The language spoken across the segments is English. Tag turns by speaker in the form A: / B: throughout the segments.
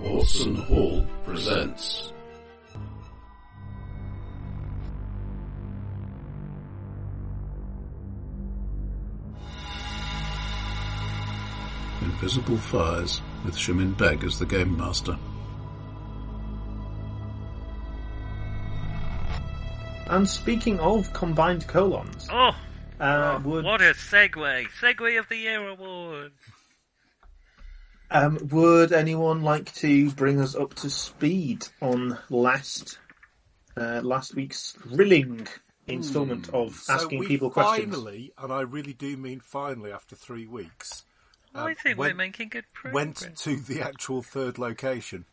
A: Watson Hall presents. Invisible Fires with Shimin Beg as the Game Master.
B: And speaking of combined colons,
C: Oh,
B: uh, would
C: what a segue! Segue of the Year award.
B: um, would anyone like to bring us up to speed on last uh, last week's thrilling instalment of asking
D: Hmm. we
B: people questions?
D: Finally, and I really do mean finally, after three weeks,
C: I
D: Um,
C: think we're
D: went-
C: making good
D: went
C: progress.
D: to the actual third location.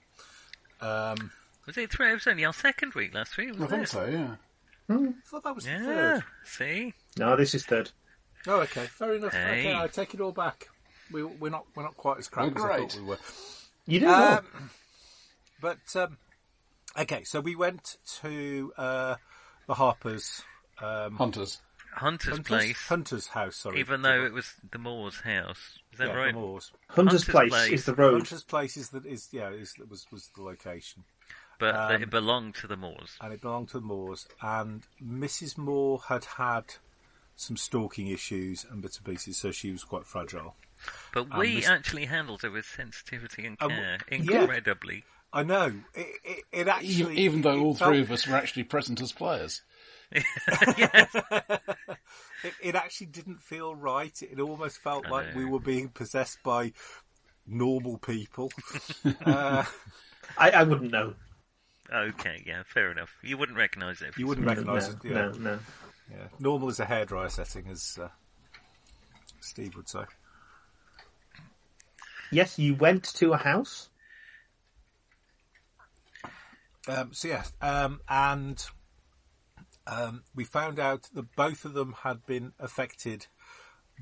D: Um,
C: Was it three? It was only our second week last week,
E: I
C: wasn't
E: think
C: it?
E: so, yeah.
D: I thought that was the
C: Yeah.
D: third.
C: See,
B: No, this is third.
D: Oh, okay, fair enough.
C: Hey.
D: Okay, I take it all back. We, we're not we're not quite as crack
E: We're
D: as I
E: great.
D: thought we were.
B: You do.
D: Um, but um, okay, so we went to uh, the Harper's um,
E: Hunters.
C: Hunter's
D: Hunter's,
C: place.
D: Hunter's house. Sorry,
C: Even though it was the Moore's house, is that
D: yeah, the
C: right?
D: Moors.
B: Hunter's
C: Hunter's
B: Place,
C: Place.
B: is the road.
D: Hunter's place is that is yeah is was was the location.
C: But
D: Um,
C: that it belonged to the Moors.
D: and it belonged to the Moors. And Mrs. Moore had had some stalking issues and bits and pieces, so she was quite fragile.
C: But we
D: this-
C: actually handled it with sensitivity and
D: Um, w-
C: care,
D: yeah.
C: incredibly.
D: I know it. It, it
E: Even,
D: actually,
E: even though
D: it
E: all
D: felt-
E: three of us were actually present as players.
D: it, it actually didn't feel right. It almost felt
C: I
D: like we
C: know.
D: were being possessed by normal people. uh,
B: I, I wouldn't know.
C: Okay, yeah, fair enough. You wouldn't recognise it. if
D: you
C: it's-
D: wouldn't
B: No,
D: recognise it. Yeah.
B: no, no.
D: yeah. Normal is a hairdryer setting, as uh, Steve would say.
B: Yes, you went to a house.
D: Um, so yes, um, and um, we found out that both of them had been affected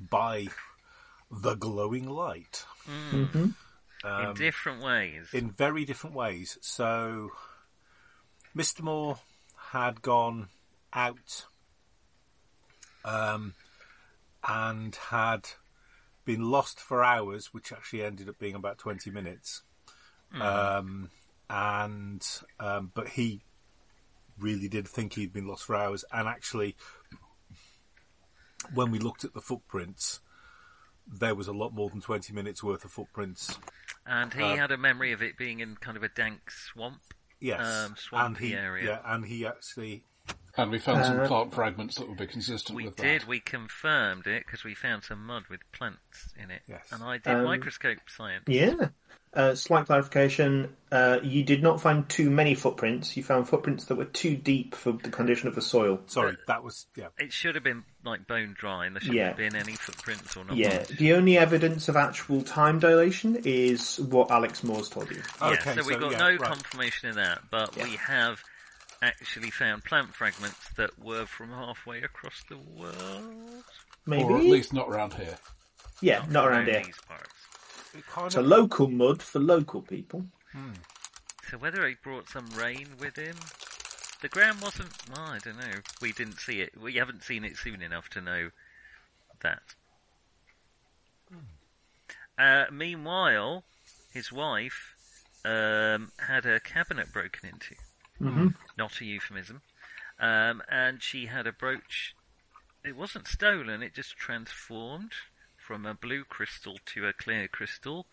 D: by the glowing light um,
C: in different ways.
D: in very different ways. So, Mr. Moore had gone out um, and had been lost for hours, which actually ended up being about 20 minutes. Um, and, um, but he really did think he'd been lost for hours. And actually, when we looked at the footprints, there was a lot more than 20 minutes worth of footprints
C: and he
D: um,
C: had a memory of it being in kind of a dank swamp.
D: Yes,
C: um, swampy
D: and he,
C: area.
D: Yeah, and he actually.
E: And we found some
B: Uh,
E: Clark fragments that would be consistent
C: We
E: with
C: did.
E: that.
C: We confirmed it because we found some mud with plants in it,
D: Yes.
C: and I did
B: Um,
C: microscope science.
B: Yeah. Uh, slight clarification: uh, you did not find too many footprints. You found footprints that were too deep for the condition of the soil.
D: Sorry, that was yeah.
C: It should have been like bone dry, and there shouldn't
B: Yeah.
C: have been any footprints or not.
B: Yeah, the only evidence of actual time dilation is what Alex Moore's told you.
C: Yeah,
D: Okay,
C: so we got
D: yeah,
C: no
D: right.
C: confirmation of that, but we have actually found plant fragments that were from halfway across the world.
B: Maybe?
E: Or at least not round here.
B: yeah, not around here.
C: these parts.
D: It kind
B: It's a
D: of,
B: local mud for local people.
C: So whether he brought some rain with him, the ground wasn't. Well, I don't know. We didn't see it. We haven't seen it soon enough to know that.
E: Hmm.
C: Uh, meanwhile, his wife um, had her cabinet broken into.
E: Mm-hmm.
C: Not a euphemism. Um, and she had a brooch. It wasn't stolen. It just transformed from a blue crystal to a clear crystal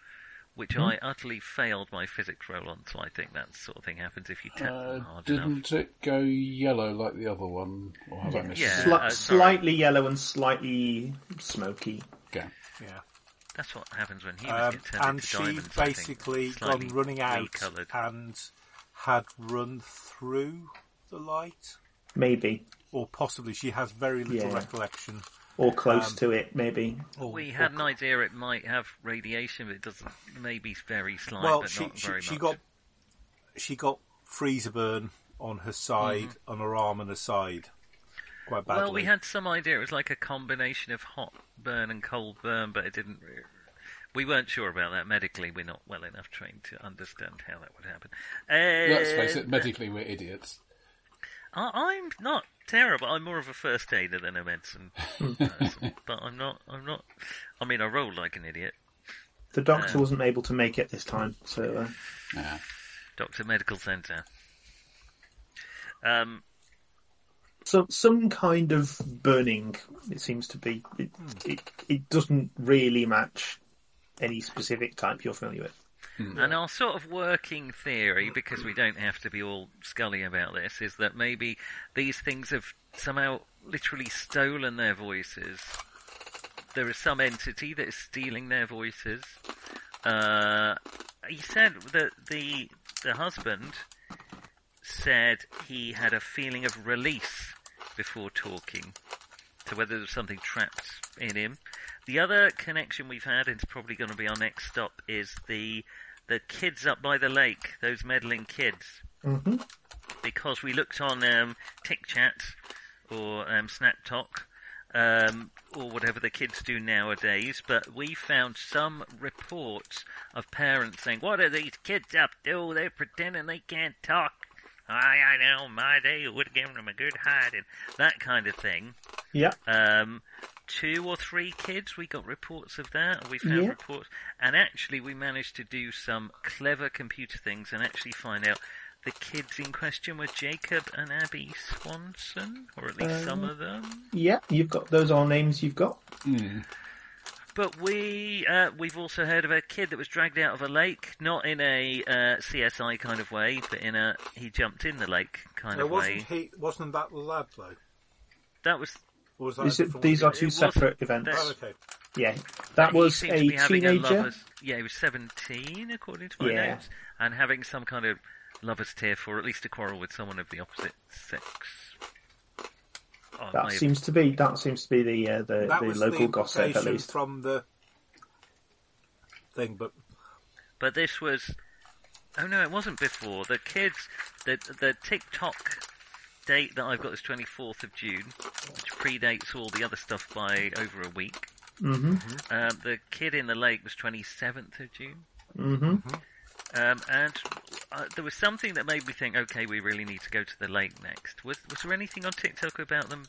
C: which
E: Hmm.
C: I utterly failed my physics roll on, so I think that sort of thing happens if you tap
E: Uh,
C: them hard enough.
E: didn't it go yellow like the other one? Or have I missed
C: Yeah.
E: it?
B: Sli-
C: uh, sorry.
B: slightly yellow and slightly smoky.
E: Okay.
D: yeah.
C: That's what happens when humans
D: Um,
C: get turned
D: and
C: into
D: she
C: diamonds. I think.
D: basically
C: Slightly
D: gone running out
C: recoloured.
D: and had run through the light,
B: Maybe.
D: or possibly she has very little
B: Yeah.
D: recollection. Oh,
B: Or close
C: Um,
B: to it, maybe.
D: Or,
C: We
D: or-
C: had an idea it might have radiation, but it doesn't. Maybe very slight,
D: well,
C: but
D: she
C: not
D: she,
C: very
D: she
C: much.
D: got she got freezer burn on her side, on her arm and her side, quite badly.
C: Mm-hmm. Well, we had some idea. It was like a combination of hot burn and cold burn, but it didn't. re- We weren't sure about that medically. We're not well enough trained to understand how that would happen.
E: Let's face it,
C: And-
E: medically we're idiots.
C: I, I'm not terrible. I'm more of a first aider than a medicine person, but I'm not. I'm not. I mean, I rolled like an idiot.
B: The doctor wasn't able to make it this time, so uh,
E: Yeah.
C: Doctor Medical Centre. Um,
B: so some kind of burning. It seems to be. It,
C: Hmm.
B: it, it doesn't really match any specific type you're familiar with.
C: And our sort of working theory, because we don't have to be all scully about this, is that maybe these things have somehow literally stolen their voices. There is some entity that is stealing their voices. Uh, he said that the the husband said he had a feeling of release before talking. So whether there's something trapped in him. The other connection we've had, and it's probably going to be our next stop, is the the kids up by the lake, those meddling kids.
B: Mhm.
C: Because we looked on um, TikChat or um, SnapTalk um, or whatever the kids do nowadays, but we found some reports of parents saying, "What are these kids up to? They're pretending they can't talk." I, I know, my day would have given them a good hiding, that kind of thing.
B: Yeah.
C: Um, two or three kids. We got reports of that. We found
B: Yeah.
C: reports, and actually, we managed to do some clever computer things and actually find out the kids in question were Jacob and Abby Swanson, or at least some of them.
B: Yeah, you've got those are names you've got.
C: But we uh, we've also heard of a kid that was dragged out of a lake, not in a uh, CSI kind of way, but in a he jumped in the lake kind
D: Now,
C: of
D: wasn't
C: way.
D: he? Wasn't that the lad though?
C: That was
D: Or was that a
B: Is it,
D: different
B: these
D: one?
B: are two
C: It was-
B: separate events.
D: Oh, okay.
B: Yeah, that
C: He
B: was
C: seemed
B: a
C: to be having
B: teenager.
C: lover's, yeah, he was 17, according to my
B: Yeah.
C: notes, and having some kind of lover's tiff, or at least a quarrel with someone of the opposite sex. Oh, it may
B: That
C: have-
B: seems to be that seems to be the uh, the,
D: That
B: the
D: was
B: local
D: the
B: gossip at
D: implication
B: least.
D: from the thing, but
C: But this was. Oh no, it wasn't before. The kids. The, the TikTok date that I've got is 24th of June, which predates all the other stuff by over a week.
B: hmm
C: Um, the kid in the lake was 27th of June.
B: hmm
C: Um, and uh, there was something that made me think, okay, we really need to go to the lake next. Was was there anything on TikTok about them,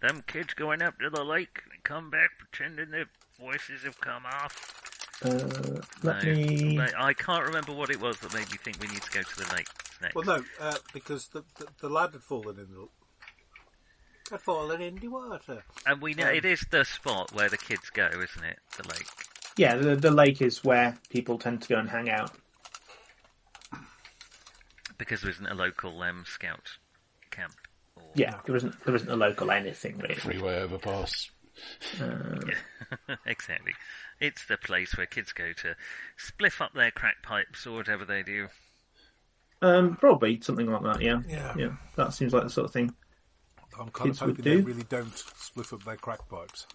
C: them kids going up to the lake and come back pretending their voices have come off?
B: Uh, let
C: no,
B: me.
C: no, I can't remember what it was that made me think we need to go to the lake next.
D: well, no, uh, because the, the the lad had fallen in the had fallen in the water.
C: and we know
D: um,
C: it is the spot where the kids go, isn't it? The lake.
B: Yeah, the, the lake is where people tend to go and hang out.
C: Because there isn't a local um, scout camp. Or...
B: Yeah, there isn't there isn't a local anything really.
E: Freeway overpass.
C: exactly. It's the place where kids go to spliff up their crack pipes or whatever they do.
B: Um, probably something like that. Yeah,
D: Yeah.
B: yeah. That seems like the sort of thing.
D: I'm kind
B: Kids
D: of
B: would
D: hoping they
B: do.
D: really don't split up their crack pipes.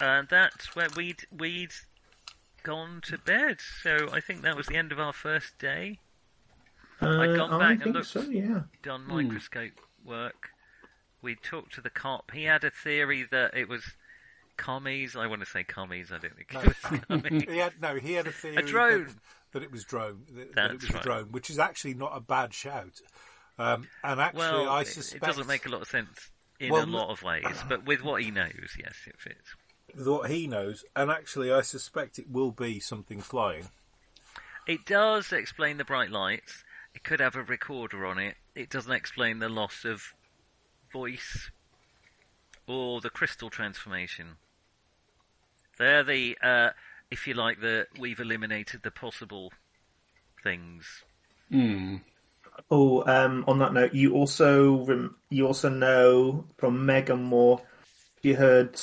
C: and that's where we'd we'd gone to bed. So I think that was the end of our first day.
B: Uh,
C: I'd gone back and
B: think
C: looked.
B: so. Yeah.
C: Done
D: Hmm.
C: microscope work. We talked to the cop. He had a theory that it was commies. I want to say commies. I don't think it was commies.
D: He had no. He had a theory that-
C: drone.
D: that it was drone. That, that it
C: That's
D: was
C: right.
D: a drone, which is actually not a bad shout. Um, and actually,
C: Well,
D: I
C: it-
D: suspect
C: it doesn't make a lot of sense in
D: Well,
C: a lot of ways, but with what he knows, yes, it fits.
D: with what he knows, and actually, I suspect it will be something flying.
C: It does explain the bright lights. It could have a recorder on it. It doesn't explain the loss of voice or the crystal transformation. They're the, uh, if you like, the we've eliminated the possible things.
E: Mm.
B: Oh, um, on that note, you also rem- you also know from Megan Moore, you heard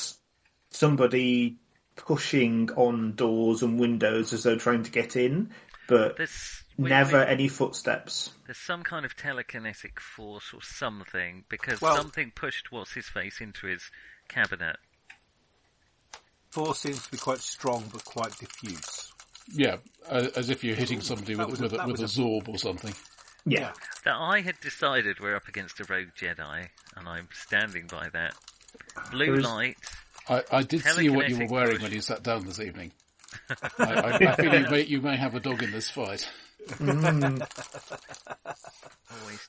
B: somebody pushing on doors and windows as though trying to get in, but
C: There's
B: never any footsteps.
C: there's some kind of telekinetic force or something because
D: Well-
C: something pushed what's his face into his cabinet.
D: Force seems to be quite strong, but quite diffuse.
E: Yeah, a- as if you're hitting somebody
D: that
E: with, with,
D: was a-
E: a,
D: that
E: with a
D: was
E: zorb or something.
B: Yeah,
C: that I had decided we're up against a rogue Jedi, and I'm standing by that. Blue
B: There's-
C: light.
E: I, I did see what you were
C: Telekinetic
E: wearing
C: push.
E: when you sat down this evening. I, I, I feel you may, you may have a dog in this fight.
C: Always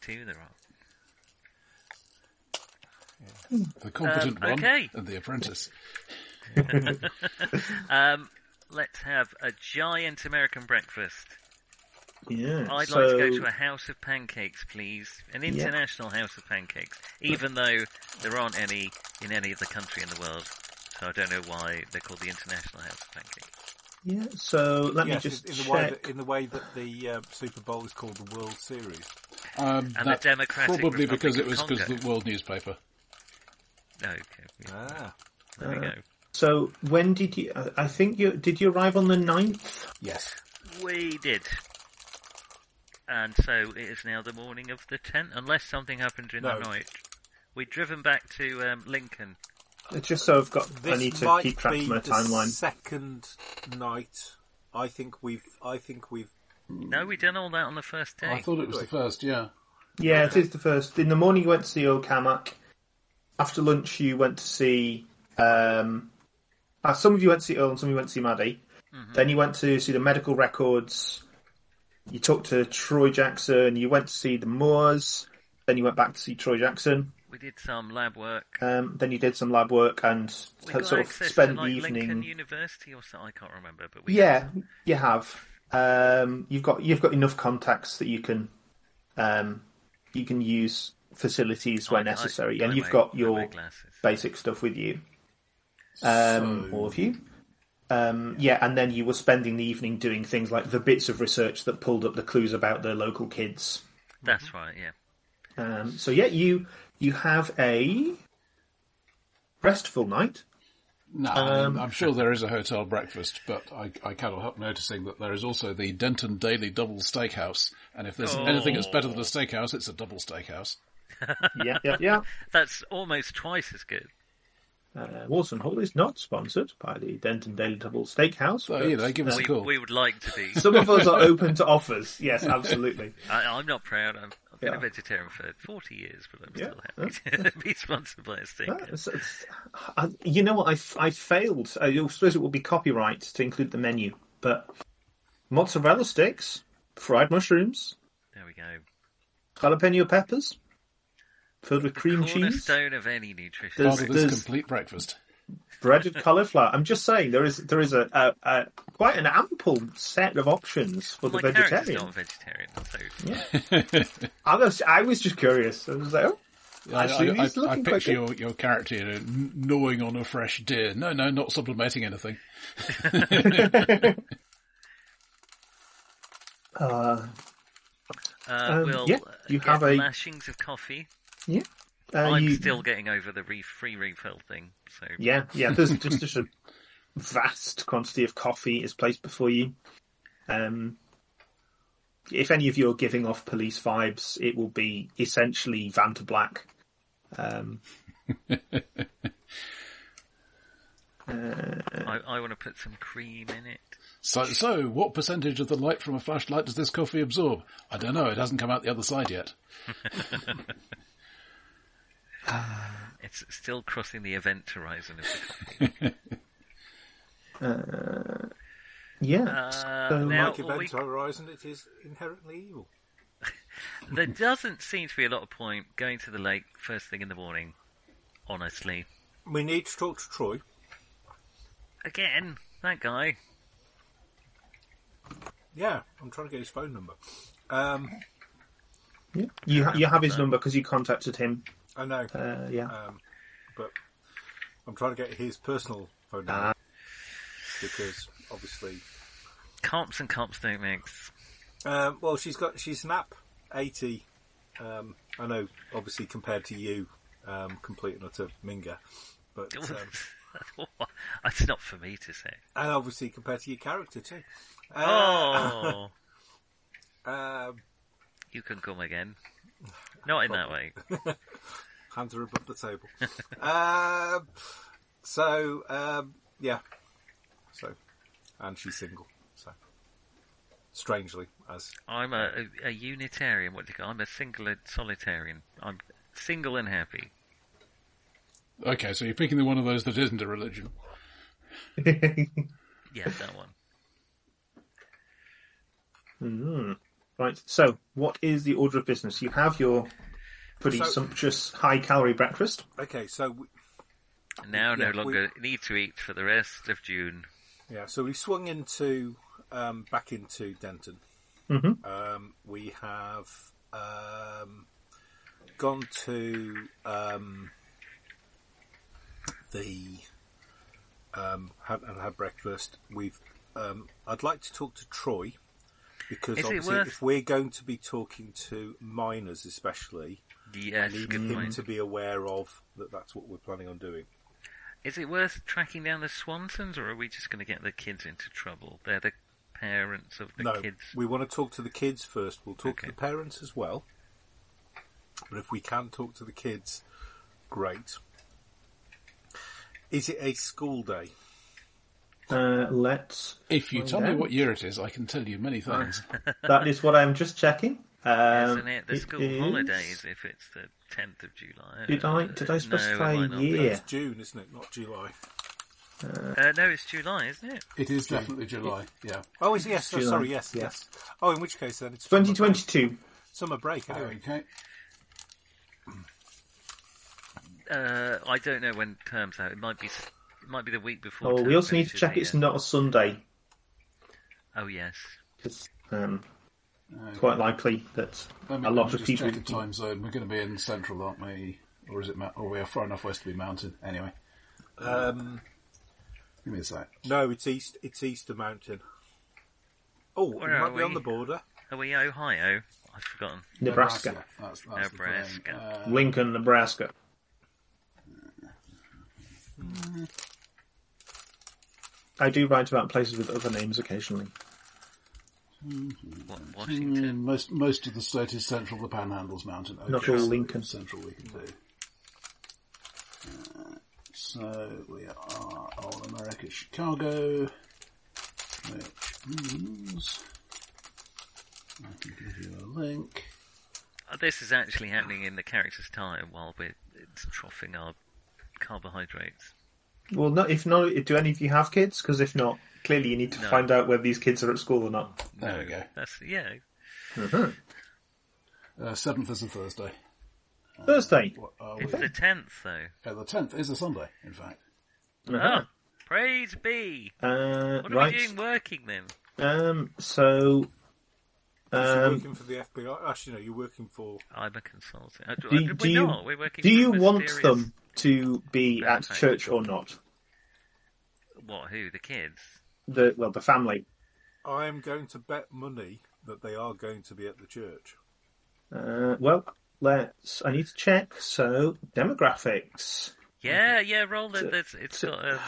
C: two there are.
E: The competent
C: Um, okay.
E: one and the apprentice.
C: Um, let's have a giant American breakfast.
B: Yeah.
C: I'd
B: so,
C: like to go to a house of pancakes, please. An international house of pancakes, even though there aren't any in any other country in the world. So I don't know why they're called the International House of Pancakes.
B: yeah. So let
D: Yes,
B: me just
D: in the way
B: check.
D: that, in the way that the uh, Super Bowl is called the World Series.
E: Um,
C: And the Democratic
E: probably
C: Republic
E: because it
C: of
E: was because
C: Congo.
E: the world newspaper.
C: No, okay, yeah,
D: Ah,
C: there we go.
B: So when did you? I- I think you did. You arrive on the 9th?
D: yes.
C: We did. And so it is now the morning of the 10th, unless something happened during the
D: No.
C: night. We'd driven back to um, Lincoln.
B: Just so I've got.
D: This
B: I need to
D: might
B: keep track
D: be
B: of my
D: the
B: timeline.
D: second night. I think we've. I think we've.
C: No, we done all that on the first day.
E: I thought it was the first, yeah.
B: Yeah, it is the first. In the morning, you went to see Old Kamak. After lunch, you went to see. Um, uh, some of you went to see Earl and some of you went to see Maddie.
C: Mm-hmm.
B: Then you went to see the medical records. You talked to Troy Jackson. You went to see the Moors. Then you went back to see Troy Jackson.
C: We did some lab work.
B: Um, then you did some lab work and
C: We
B: had
C: got
B: sort of
C: access
B: spent
C: to
B: the
C: like
B: evening.
C: Lincoln University or something. I can't remember, but we
B: Yeah, you have. Um, you've got you've got enough contacts that you can um, you can use facilities where
C: I- I-
B: necessary,
C: I
B: and you've
C: wear-
B: got
C: I
B: your
C: wear glasses.
B: basic stuff with you, um, all of you. Um, yeah, and then you were spending the evening doing things like the bits of research that pulled up the clues about the local kids. Mm-hmm.
C: That's right. Yeah.
B: Um, so yeah, you you have a restful night.
E: No, I
B: Um,
E: mean, I'm sure there is a hotel breakfast, but I, I cannot help noticing that there is also the Denton Daily Double Steakhouse. And if there's anything that's better than a
C: Oh.
E: steakhouse, it's a double steakhouse.
B: Yeah, yeah, yeah.
C: That's almost twice as good.
B: Uh, Wilson Hall is not sponsored by the Denton Daily Double Steakhouse.
E: So,
B: but-
E: you know, give us
C: We,
E: a call.
C: we would like to be.
B: Some of us are open to offers. Yes, absolutely.
C: I, I'm not proud. I'm, I've been
B: Yeah.
C: a vegetarian for 40 years, but I'm
B: Yeah,
C: still happy to be sponsored by a steak.
B: Uh, it's- it's- I- you know what? I, f- I failed. I suppose it will be copyright to include the menu, but mozzarella sticks, fried mushrooms,
C: There we go.
B: jalapeno peppers, filled with cream cheese,
C: Cornerstone of any nutrition.
E: Part of
B: there's-
E: this complete breakfast.
B: breaded cauliflower. I'm just saying there is there is a, a, a quite an ample set of options for
C: My
B: the
C: character's
B: vegetarian.
C: not a vegetarian, so
B: I was I was just curious. I was like, oh,
E: I,
B: Actually,
E: I, I,
B: he's looking
E: I
B: quite
E: picture your, your character you know, n- gnawing on a fresh deer. No, no, not sublimating anything.
B: uh,
C: uh,
B: Um,
C: we'll
B: yeah,
C: uh,
B: you
C: get
B: have a-
C: lashings of coffee.
B: yeah. Uh,
C: I'm
B: you-
C: still getting over the re- free refill thing. So
B: Yeah, yeah. There's just such a vast quantity of coffee is placed before you. Um, if any of you are giving off police vibes, it will be essentially Vanta Black. Um,
C: I, I want to put some cream in it.
E: So, so what percentage of the light from a flashlight does this coffee absorb? I don't know. It hasn't come out the other side yet.
C: It's still crossing the event horizon of the coffee.
B: yeah.
C: Uh,
B: so,
C: now-
D: Like
C: Well,
D: Event
C: we-
D: Horizon, it is inherently evil.
C: There doesn't seem to be a lot of point going to the lake first thing in the morning, honestly.
D: We need to talk to Troy.
C: Again, that guy.
D: Yeah, I'm trying to get his phone number. Um,
B: yeah, you ha- you have his number because you contacted him.
D: I know,
B: Uh, yeah.
D: um, but I'm trying to get his personal phone number
B: Ah.
D: because obviously,
C: Comps and comps don't mix.
D: um, well, she's got she's an app 80. Um, I know, obviously, compared to you, um, complete and utter minga, but um,
C: That's not for me to say.
D: and obviously compared to your character too.
C: Oh,
D: Um,
C: you can come again. Not in that way.
D: hands are above the table. um, so um, yeah, so and she's single. So strangely, as
C: I'm a, a, a Unitarian. What do you call? I'm a singular solitarian. I'm single and happy.
E: Okay, so you're picking the one of those that isn't a religion.
C: Uh. Yeah, that one.
B: Right. So, what is the order of business? You have your pretty
D: So-
B: sumptuous, high calorie breakfast.
D: Okay, so we,
C: Now
D: Yeah,
C: no longer need to eat for the rest of June.
D: yeah, so we swung into um, back into Denton. Um, we have um, gone to um, the um, had, and had breakfast. We've. Um, I'd like to talk to Troy because
C: Is it
D: obviously,
C: worth-
D: if we're going to be talking to minors, especially,
C: Yes,
D: need
C: good
D: him
C: point.
D: to be aware of that. That's what we're planning on doing.
C: Is it worth tracking down the Swansons, or are we just going to get the kids into trouble? They're the parents of the
D: no,
C: kids.
D: we want to talk to the kids first. We'll talk
C: Okay.
D: to the parents as well. But if we can talk to the kids, great. Is it a school day?
B: Uh, let's.
E: If you
B: Well,
E: tell me
B: then.
E: what year it is, I can tell you many things.
B: That is what I'm just checking. Um,
C: Isn't it the school
B: is-
C: holidays if it's the 10th of July?
B: Did I- did I
C: Uh,
B: specify
C: no, it might not be.
B: year?
D: It's June, isn't it? Not July.
C: Uh, no, it's July, isn't it?
E: it is definitely July. Yeah.
D: Oh, is yes. oh,
B: July,
D: sorry, yes, yes,
B: yes.
D: Oh, in which case then it's summer break-
B: 2022.
D: summer break. Anyway.
E: Okay.
C: Uh, I don't know when terms out. It might be s- it might be the week before.
B: Oh, we
C: term
B: also need to
C: finishes
B: check it's
C: here.
B: not a Sunday
C: Oh yes,
B: 'cause, um,
E: Uh,
B: quite likely that
E: let me
B: a lot
E: just
B: of people.
E: check the time zone. We're going to be in central, aren't we? Or is it? Ma- or we are far enough west to be mountain. Anyway,
D: Um,
E: give me a sec.
D: no, it's east. It's Easter Mountain. Oh, we
C: Where
D: might
C: are
D: be on
C: we?
D: the border.
C: are we Oh, Ohio? I've forgotten.
B: Nebraska.
E: That's, that's the
C: Nebraska.
E: thing. Uh,
B: Lincoln, Nebraska. I do write about places with other names occasionally.
E: uh,
C: What, Washington?
E: Mm, most most of the state is central. The Panhandle's mountain. Okay,
B: Not all
E: so
B: Lincoln.
E: Central we can do. Uh, so we are all America, Chicago, which means I can give you a link. mm.
C: Uh, This is actually happening in the character's time while we're it's troughing our carbohydrates.
B: Well, no, if not, do any of you have kids? Because if not, clearly you need to
C: No.
B: find out whether these kids are at school or not.
E: There we go.
C: That's yeah.
E: Uh, Seventh is a Thursday.
B: Thursday.
E: What are we?
C: It's the tenth though.
E: Uh, the tenth is a Sunday, in fact. Uh-huh.
C: Ah, praise be.
B: Uh,
C: What are we
B: Uh-huh. right.
C: doing working then?
B: Um, so,
D: So you're
B: um,
D: working for the FBI. Actually, no, you're working for.
C: I'm a consultant. I-
B: do,
C: we're
B: do you
C: not. We're working
B: do
C: for a
B: you want
C: mysterious-
B: them to be at
C: Perfect.
B: church or not?
C: What? Who? The kids?
B: The well, the family.
D: I am going to bet money that they are going to be at the church.
B: Uh, well, let's. I need to check. So, demographics.
C: Yeah, yeah. Roll the.
B: So-
C: It's, it's
B: so-
C: got a.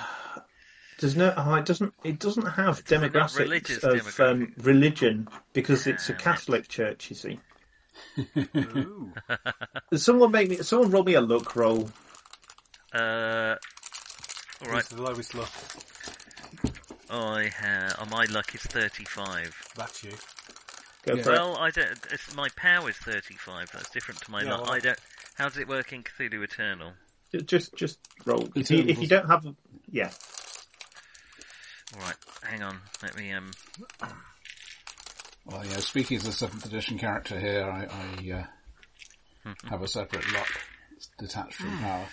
B: There's no. Oh, it doesn't. It doesn't have
C: doesn't have
B: demographics
C: religious
B: of Um,
C: demographics.
B: religion because it's a
C: Ah,
B: Catholic church. You see.
D: Ooh.
B: Someone make me. Someone roll me a look roll.
C: Uh, all right.
D: It's the lowest luck.
C: I have. Oh, my luck is thirty-five.
D: That's you.
B: Go
E: Yeah.
B: for it.
C: Well, I don't. It's, my power is thirty-five. That's different to my
D: Yeah,
C: luck.
D: well,
C: I don't. How does it work in Cthulhu Eternal?
B: Ju- Just, just roll.
E: It's
B: If you, if
E: terrible.
B: you don't have, yeah.
C: All right. Hang on. Let me. Um.
E: Well, you know, speaking as a seventh edition character here, I, I uh, have a separate luck that's detached from
C: Hmm.
E: power.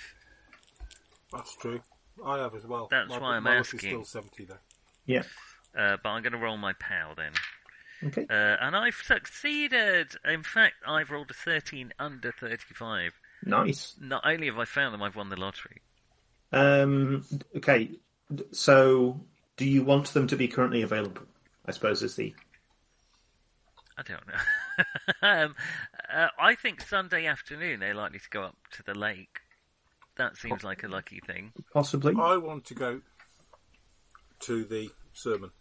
D: That's true. I have as well.
C: That's
D: my,
C: why I'm
D: my
C: asking.
D: Luck is still 70 though.
B: Yeah.
C: Uh, but I'm going to roll my pow then.
B: Okay.
C: Uh, and I've succeeded. In fact, I've rolled a thirteen under thirty-five.
B: Nice.
C: Not only have I found them, I've won the lottery.
B: Um. Okay. So, do you want them to be currently available? I suppose is the
C: I don't know. um, uh, I think Sunday afternoon they're likely to go up to the lake. That
D: Oh.
C: seems like a lucky thing.
B: possibly.
D: I want to go to the sermon.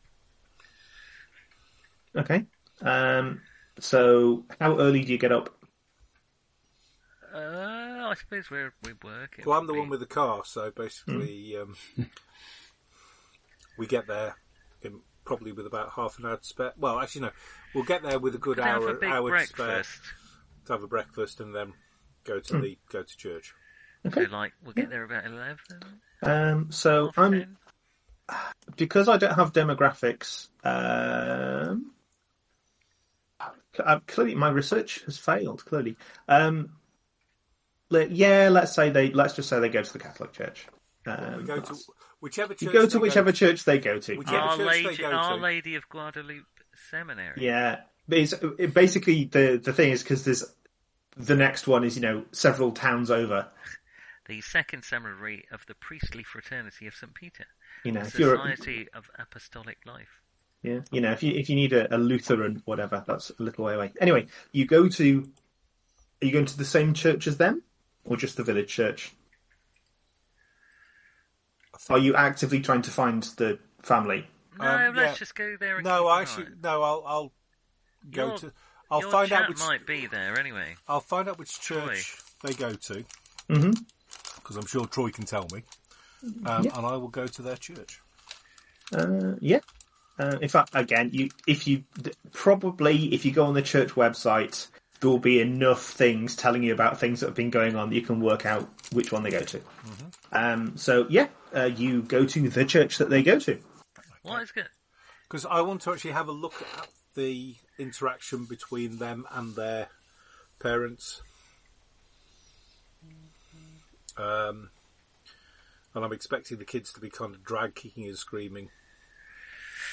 B: Okay. Um. So, how early do you get up?
C: Uh, I suppose we're we're working.
D: Well, I'm the one with the car, so basically
C: Hmm.
D: um, we get there in, probably with about half an hour to spare. Well, actually, no. We'll get there with a good
C: Could have a
D: hour,
C: big
D: hour to spare
C: breakfast.
D: to have a breakfast and then go to
C: Hmm.
D: the go to church.
B: Okay.
C: So, like, we'll get there about eleven.
B: Um. So,
C: half
B: I'm
C: 10.
B: because I don't have demographics, um, uh, clearly my research has failed. Clearly, um, let, yeah, let's say they let's just say they go to the Catholic Church.
D: We
B: Um,
D: go to whichever church.
B: you go
D: they
B: to whichever
D: to.
B: church they go to.
D: Whichever- Yeah,
C: Our
D: the church they
C: Lady,
D: go
C: Our
D: to.
C: Lady of Guadalupe Seminary.
B: Yeah, But it's it, basically the the thing is because there's the next one is you know several towns over.
C: The second seminary of the priestly fraternity of St. Peter.
B: You know,
C: the
B: if you're
C: Society of Apostolic Life.
B: yeah, you know if you if you need a, a Lutheran whatever, that's a little way away. Anyway, you go to are you going to the same church as them or just the village church? Are you actively trying to find the family?
C: No,
D: Um,
C: let's
D: yeah.
C: just go there and
D: No,
C: keep
D: I
C: an
D: actually
C: eye.
D: no. I'll I'll go
C: Your-
D: to. I'll
C: Your
D: find
C: chat
D: out which.
C: might be there anyway.
D: I'll find out which
C: Troy.
D: church they go to
B: hmm
D: because I'm sure Troy can tell me, um,
B: Yeah.
D: and I will go to their church.
B: Uh, yeah. Uh, in fact, again, you if you d- probably if you go on the church website, there will be enough things telling you about things that have been going on that you can work out which one they go to. Um, so yeah, uh, you go to the church that they go to.
C: What is good?
D: because I want to actually have a look at the interaction between them and their parents. Um, and I'm expecting the kids to be kind of drag kicking and screaming.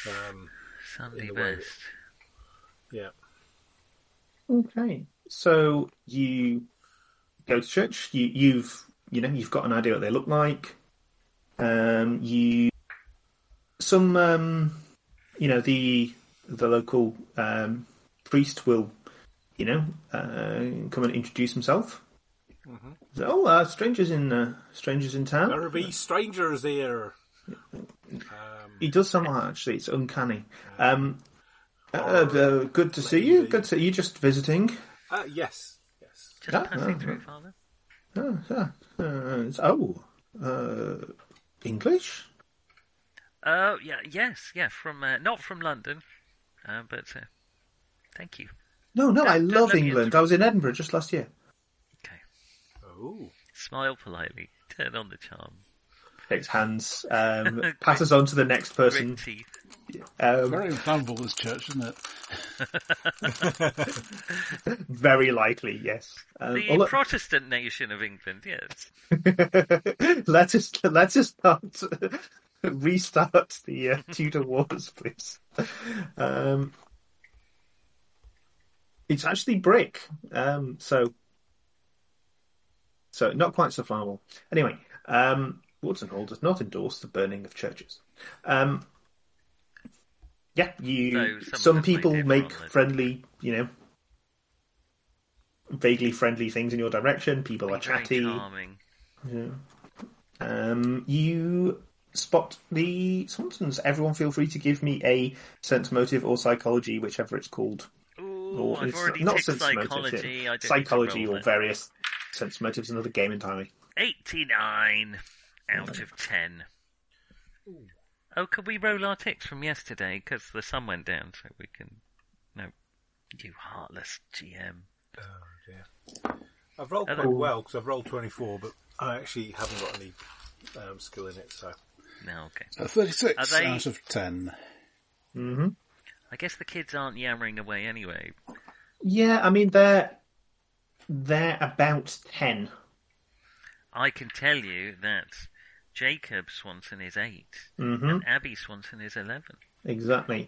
D: Um,
C: Sunday
D: the way that-
C: best.
D: yeah,
B: Okay. So you go to church. You, you've you know you've got an idea what they look like. Um, you some um, you know the the local um, priest will you know uh, come and introduce himself. So, Oh, uh, strangers in uh, strangers in town.
D: Mm-hmm. there be strangers here.
B: He does sound like that, actually. It's uncanny. Um, uh, uh, good to see you. Good to you. Just visiting.
D: Uh, yes, yes.
C: Just
B: Yeah, Uh-huh.
C: passing
B: yeah,
C: through,
B: yeah.
C: Father.
B: Oh, yeah. Uh, it's- oh, uh, English?
C: Oh, yeah, yes, yeah, from uh, not from London, uh, but uh, thank you.
B: No, no, I
C: Don't- don't
B: love
C: let me
B: England. I was in Edinburgh just last year.
C: Okay,
D: Oh,
C: smile politely, turn on the charm.
B: Shakes hands, um, passes on to the next person.
C: Grit teeth.
B: Um,
E: Very inflammable, this church, isn't it?
B: very likely, yes. Um,
C: The
B: oh, look,
C: Protestant nation of England, yes.
B: let us let us start restart the uh, Tudor Wars, please. Um, it's actually brick, um, so so not quite so flammable. Anyway, um, Watson Hall does not endorse the burning of churches. Um, yeah, you.
C: No, some of
B: some
C: them they
B: people
C: did
B: make
C: wrong, though.
B: friendly, you know, vaguely friendly things in your direction. People are
C: Be very
B: chatty.
C: charming.
B: Um, you spot the Swansons. Everyone, feel free to give me a sense motive or psychology, whichever it's called.
C: Ooh,
B: Or
C: I've
B: Oh, it's
C: already
B: not
C: ticked
B: sense motive,
C: psychology.
B: yeah.
C: I didn't
B: psychology
C: roll
B: or
C: it.
B: various sense motives. Another game entirely.
C: 89 out of 10. Oh, could we roll our ticks from yesterday? Because the sun went down, so we can. No. You heartless GM.
D: I've rolled
C: Hello.
D: quite well because I've rolled 24, but I actually haven't got any um, skill in it. So
C: No, okay.
E: Uh, 36
C: Are they-
E: out of 10.
B: hmm
C: I guess the kids aren't yammering away anyway.
B: Yeah, I mean they're they're about ten.
C: I can tell you that Jacob Swanson is 8
B: Mm-hmm.
C: and Abby Swanson is 11.
B: Exactly.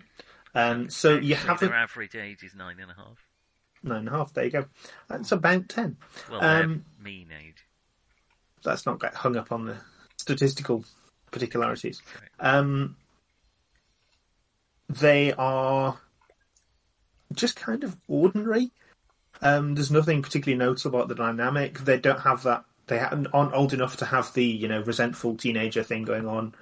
B: Um, so you
C: Actually,
B: haven't
C: Their average age is nine and a half.
B: nine and a half. There you go. That's about ten.
C: Well,
B: Um,
C: their mean age.
B: let's not get hung up on the statistical particularities. Um, they are just kind of ordinary. Um, there's nothing particularly noticeable about the dynamic. They don't have that. They ha- aren't old enough to have the you know resentful teenager thing going on.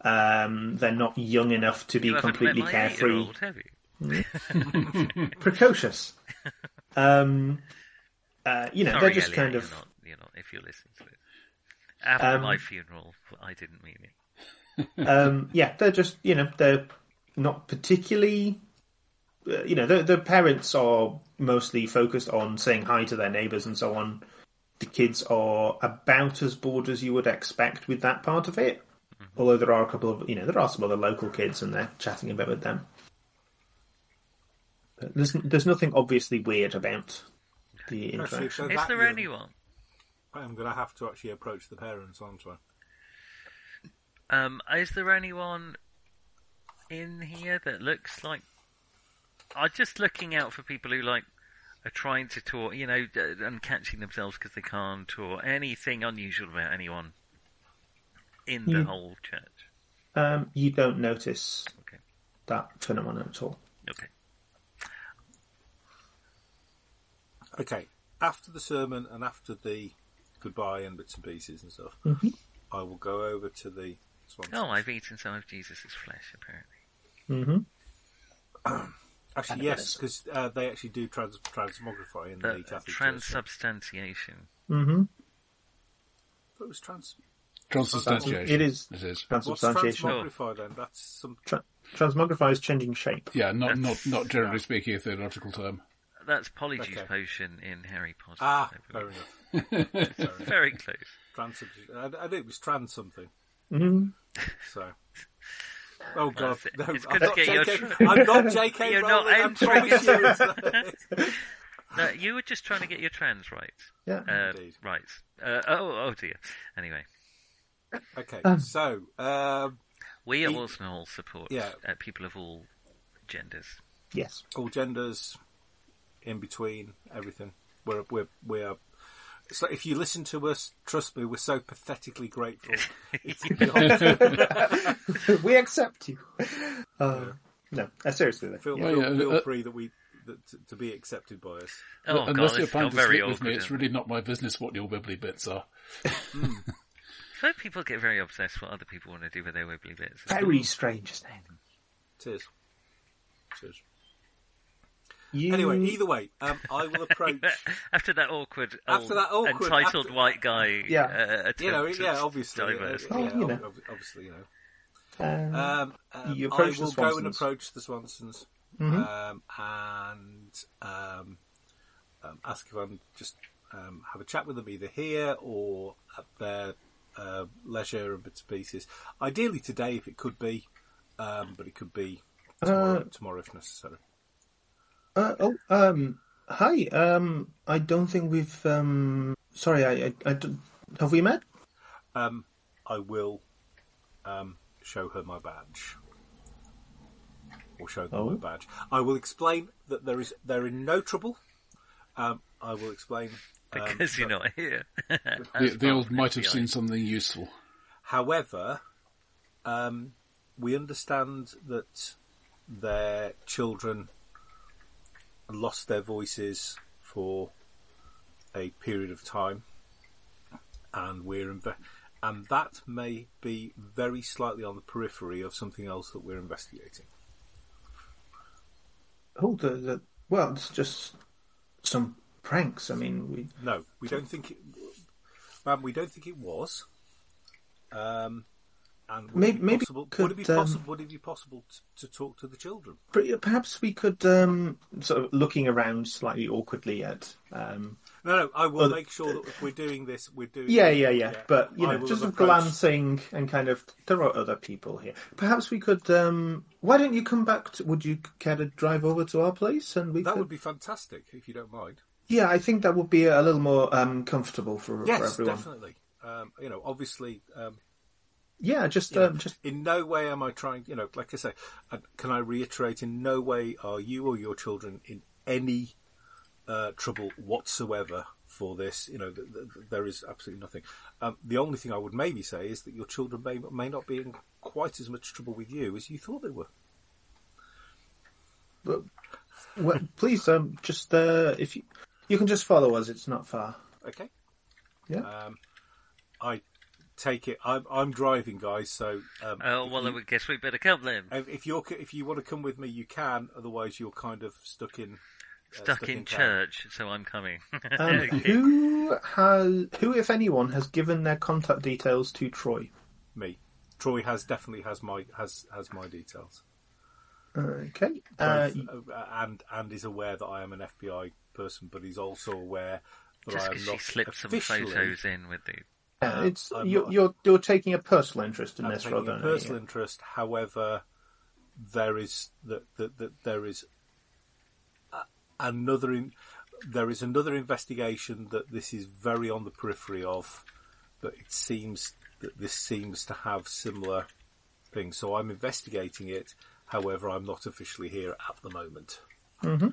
B: Um, they're not young enough to be
C: You haven't met
B: completely
C: my
B: carefree
C: eight-year-old, have you?
B: precocious. um, uh, you know,
C: Sorry,
B: they're just
C: Elliot,
B: kind of.
C: You're not, you're not, if you're listening to this. After
B: Um,
C: my funeral, I didn't mean it.
B: um, yeah, they're just you know they're not particularly. uh, You know, the, the parents are mostly focused on saying hi to their neighbours and so on. The kids are about as bored as you would expect with that part of it. Although there are a couple of, you know, there are some other local kids and they're chatting a bit with them. But there's, there's nothing obviously weird about the
D: actually,
B: interaction.
D: so
C: Is
D: that
C: there
D: young-
C: anyone?
D: I'm going to have to actually approach the parents, aren't I?
C: Um, is there anyone in here that looks like? I'm just looking out for people who like are trying to talk, you know, d- and catching themselves because they can't, or anything unusual about anyone in the
B: Hmm.
C: whole church.
B: Um, you don't notice
C: Okay.
B: that phenomenon at all.
C: Okay.
D: Okay. After the sermon and after the goodbye and bits and pieces and stuff, I will go over to the Swansea.
C: Oh, I've eaten some of Jesus' flesh, apparently.
B: Mm-hmm.
D: Actually, yes, because uh, they actually do trans- transmogrify in the
C: But
D: Catholic Church.
C: transubstantiation.
B: Mm-hmm.
D: But it was trans.
E: Transubstantiation.
B: It is.
E: Uh, It is.
D: What's
B: Transubstantiation.
C: Transubstantiation.
D: transmogrify then? That's some.
B: Tra- transmogrify is changing shape.
E: Yeah, not not not generally speaking a theological term.
C: That's Polyjuice
D: Okay.
C: potion in Harry Potter.
D: Ah,
C: I
D: fair
C: believe.
D: enough.
C: Very close.
D: Trans. I, I think it was trans something.
B: Mm-hmm.
D: So. Oh God!
C: it.
D: No,
C: It's
D: I'm
C: good to
D: not
C: get your
D: JK.
C: tr-
D: I'm not JK.
C: You're not
D: Rowling, I
C: entering
D: promise you it's not.
C: No, you were just trying to get your trans right.
B: Yeah.
C: Uh,
D: Indeed.
C: right. Uh, oh, oh dear. Anyway,
D: Okay, so um,
C: we at
D: He-
C: Wilson Hall support
D: Yeah.
C: uh, people of all genders.
B: yes.
D: all genders, in between, everything. We're we're we're. So if you listen to us, trust me, we're so pathetically grateful. It's beyond-
B: we accept you. Uh, no, uh, seriously though.
D: feel
E: Well,
D: feel,
E: yeah,
D: feel
E: uh,
D: free that we that, to, to be accepted by us.
C: Oh
E: Unless
C: god,
E: you're
C: it's
E: planning
C: got
E: to
C: very
E: sleep
C: awkward.
E: with me, it's
C: hasn't it?
E: really not my business what your wibbly bits are.
C: So people get very obsessed what other people want to do with their wibbly bits.
B: Very strange thing.
D: Cheers. Cheers.
B: You...
D: Anyway, either way, um, I will approach.
C: after that awkward,
D: After
C: old
D: that awkward-
C: entitled
D: after-
C: white guy,
B: Yeah.
C: uh,
D: You know,
C: attempt
D: yeah,
C: at
D: obviously, uh,
C: diversity.
D: yeah,
B: Oh, you know.
D: ob- obviously, you know.
B: Um,
D: Um, um,
B: You
D: I
B: approach the
D: will go and
B: Swansons. Mm-hmm.
D: approach the Swansons um, and um, um, ask if I'm just um, have a chat with them either here or at their uh, leisure and bits and pieces. Ideally today, if it could be, um, but it could be tomorrow, tomorrow if necessary.
B: Uh, oh, um, hi. Um, I don't think we've. Um, sorry, I, I, I don't- have we met?
D: Um, I will um, show her my badge. Or show them
B: Oh.
D: my badge. I will explain that there is they're in no trouble. Um, I will explain. um,
C: because you're not here.
E: The,
C: That's
E: the old
C: fine,
E: might have
C: FBI.
E: seen something useful.
D: However, um, we understand that their children lost their voices for a period of time, and we're inve- and that may be very slightly on the periphery of something else that we're investigating.
B: Oh, the, the well, it's just some pranks. I mean, we.
D: No, we don't think it. Ma'am, we don't think it was. Um, and would
B: May-
D: it be
B: maybe
D: possible,
B: could,
D: would it be
B: um,
D: possible? Would it be possible to, to talk to the children?
B: per- Perhaps we could um, sort of looking around slightly awkwardly at. Um,
D: No, no, I will
B: Well, uh,
D: make sure that if we're doing this, we're doing.
B: yeah, yeah, yeah, But you
D: I
B: know,
D: will
B: just
D: have approached-
B: glancing and kind of there are other people here. Perhaps we could. Um, why don't you come back? To, would you care to drive over to our place and we?
D: That
B: could,
D: would be fantastic if you don't mind.
B: Yeah, I think that would be a little more um, comfortable for, for
D: Yes,
B: everyone.
D: definitely. Um, you know, obviously, um,
B: Yeah, just
D: you know,
B: um, just
D: in no way am I trying. You know, like I say, uh, can I reiterate? In no way are you or your children in any uh, trouble whatsoever for this. You know, th- th- th- there is absolutely nothing. Um, the only thing I would maybe say is that your children may may not be in quite as much trouble with you as you thought they were.
B: But, uh, well, please, um, just uh, if you you can just follow us, it's not far.
D: Okay. Um,
B: Yeah.
D: I take it. I'm, I'm driving, guys. So um,
C: Oh
D: if
C: well, I
D: you,
C: would guess we better come then.
D: um, if you're c- if you want to come with me, you can. Otherwise, you're kind of stuck in uh,
C: Stuck in
D: town.
C: church, so I'm coming.
B: Um,
C: Okay.
B: Who has who, if anyone, has given their contact details to Troy?
D: Me, Troy has definitely has my has has my details,
B: Okay, uh,
D: Both, uh, and and is aware that I am an FBI person, but he's also aware that
C: Just
D: I am
C: because she
D: not
C: slipped some
D: officially
C: photos in with the.
B: yeah, it's
D: I'm
B: you're,
D: not-
B: you're you're taking a personal interest in
D: I'm
B: this,
D: taking
B: rather
D: a
B: than
D: personal interest. However, there is that that that there is a, another in. there is another investigation that this is very on the periphery of, but it seems that this seems to have similar things. So I'm investigating it. However, I'm not officially here at the moment. And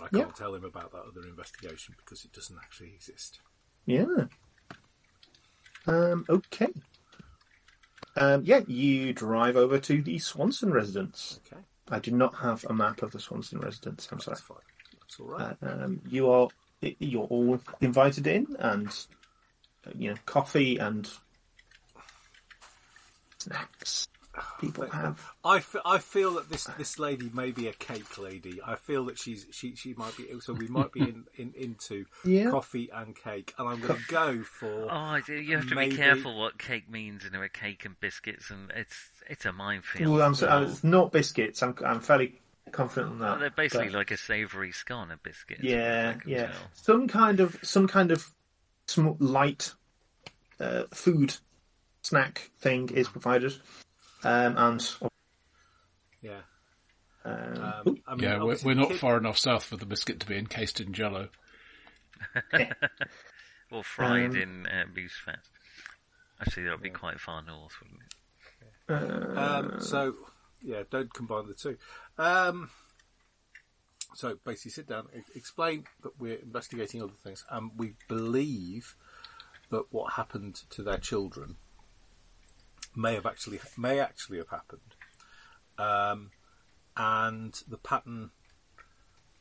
D: I can't
B: Yep.
D: tell him about that other investigation because it doesn't actually exist.
B: Yeah. Um, okay. Um, yeah, you drive over to the Swanson residence.
D: Okay,
B: I do not have a map of the Swanson residence. I'm sorry.
D: that's fine. That's all right.
B: Uh, um, you are you're all invited in, and uh, you know coffee and snacks. People have.
D: I, f- I feel that this, this lady may be a cake lady. I feel that she's she, she might be so we might be in, in into
B: Yeah.
D: coffee and cake, and I'm going to go for
C: Oh, I do- you have to
D: Maybe-
C: be careful what cake means, and there are cake and biscuits, and it's it's a minefield.
B: Well, I'm so, uh, it's not biscuits. I'm I'm fairly confident on that.
C: Well, they're basically
B: but-
C: like a savoury scone, a biscuit. I
B: yeah,
C: can
B: yeah,
C: tell.
B: some kind of some kind of sm- light uh, food snack thing is provided, um, and
D: yeah.
B: um,
D: Um, I mean,
E: yeah, we're,
D: obviously
E: we're
D: the
E: not
D: cake-
E: far enough south for the biscuit to be encased in jello.
C: Or fried
B: Um,
C: in uh, loose fat. Actually, that would be quite far north, wouldn't it?
D: Um, so, yeah, don't combine the two. Um, so basically, sit down, e- explain that we're investigating other things, and we believe that what happened to their children may have actually may actually have happened, um, and the pattern,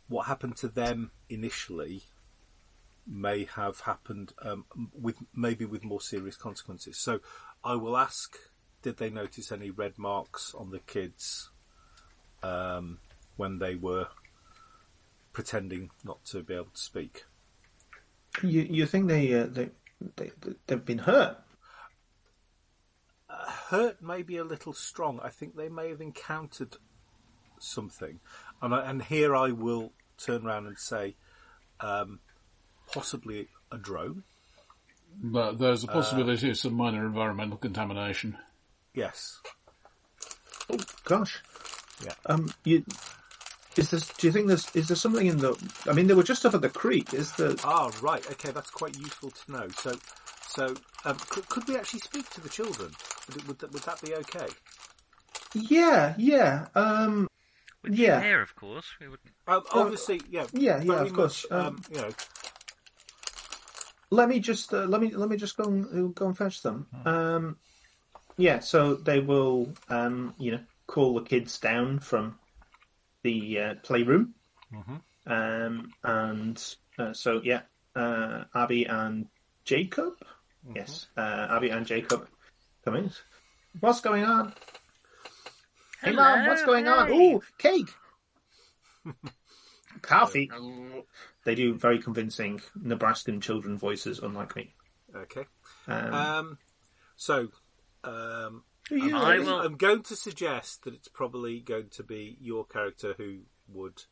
D: what happened to them initially. May have happened um, with maybe with more serious consequences. So, I will ask did they notice any red marks on the kids um, when they were pretending not to be able to speak?
B: you you think they uh, they, they they've been hurt?
D: Hurt may be a little strong. I think they may have encountered something, and I, and here I will turn around and say, um, possibly a drone.
E: But there's a possibility of some minor environmental contamination.
D: Yes.
B: Oh gosh,
D: Yeah.
B: um, you. Is this? Do you think there's? Is there something in the? I mean, they were just up at the creek. Is the?
D: Ah, right. Okay, that's quite useful to know. So, so um, could, could we actually speak to the children? Would, it- would, that, would that be okay?
B: Yeah, yeah. Um,
C: With
B: Yeah.
C: hair, of course. We wouldn't.
D: Um, obviously, yeah,
B: yeah, yeah,
D: very
B: of course,
D: much, Um,
B: um,
D: you know,
B: let me just uh, let me let me just go and uh, go and fetch them. Um, yeah. So they will, um, you know, call the kids down from the uh, playroom, um, and uh, so yeah, uh, Abby and Jacob. Yes, uh, Abby and Jacob come in. What's going on? Hey, mom, what's going on? Ooh, cake. Coffee. They do very convincing Nebraskan children voices, unlike me.
D: okay.
B: Um,
C: Uh,
D: Um, so, um,
B: do you-
C: I will-
D: I'm going to suggest that it's probably going to be your character who would.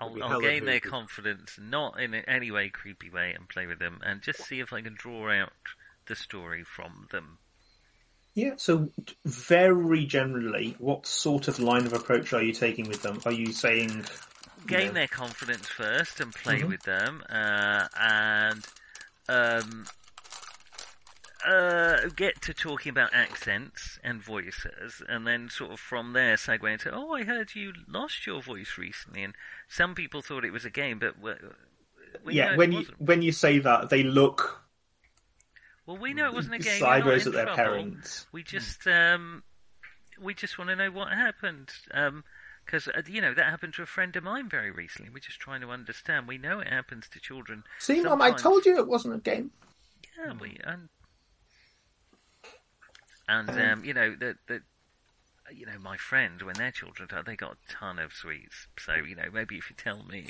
C: I'll,
D: be
C: I'll
D: hella
C: gain their
D: creepy.
C: confidence, not in any way creepy way, and play with them, and just see if I can draw out the story from them.
B: Yeah. So, very generally, what sort of line of approach are you taking with them? Are you saying Yeah.
C: gain
B: Mm-hmm.
C: their confidence first and play with them, uh, and um, uh, get to talking about accents and voices, and then sort of from there segue into, oh, I heard you lost your voice recently, and some people thought it was a game, but we, we know
B: yeah
C: it
B: when you
C: wasn't.
B: when you say that they look
C: well, we know it wasn't a game. You're not
B: sideways
C: in
B: at their
C: trouble.
B: parents?
C: We just um, we just want to know what happened. Um 'cause because you know that happened to a friend of mine very recently. We're just trying to understand. We know it happens to children.
B: See, mom, I
C: sometimes.
B: told you it wasn't a game.
C: Yeah,
B: Hmm.
C: we and and
B: Hmm.
C: um, you know that that you know my friend when their children died, they got a ton of sweets. So you know maybe if you tell me,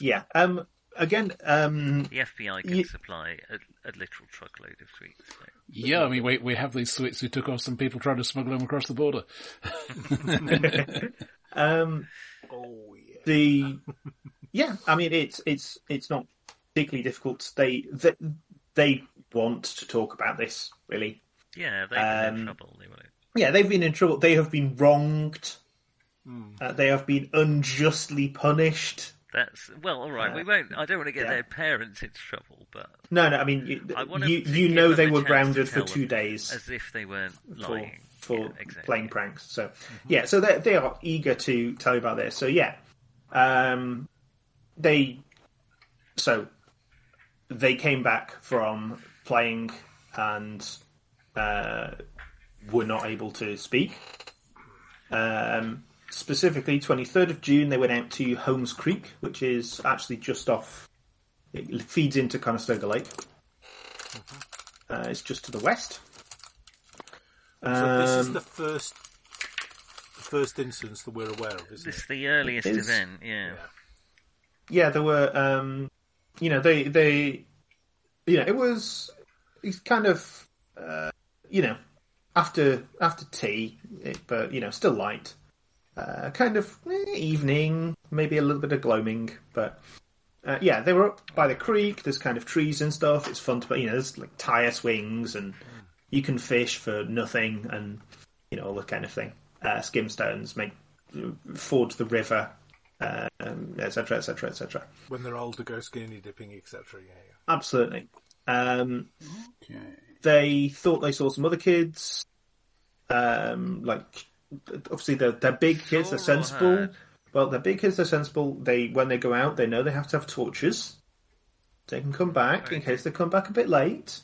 B: Yeah. Um. Again. Um.
C: the FBI can
B: Ye-
C: supply a, a literal truckload of sweets. So.
E: Yeah, I mean, we, we have these sweets we took off some people trying to smuggle them across the border.
B: Um.
D: Oh yeah.
B: the yeah i mean it's it's it's not particularly difficult they they, they want to talk about this really
C: Yeah, they were in
B: Um,
C: trouble. They were.
B: yeah they've been in trouble they have been wronged Uh, they have been unjustly punished.
C: That's well, all right. we won't. I don't want to get
B: yeah.
C: their parents into trouble, but
B: No, no. I mean, you,
C: I want
B: you,
C: to
B: you
C: give
B: know
C: them
B: they
C: a
B: were
C: chance to
B: grounded for
C: tell
B: two
C: them
B: days.
C: as if they weren't
B: for,
C: lying
B: for
C: Yeah, exactly. Mm-hmm.
B: playing pranks. So yeah, so they they are eager to tell you about this. So yeah, um, they so they came back from playing and uh, were not able to speak. Um, specifically, twenty third of June, they went out to Holmes Creek, which is actually just off. It feeds into Conestoga Lake.
C: Mm-hmm.
B: Uh, it's just to the west.
D: So this is
B: Um,
D: the first, the first instance that we're aware of, isn't
C: This is
D: it?
C: the earliest
B: It is.
C: event, yeah.
B: yeah, there were, um, you know, they, they, you know, it was, it's kind of, uh, you know, after, after tea, it, but, you know, still light. Uh, kind of eh, evening, maybe a little bit of gloaming, but, uh, yeah, they were up by the creek, there's kind of trees and stuff, it's fun to, you know, there's like tire swings and you can fish for nothing and, you know, all that kind of thing. Uh, skim stones make, fords the river, um, et cetera, et cetera, et cetera.
D: When they're older, go skinny dipping, etc. Yeah, yeah.
B: Absolutely. Um,
E: Okay.
B: they thought they saw some other kids, um, like obviously they're, they're big kids, they're
C: Sure,
B: sensible.
C: heard.
B: Well, they're big kids, they're sensible. They when they go out, they know they have to have torches. They can come back in case they come back a bit late.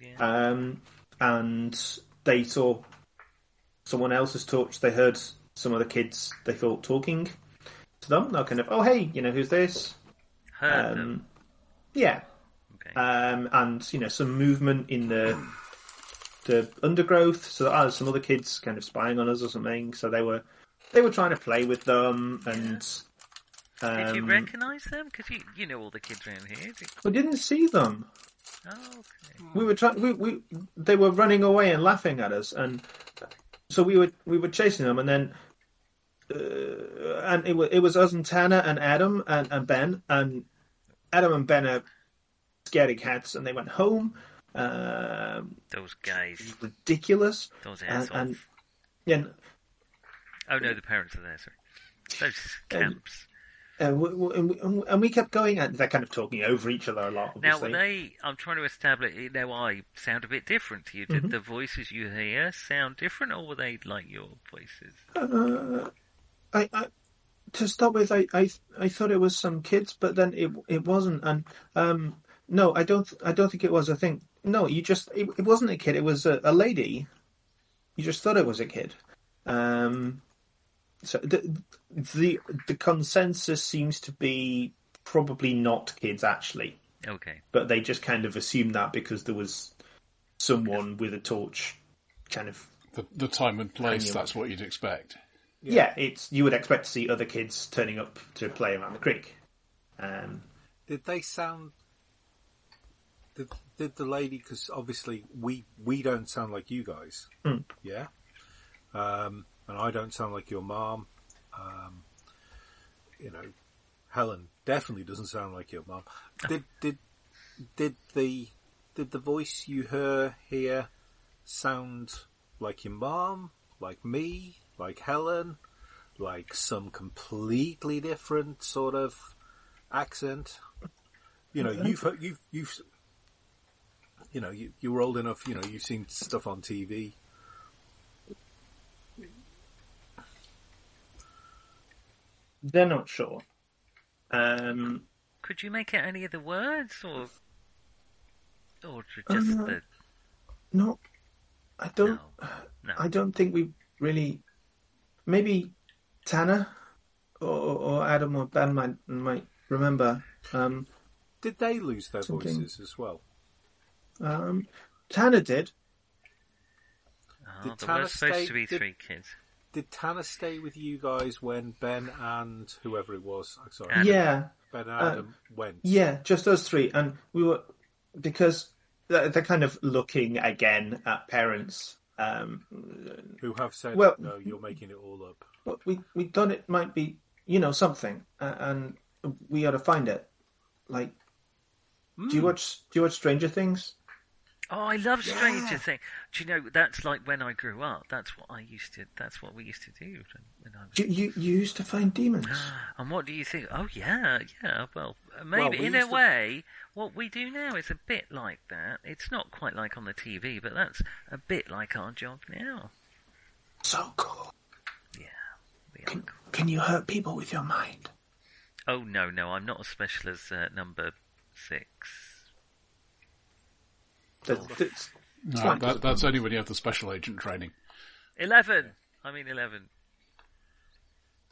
C: Yeah.
B: Um, and they saw someone else's torch. They heard some other kids they thought talking to them. They're kind of, oh hey, you know who's this?
C: Heard them.
B: Um, yeah,
C: Okay.
B: um, and you know some movement in the the undergrowth. So that oh, some other kids kind of spying on us or something. So they were they were trying to play with them, and um,
C: Did you recognise them? Because you, you know all the kids around here. Did
B: we didn't see them.
C: Oh, okay.
B: we were trying. We, we they were running away and laughing at us, and so we were we were chasing them, and then uh, and it was it was us and Tanner and Adam and, and Ben and Adam and Ben are scary cats, and they went home. Um
C: Those guys.
B: ridiculous,
C: Those
B: and,
C: assholes.
B: and and
C: Oh no, the parents are there. Sorry. Those
B: And-
C: scamps.
B: uh, we, we- and, we, and we kept going, and they're kind of talking over each other a lot.
C: Now, were
B: Obviously.
C: they? I'm trying to establish. eh, Now, I sound a bit different to you. Did
B: Mm-hmm.
C: the voices you hear sound different, or were they like your voices?
B: I, I to start with, I, I I thought it was some kids, but then it it wasn't. And um, no, I don't I don't think it was. I think no, you just it, it wasn't a kid. It was a, a lady. You just thought it was a kid. Um, so the the the consensus seems to be probably not kids actually,
C: Okay.
B: but they just kind of assumed that because there was someone with a torch, kind of
E: The, the time and place,
B: Hang on.
E: that's what you'd expect.
B: yeah, it's you would expect to see other kids turning up to play around the creek. Um,
D: Did they sound? Did, did the lady? Because obviously we we don't sound like you guys. Yeah, um, and I don't sound like your mom. Um, you know, Helen definitely doesn't sound like your mom. Did did did the did the voice you hear here sound like your mom, like me, like Helen, like some completely different sort of accent. You know, you've heard- you've you've you know you you were old enough. You know, you've seen stuff on TV.
B: they're not sure. Um,
C: Could you make out any of the words, or or ju- just the
B: no, I Um, don't.
C: no, no?
B: I don't think we really. Maybe Tanner or, or Adam or Ben might might remember. Um,
D: Did they lose their
B: Something.
D: voices as well?
B: um, Tanner did.
C: Oh,
D: Did
C: there were
D: Tanner
C: supposed
D: stay-
C: to be
D: did-
C: three kids.
D: Did Tanner stay with you guys when Ben and whoever it was? I'm sorry,
C: Adam.
B: Yeah,
D: Ben and Adam went.
B: Uh, yeah, just us three, and we were because they're, they're kind of looking again at parents. Um,
D: Who have said,
B: Well-
D: "No, you're making it all up."
B: what we we done it might be you know something uh, and
C: Hmm.
B: we ought to find it like do you watch do you watch stranger things
C: Oh, I love Stranger Things. Do you know that's like when I grew up? That's what I used to. That's what we used to do when, when I was.
F: You, you, you used to find demons.
C: And what do you think? Oh yeah, yeah. Well, uh, maybe
F: we
C: in a
F: used to-
C: way, what we do now is a bit like that. It's not quite like on the TV, but that's a bit like our job now.
F: So cool.
C: Yeah. we are
F: Can,
C: cool.
F: can you hurt people with your mind?
C: Oh no, no, I'm not as special as uh, number six.
B: There's- there's-
E: No, Uh, that, that's only when you have the special agent training.
C: Eleven. I mean eleven.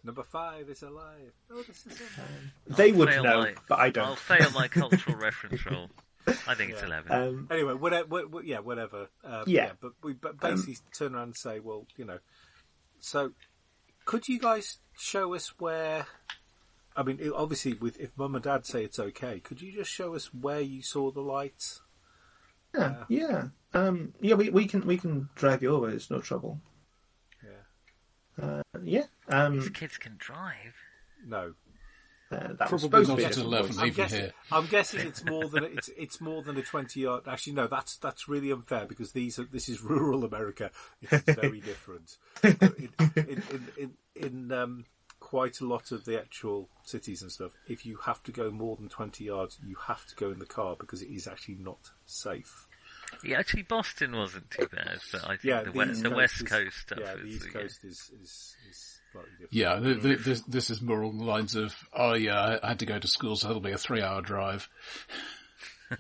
D: Number five is alive. Oh, this is alive.
B: they would
C: Fail
B: know,
C: my-
B: but I
C: I'll
B: don't.
C: fail my cultural reference role. I think it's eleven.
B: Um,
D: Anyway, whatever. What, what, yeah, whatever. Um,
B: Yeah.
D: but we but basically turn around and say, well, you know, so could you guys show us where? I mean, it- obviously, with if mum and dad say it's okay, could you just show us where you saw the light?
B: yeah,
F: Yeah. Um, yeah, we, we can we can drive you over. It's no trouble.
D: Yeah.
B: yeah. Um,
C: Kids can drive.
D: No.
B: uh, that was
E: Probably
B: supposed to
E: not
B: be
E: at
B: it.
E: 11,
D: I'm
E: even
D: guessing,
E: here.
D: I'm guessing it's more than it's it's more than a twenty yard. Actually, no, that's that's really unfair because these are this is rural America. It's very different. But in in, in, in, in um, quite a lot of the actual cities and stuff, if you have to go more than twenty yards, you have to go in the car because it is actually not safe.
C: Yeah, actually, Boston wasn't too bad, but I think
D: Yeah,
C: the,
D: the
C: west,
D: East
C: the West
D: is-
C: Coast stuff
D: Yeah,
C: is.
D: the East
C: yeah.
D: Coast is, is is slightly different.
E: Yeah, th th this, this is more on the lines of, oh yeah, I had to go to school, so that'll be a three hour drive.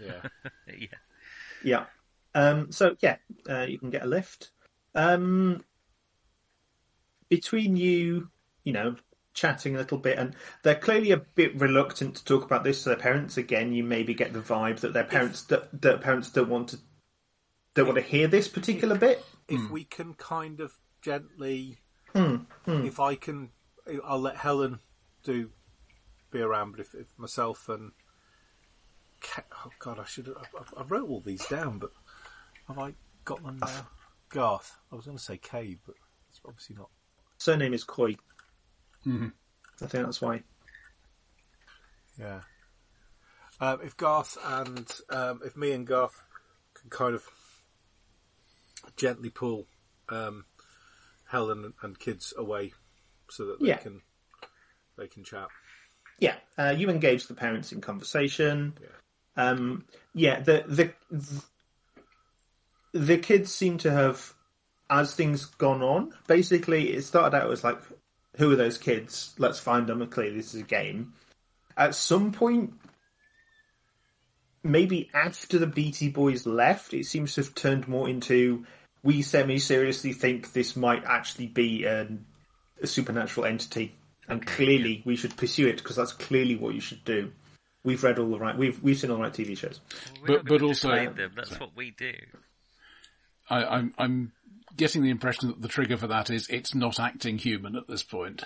D: yeah.
C: Yeah.
B: Yeah. Um, so yeah, uh, you can get a lift. Um, between you, you know, chatting a little bit, and they're clearly a bit reluctant to talk about this to their parents. Again, you maybe get the vibe that their parents that their parents don't want to don't want to hear this particular bit.
D: if we can kind of gently, if I can, I'll let Helen do be around, but if, if myself and Ca- oh god, I should have, I, I wrote all these down, but have I got them now? Garth, I was going to say Cade, but it's obviously not.
B: Surname is Coy.
E: Mm-hmm.
B: I think that's why.
D: Yeah. Um, if Garth and um, if me and Garth can kind of gently pull um, Helen and kids away so that they
B: Yeah.
D: can they can chat.
B: Yeah, uh, you engage the parents in conversation. Um, yeah, the, the the kids seem to have, as things gone on, basically it started out as like, who are those kids? Let's find them. And clearly, this is a game. At some point, maybe after the BT boys left, it seems to have turned more into we semi seriously think this might actually be an a supernatural entity, and clearly we should pursue it because that's clearly what you should do. We've read all the right, we've we've seen all the right TV shows.
C: Well, we're
E: But-
C: not
E: but
C: gonna
E: also-
C: defame them. that's what we do.
E: I, I'm, I'm getting the impression that the trigger for that is it's not acting human at this point.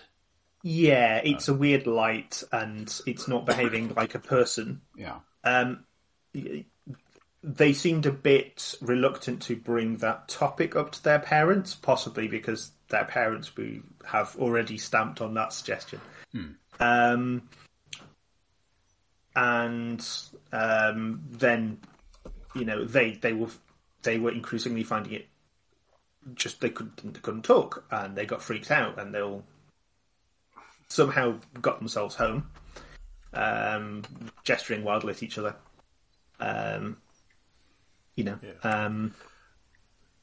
B: Yeah, it's a weird light, and it's not behaving like a person.
E: Yeah.
B: Um, y- they seemed a bit reluctant to bring that topic up to their parents, possibly because their parents we have already stamped on that suggestion. Um, and um, then you know they they were they were increasingly finding it just they couldn't they couldn't talk and they got freaked out and they all somehow got themselves home um, gesturing wildly at each other. Um, you know, um,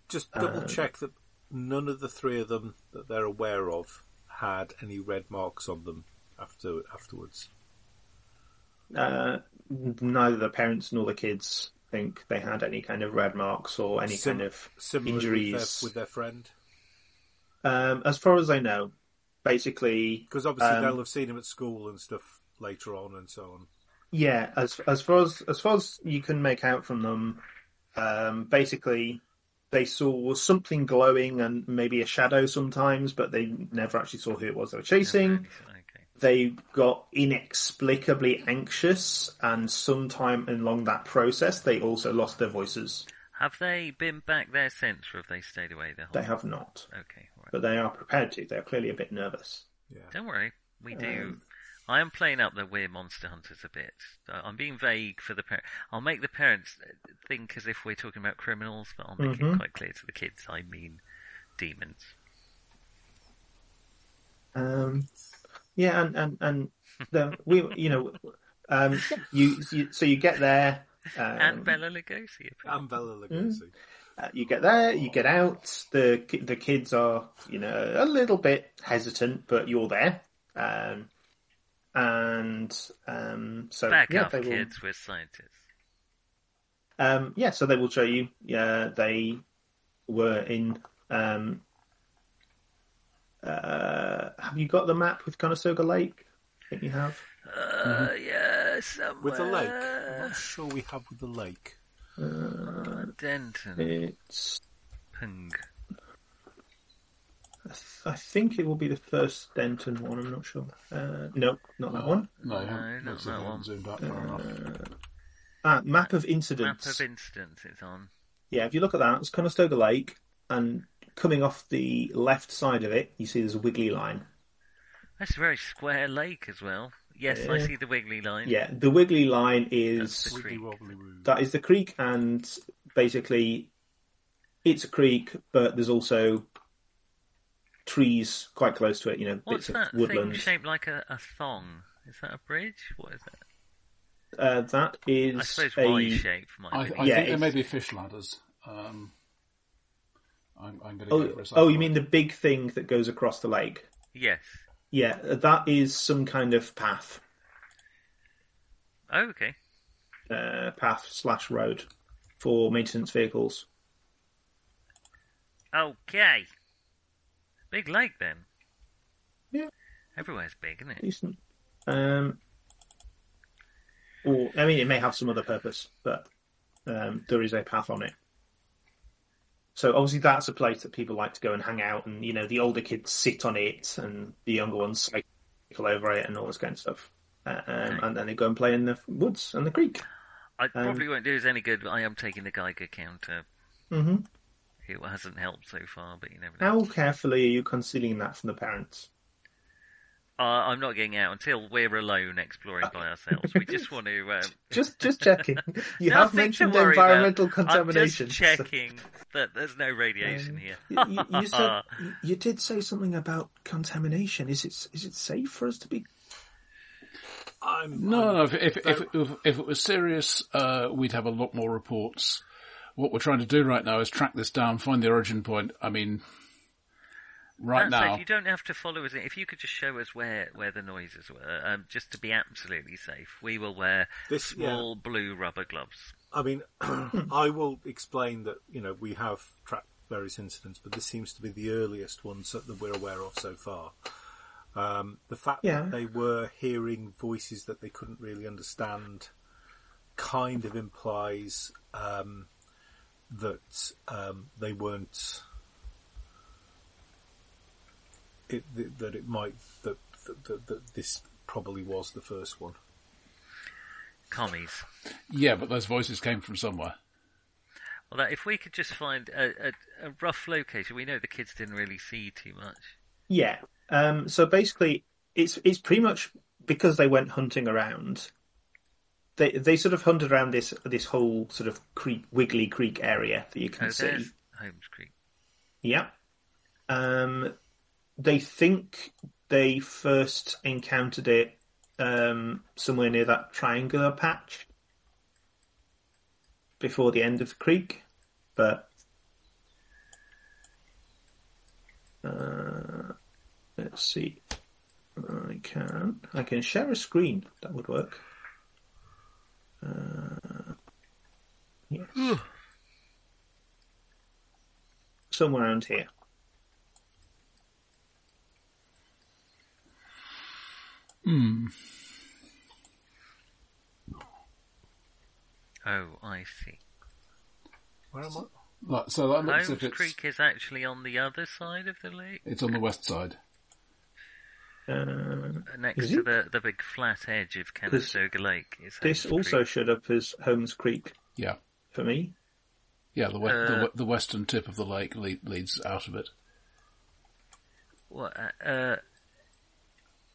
D: Just double check that none of the three of them that they're aware of had any red marks on them after afterwards.
B: uh, neither the parents nor the kids think they had any kind of red marks or any
D: Sim-
B: kind of
D: similarly with their-
B: injuries.
D: with their friend,
B: Um, as far as I know, basically,
D: because obviously
B: Um,
D: they'll have seen him at school and stuff later on and so on.
B: yeah. As as far as as far as you can make out from them, um, basically. They saw something glowing and maybe a shadow sometimes, but they never actually saw who it was they were chasing.
C: Okay.
B: they got inexplicably anxious, and sometime along that process, they also lost their voices.
C: Have they been back there since, or have they stayed away the whole?
B: They have not,
C: Okay. all Right.
B: but they are prepared to. They are clearly a bit nervous.
D: Yeah.
C: Don't worry, we do. I am playing up that we're monster hunters a bit. I- I'm being vague for the parents. I'll make the parents think as if we're talking about criminals, but I'll make
B: Mm-hmm.
C: it quite clear to the kids I mean demons.
B: Um, yeah, and and and the, we, you know, um, you, you so you get there. Um,
C: and Bella Lugosi.
D: And Bella Lugosi.
B: Uh, you get there, you get out. The ki- the kids are, you know, a little bit hesitant, but you're there. Um, and um, so
C: Back
B: yeah,
C: up,
B: they will,
C: kids. We're scientists.
B: Um, yeah, so they will show you. Yeah, they were in. Um, uh, have you got the map with Conestoga Lake? I think you have. Mm-hmm.
C: Uh, yeah, somewhere.
D: With the lake. I'm not sure we have with the lake.
C: Denton.
B: It's.
C: Pung.
B: I think it will be the first Denton one. I'm not sure. Uh, no, not that one.
E: No,
C: No,
E: haven't-
C: not
E: looks like
C: that
E: I haven't
C: one.
E: Zoomed out far enough.
B: Ah, map of
C: Map
B: incidents.
C: of incidents is on.
B: yeah, if you look at that, it's Conestoga Lake, and coming off the left side of it, you see there's a wiggly line.
C: That's a very square lake as well. Yes, I
B: Yeah.
C: see the wiggly line.
B: Yeah, the wiggly line is
C: That's the
D: Wiggly
C: creek.
D: wobbly woo.
B: that is the creek, and basically, it's a creek, but there's also trees quite close to it. You know,
C: What's
B: bits
C: that
B: of woodland.
C: thing shaped like a, a thong? Is that a bridge? What is that?
B: Uh, that
C: I
B: is
C: suppose
B: a
C: Y shape
E: I, I
C: might be.
B: Yeah,
E: think there
B: it's-
E: may be fish ladders. Um, I'm, I'm going to go
B: oh,
E: for a second
B: oh, you
E: one.
B: mean the big thing that goes across the lake?
C: Yes.
B: Yeah, that is some kind of path,
C: Oh, okay.
B: uh, path slash road for maintenance vehicles.
C: Okay. Big lake then.
B: Yeah.
C: Everywhere's big, isn't it?
B: decent. Um, or I mean, it may have some other purpose, but um, there is a path on it. So obviously, that's a place that people like to go and hang out, and you know, the older kids sit on it, and the younger ones cycle over it, and all this kind of stuff. Um, And then they go and play in the woods and the creek.
C: I
B: Um,
C: probably won't do us any good, but I am taking the Geiger counter.
B: Mhm.
C: Who hasn't helped so far, but you never know.
B: How carefully are you concealing that from the parents?
C: Uh, I'm not getting out until we're alone exploring by ourselves. We just want to. Um,
B: Just, just checking. You have
C: nothing to
B: mentioned
C: worry about.
B: environmental contamination.
C: I'm
B: so-
C: just checking that there's no radiation
B: Um,
C: here.
B: you, you- you said you- you did say something about contamination. Is it is it safe for us to be?
D: I'm,
E: No,
D: I'm-
E: no. If if, if, if if it was serious, uh, we'd have a lot more reports. What we're trying to do right now is track this down, find the origin point. I mean, right
C: That
E: now,
C: said, you don't have to follow us. in. If you could just show us where, where the noises were, um, just to be absolutely safe, we will wear
D: This- yeah.
C: small blue rubber gloves.
D: I mean, I will explain that, you know, we have tracked various incidents, but this seems to be the earliest ones that, that we're aware of so far. Um, the fact
B: Yeah.
D: that they were hearing voices that they couldn't really understand kind of implies um, that um, they weren't. It, that- that it might that, that, that, that this probably was the first one.
C: Commies.
E: yeah, but those voices came from somewhere.
C: Well, that, if we could just find a, a, a rough location, we know the kids didn't really see too much.
B: Yeah. Um, so basically, it's it's pretty much because they went hunting around. They they sort of hunted around this this whole sort of creek, wiggly creek area that you can
C: Oh,
B: see.
C: there's Holmes Creek.
B: Yeah. Um, they think they first encountered it um, somewhere near that triangular patch before the end of the creek, but uh, let's see. I can I can share a screen. That would work. Uh, yes. Somewhere around here.
C: Oh, I see.
D: Where am I?
E: Like, so that looks
C: Holmes
E: as if it's
C: Creek is actually on the other side of the lake,
E: it's on the west side.
B: Uh,
C: uh, next
B: Is
C: to
B: it?
C: the, the big flat edge of Conestoga Lake. Is
B: This
C: Holmes
B: also
C: Creek.
B: showed up as Holmes Creek
E: Yeah,
B: for me.
E: yeah. The, we- the
C: Uh,
E: we- the western tip of the lake le- leads out of it
C: What, uh, uh,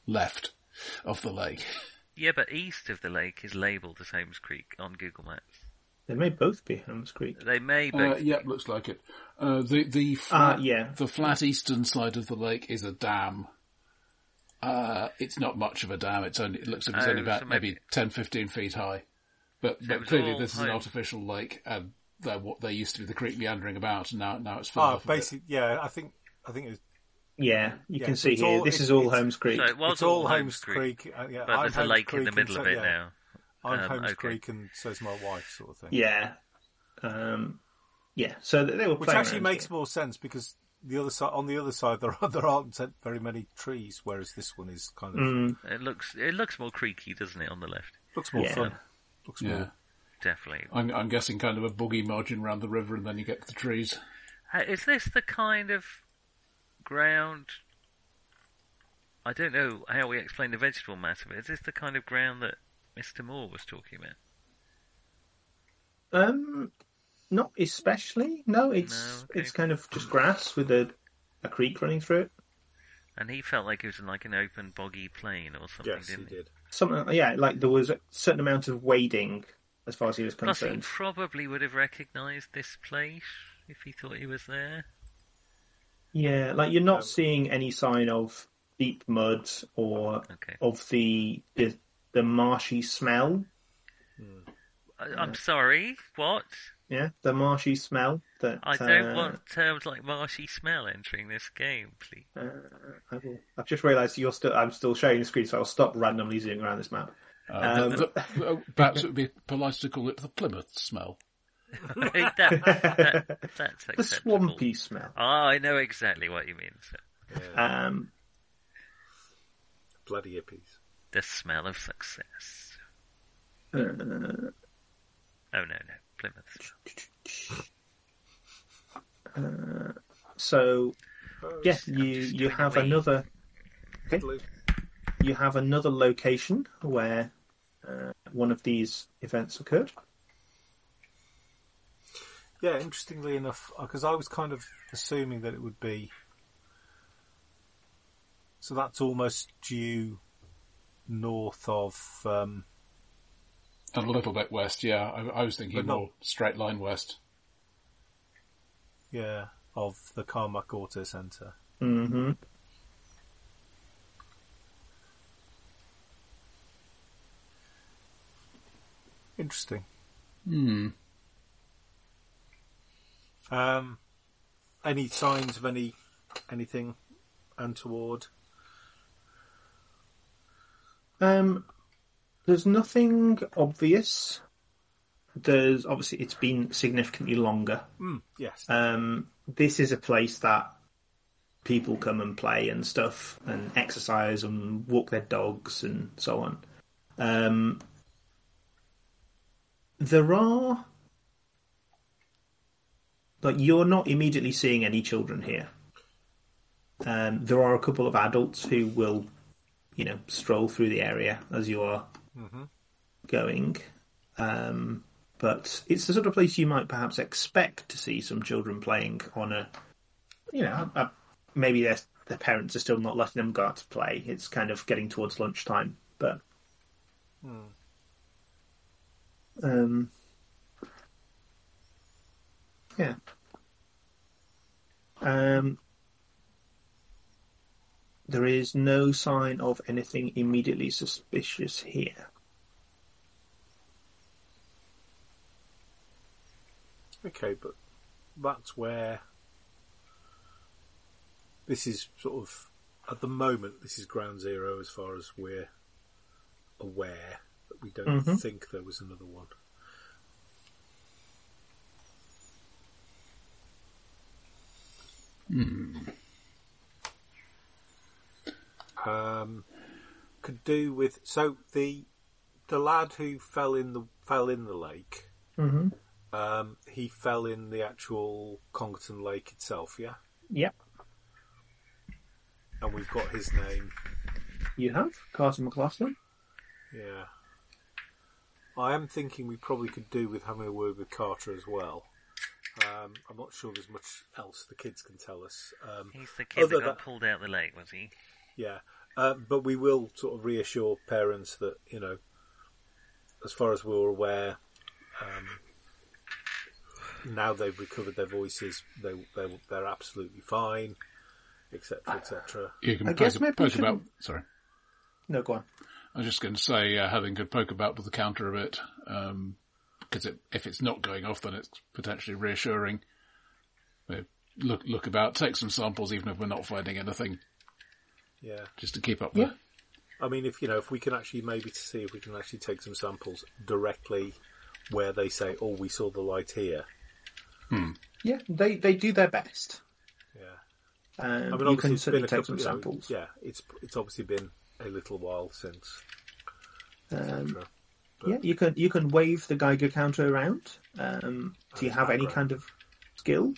E: left. of the lake.
C: Yeah, but east of the lake is labelled as Holmes Creek on Google Maps.
B: They may both be Helms Creek.
C: They may, but
E: Uh, yep, looks like it. Uh, the the
B: Ah,
E: flat,
B: yeah.
E: the flat eastern side of the lake is a dam. Uh, it's not much of a dam. It's only it looks like it's
C: Oh,
E: only about
C: so maybe-
E: maybe, 10, 15 feet high. But
C: it
E: but
C: was
E: clearly
C: all
E: this is an
C: high-
E: artificial lake, and there what there used to be the creek meandering about, and now now it's filled
D: Ah,
E: off. a bit.
D: basically, yeah. I think I think it's
B: Yeah, you
D: Yeah,
B: can
D: so
B: see
D: it's
B: here.
D: all-
B: this
D: it's-
B: is all
D: it's-
B: Holmes Creek.
C: so it was
D: it's all
C: Holmes
D: Holmes Creek. uh, yeah,
C: but
D: I'm
C: there's
D: Holmes
C: a lake
D: Creek
C: in the
D: and
C: middle
D: so-
C: of it
D: yeah,
C: now.
D: I'm
C: Um,
D: Holmes
C: okay.
D: Creek, and so's my wife, sort of thing.
B: Yeah, um, yeah. So th- they were
D: which
B: playing
D: actually
B: around
D: makes
B: here.
D: more sense because the other side, on the other side, there are, there aren't very many trees, whereas this one is kind of
B: Mm.
C: It looks it looks more creaky, doesn't it, on the left?
D: looks more
B: Yeah.
D: fun. Looks
E: yeah.
D: more.
C: Definitely.
E: I'm, I'm guessing kind of a boogie margin round the river, and then you get the trees.
C: Uh, Is this the kind of ground? I don't know how we explain the vegetable matter, but is this the kind of ground that Mr. Moore was talking about?
B: Um, not especially. No, it's
C: No, okay.
B: it's kind of just grass with a a creek running through it.
C: And he felt like it was in like an open boggy plain or something,
D: Yes, he
C: didn't
D: did.
B: Something. Yeah, like there was a certain amount of wading as far as he was
C: Plus, he
B: concerned.
C: probably would have recognised this place if he thought he was there.
B: Yeah, like you're not seeing any sign of deep mud or
C: Okay.
B: of the the, the marshy smell.
C: I, I'm sorry. What?
B: Yeah, the marshy smell that
C: I don't
B: uh,
C: want terms like marshy smell entering this game, please.
B: Uh, I will. I've just realised you're still. I'm still sharing the screen, so I'll stop randomly zooming around this map.
E: Uh,
B: Um,
E: the- the- uh, perhaps it would be polite to call it the Plymouth smell.
C: that, that, that's
B: the
C: acceptable.
B: swampy smell.
C: Ah, I know exactly what you mean. So,
B: Um,
D: Bloody hippies.
C: the smell of success.
B: uh,
C: Oh no, no, Plymouth.
B: so, yeah, you
C: just
B: you
C: doing
B: have
C: a wee-
B: another you have another location where uh, one of these events occurred.
D: Yeah, interestingly enough, because I was kind of assuming that it would be. So that's almost due north of. Um,
E: And a little bit west, yeah. I, I was thinking
D: But not-
E: more straight line west.
D: yeah, of the Carmack Auto Centre.
B: Mm-hmm.
D: Interesting.
E: Hmm.
D: Um, any signs of any anything untoward?
B: Um, there's nothing obvious. There's obviously it's been significantly longer.
D: Mm, yes.
B: um, this is a place that people come and play and stuff and exercise and walk their dogs and so on. Um, there are like you're not immediately seeing any children here. Um, there are a couple of adults who will, you know, stroll through the area as you are going. Um, but it's the sort of place you might perhaps expect to see some children playing on a, you know, a, maybe their their parents are still not letting them go out to play. It's kind of getting towards lunchtime, but. Um, yeah. Um, there is no sign of anything immediately suspicious here.
D: Okay, but that's where this is sort of at the moment. This is ground zero as far as we're aware that we don't think there was another one. Um, could do with so the the lad who fell in the fell in the lake.
B: Mm-hmm.
D: Um, he fell in the actual Congleton Lake itself, yeah?
B: Yep.
D: And we've got his name,
B: You have Carson McLaughlin.
D: yeah. I am thinking we probably could do with having a word with Carter as well. Um, I'm not sure there's much else the kids can tell us. Um,
C: He's the kid
D: Other
C: that got
D: than-
C: pulled out the lake, was he?
D: yeah. Uh, but we will sort of reassure parents that you know, as far as we're aware, um, now they've recovered their voices, they they they're absolutely fine, etc. etc.
E: You can
B: I
E: poke,
B: guess maybe we
E: poke about. Sorry,
B: No, go on.
E: I was just going to say uh, having could poke about with the counter a bit because it, if it's not going off, then it's potentially reassuring. Uh, Look, look about, take some samples, even if we're not finding anything,
D: Yeah,
E: just to keep up
B: Yeah.
E: the
D: I mean, if you know, if we can actually maybe to see if we can actually take some samples directly where they say, "Oh, we saw the light here."
B: Yeah, they they do their best.
D: Yeah.
B: Um,
D: I mean,
B: you
D: obviously,
B: can
D: it's been
B: certainly
D: a
B: take
D: couple.
B: some
D: you know,
B: samples.
D: yeah, it's it's obviously been a little while since.
B: Um,
D: Sure.
B: yeah, you can you can wave the Geiger counter around. Um, do you have any
D: background.
B: kind of skill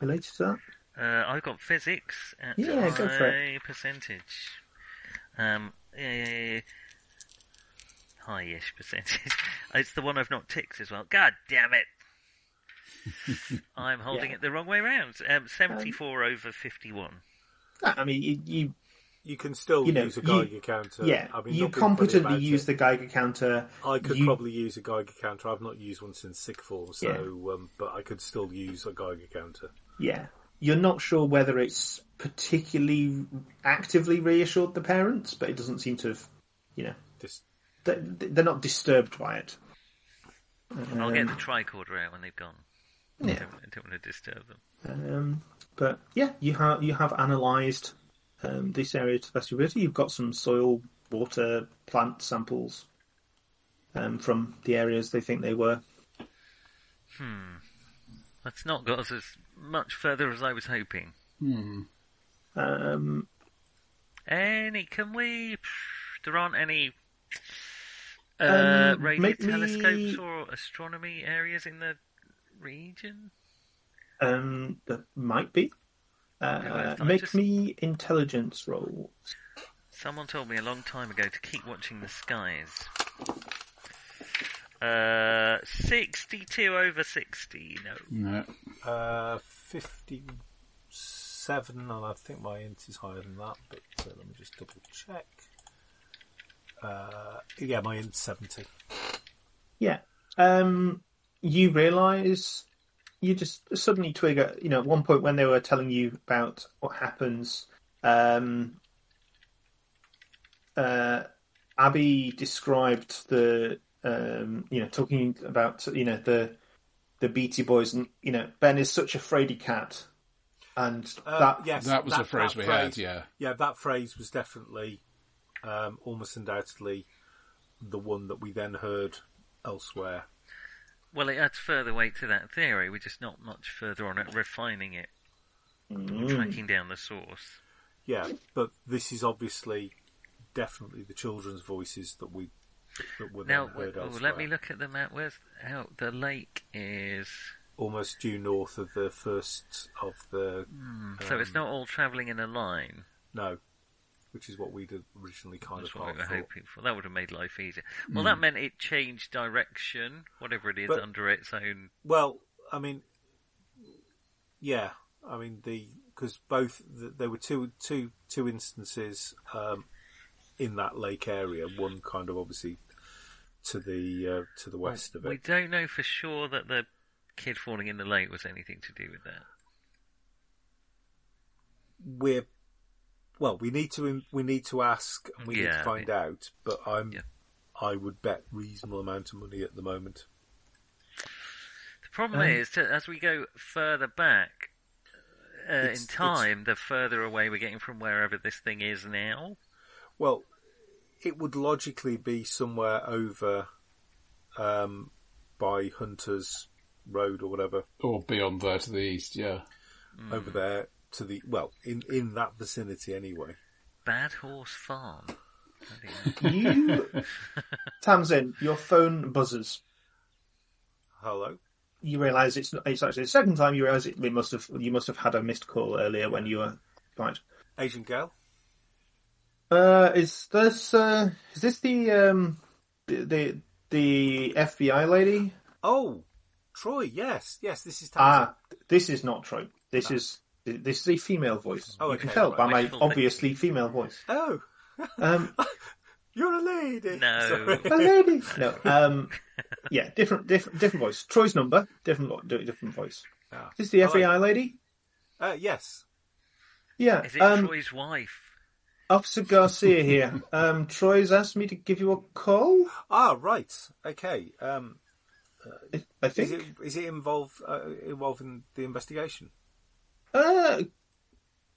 B: related to that?
C: Uh, I've got physics at
B: Yeah, go for it.
C: high percentage. Um, eh, high-ish percentage. it's the one I've not ticked as well. God damn it! I'm holding
B: Yeah.
C: it the wrong way round. Um, 74 over 51.
B: No, I mean, you, you
D: You can still
B: You know,
D: use a
B: you-
D: Geiger counter.
B: yeah,
D: I mean,
B: you
D: not being funny
B: competently
D: about
B: use
D: it,
B: the Geiger counter.
D: I could
B: you-
D: probably use a Geiger counter. I've not used one since sixth form, so um, but I could still use a Geiger counter.
B: Yeah, you're not sure whether it's particularly actively reassured the parents, but it doesn't seem to have, you know,
D: Just
B: they're, they're not disturbed by it.
C: I'll get the tricorder out when they've gone. I,
B: um, Yeah.
C: don't, I don't want to disturb them.
B: Um, but yeah, you have you have analysed um, this area to the best of your ability. You've got some soil, water, plant samples um, from the areas they think they were.
C: That's not got us as much further as I was hoping.
B: Um,
C: Any? Can we? There aren't any uh,
B: Um,
C: radio
B: make me-
C: telescopes or astronomy areas in the region.
B: um, that might be. Uh,
C: that's not
B: make
C: just-
B: me intelligence roll.
C: Someone told me a long time ago to keep watching the skies. Uh, sixty-two over sixty. No,
E: No.
D: uh, fifty-seven, and I think my int is higher than that. But uh, let me just double check. Uh, yeah, my int's seventy.
B: Yeah. Um, you realise you just suddenly twig at you know at one point when they were telling you about what happens. Um, uh, Abby described the um, you know talking about you know the the Beatty Boys and you know Ben is such a fraidy cat, and
D: Uh,
B: that
D: yes,
E: That was a phrase we had, yeah.
D: yeah, that phrase was definitely, um, almost undoubtedly, the one that we then heard elsewhere.
C: well, it adds further weight to that theory. We're just not much further on at refining it,
B: Mm.
C: tracking down the source.
D: Yeah, but this is obviously definitely the children's voices that we that were
C: Now,
D: then
C: w-
D: heard
C: oh,
D: elsewhere.
C: let me look at the map. Where's how the lake is?
D: Almost due north of the first of the
C: so
D: Um,
C: it's not all travelling in a line.
D: no, which is what we'd originally kind
C: That's
D: of
C: what we
D: half
C: were
D: thought. Hmm.
C: hoping for. That would have made life easier. Well, that meant it changed direction, whatever it is,
D: But-
C: under its own.
D: Well, I mean, yeah, I mean the because both the, there were two two two instances um, in that lake area. One kind of obviously to the uh, to the west of
C: We
D: it.
C: don't know for sure that the kid falling in the lake was anything to do with that.
D: We're well, we need to we need to ask and we need
C: Yeah,
D: to
C: I
D: find out. But I'm
C: Yeah.
D: I would bet reasonable amount of money at the moment.
C: The problem
B: Um,
C: is, that as we go further back uh,
D: It's-
C: in
D: it's-
C: time, the further away we're getting from wherever this thing is now.
D: Well, it would logically be somewhere over um, by Hunter's Road or whatever.
E: Or beyond there to the east, yeah.
B: Hmm.
D: over there to the well in in that vicinity anyway.
C: Bad Horse Farm. I think that-
B: you Tamsin, your phone buzzes.
D: Hello.
B: you realise it's not, it's actually the second time you realise it, it must have you must have had a missed call earlier when you were right.
D: Asian girl.
B: Uh, is this uh, is this the um the the, the FBI lady?
D: Oh, Troy. Yes, yes. This is Tamsin.
B: Ah, this is not Troy. This is this is a female voice.
D: Ah. Oh,
B: you can
D: okay,
B: tell by
D: right.
B: my
C: Wishful
B: obviously female voice.
D: Oh,
B: Um,
D: You're a lady.
C: No.
D: Sorry.
B: a lady. No. Um, yeah, different, different, different voice. Troy's number, different, vo- different voice.
D: Ah.
B: Is this the
D: I like-
B: FEI lady?
D: Uh, yes.
B: Yeah.
C: Is it
B: um,
C: Troy's wife?
B: Officer Garcia here. Um, Troy's asked me to give you a call.
D: Ah, right. Okay. Um,
B: I- I
D: is
B: think.
D: it is it involved uh, involving the investigation?
B: Uh,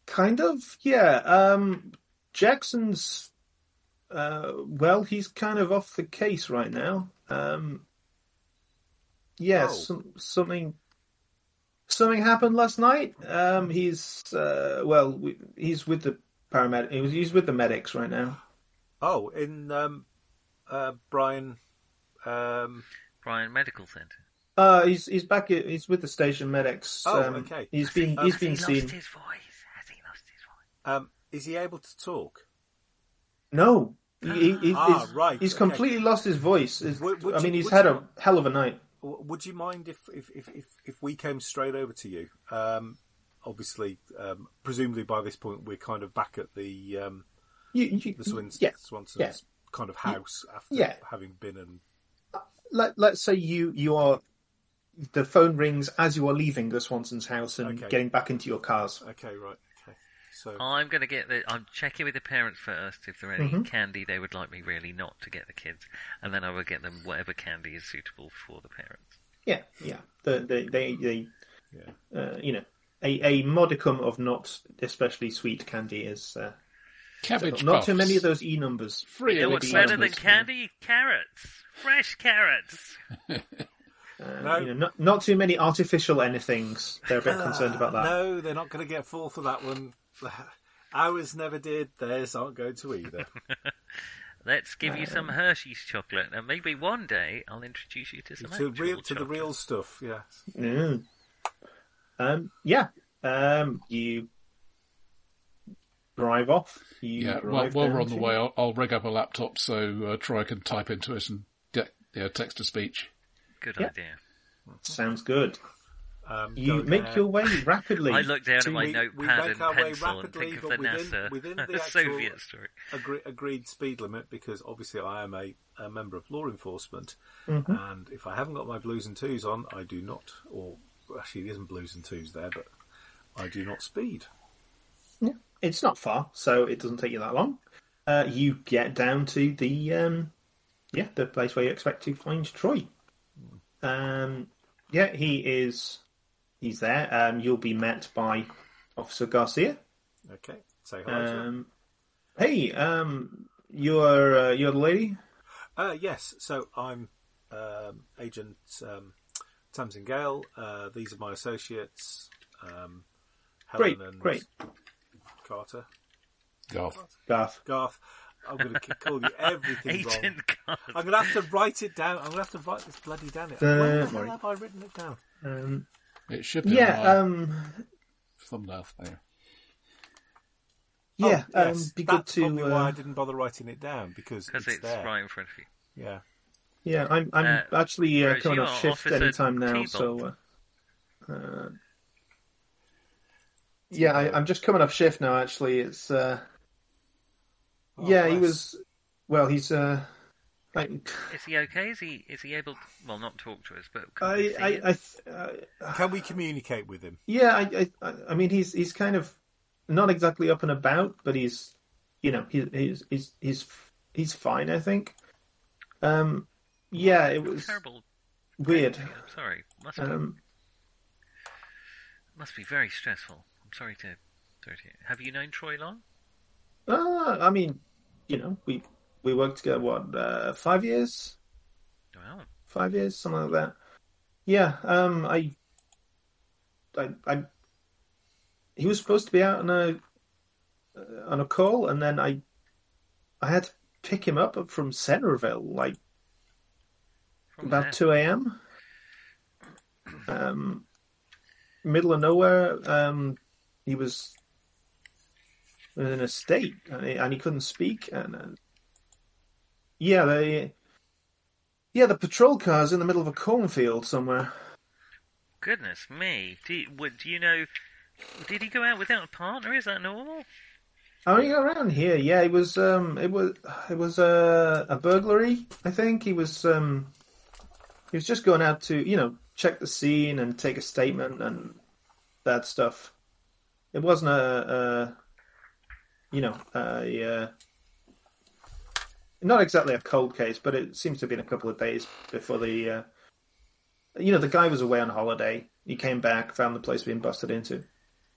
B: kind of. Yeah. Um, Jackson's. Uh, well, he's kind of off the case right now. Um, yeah,
D: Oh.
B: some, something. Something happened last night. Um, he's uh, well, we, he's with the paramedic. he was- He's with the medics right now.
D: Oh, in um, uh, Brian. Um,
C: Brian Medical Centre.
B: Uh, he's he's back. at- He's with the station medics.
D: Oh,
B: um,
D: okay.
B: He's been
D: Um,
B: he's
C: Has
B: been
C: he
B: seen.
C: lost his voice? Has he lost his voice?
D: um, is he able to talk?
B: No, he, he, he's-
D: Ah,
B: he's,
D: right,
B: He's
D: okay.
B: completely lost his voice. It's-
D: Would- would
B: I
D: you-
B: mean, he's
D: would
B: had
D: you
B: a
D: want-
B: hell of a night.
D: W- Would you mind if if if if, if we came straight over to you? Um, obviously, um, presumably by this point we're kind of back at the um,
B: You, you,
D: the Swins-
B: Mm, yeah,
D: Swanson's
B: yeah.
D: kind of house after
B: yeah.
D: having been and
B: Let, let's say you you are. The phone rings as you are leaving the Swanson's house and
D: Okay.
B: getting back into your cars.
D: okay, right, okay. So
C: I'm going to get the. I'm checking with the parents first if there are
D: Mm-hmm.
C: any candy they would like me really not to get the kids, and then I will get them whatever candy is suitable for the parents.
B: Yeah, yeah. The, the, they, they,
D: Yeah.
B: uh, you know, a, a modicum of not especially sweet candy is uh,
E: Cabbage
B: not
E: puffs.
B: too many of those e numbers.
E: Free
C: You know
E: of
C: what's better than
E: excitement.
C: candy? Carrots, fresh carrots.
B: Uh,
D: No.
B: you know, not, not too many artificial anythings. They're a bit concerned about that.
D: no, they're not going to get full for that one. Ours never did. Theirs aren't going to either.
C: Let's give you some Hershey's chocolate, and maybe one day I'll introduce you to some
D: to
C: actual
D: real, to the
C: chocolate.
D: real stuff. Yeah.
B: Mm. Um, yeah. Um, you drive off. You
E: Yeah,
B: drive
E: while, while
B: down
E: we're on the
B: to-
E: way, I'll, I'll rig up a laptop so uh, Troy can type into it and get yeah, text to speech.
C: Good idea.
B: Sounds good.
D: Um,
B: You
D: go
B: make
D: there.
B: your way rapidly.
C: I look down
D: See,
C: at my
D: we- we
C: notepad
D: make
C: and
D: our way
C: pencil and
D: rapidly,
C: think of
D: but
C: the
D: within-
C: NASA
D: within the actual-
C: Soviet story.
D: Agree, agreed speed limit because obviously I am a, a member of law enforcement,
B: Mm-hmm.
D: and if I haven't got my blues and twos on, I do not. Or actually, it isn't blues and twos there, but I do not speed.
B: It's not far, so it doesn't take you that long. Uh, you get down to the um, yeah, the place where you expect to find Troy. Um, yeah, he is. He's there. Um, you'll be met by Officer Garcia.
D: Okay, say hi. to him.
B: Um, hey, um, you're uh, you're the lady.
D: Uh, yes, so I'm um, Agent um, Tamsin Gale. Uh, these are my associates, um, Helen
B: Great,
D: and
B: great.
D: Carter.
E: Garth.
B: Garth.
D: Garth, I'm going to call you everything wrong.
C: Agent Carter.
D: I'm going to have to write it down. I'm going to have to write this bloody down. It.
B: Don't
D: Where the hell
B: worry.
D: have I written it down?
B: Um,
E: It should be
B: yeah,
E: on my
B: um,
E: thumbnail. There.
B: yeah.
D: Oh,
B: um,
D: yes.
B: be good
D: That's
B: to.
D: probably why I
B: Uh,
D: didn't bother writing it down because
C: Because
D: it's,
C: it's
D: there.
C: right in front of you.
D: Yeah.
B: yeah, I'm I'm
C: Uh,
B: actually uh,
C: whereas
B: coming
C: you
B: off
C: are
B: shift
C: Officer
B: any time now,
C: Teeble.
B: so. Uh, uh, yeah, I, I'm just coming off shift now. Actually, it's. Uh,
D: Oh,
B: yeah, he
D: bless.
B: was. Well, he's. Uh, I,
C: Is he okay? Is he is he able? To, well, not talk to us, but can
B: I,
C: we see
B: I,
C: him?
B: I, th- uh,
D: Can we communicate with him?
B: yeah, I, I, I mean, he's he's kind of not exactly up and about, but he's, you know, he's he's he's he's, he's fine. I think. Um, yeah, it was
C: terrible.
B: weird.
C: I'm sorry. Must be,
B: Um,
C: must be very stressful. I'm sorry to. sorry to- Have you known Troy long?
B: uh, I mean, you know, we we worked together what uh, five years,
C: Well,
B: five years, something like that. Yeah, um, I, I, I, he was supposed to be out on a uh, on a call, and then I, I had to pick him up from Centerville like
C: from
B: about
C: there.
B: two a.m. Um, middle of nowhere. Um, he was in a state, and he, and he couldn't speak. And uh, yeah, they yeah the patrol car's in the middle of a cornfield somewhere.
C: Goodness me! Do you, would, do you know? Did he go out without a partner? Is that normal?
B: I mean, around here, yeah, it was um, it was it was a a burglary. I think he was um, he was just going out to you know check the scene and take a statement and that stuff. It wasn't a, a you know a uh, not exactly a cold case, but it seems to have been a couple of days before the uh, you know the guy was away on holiday. He came back, found the place being busted into.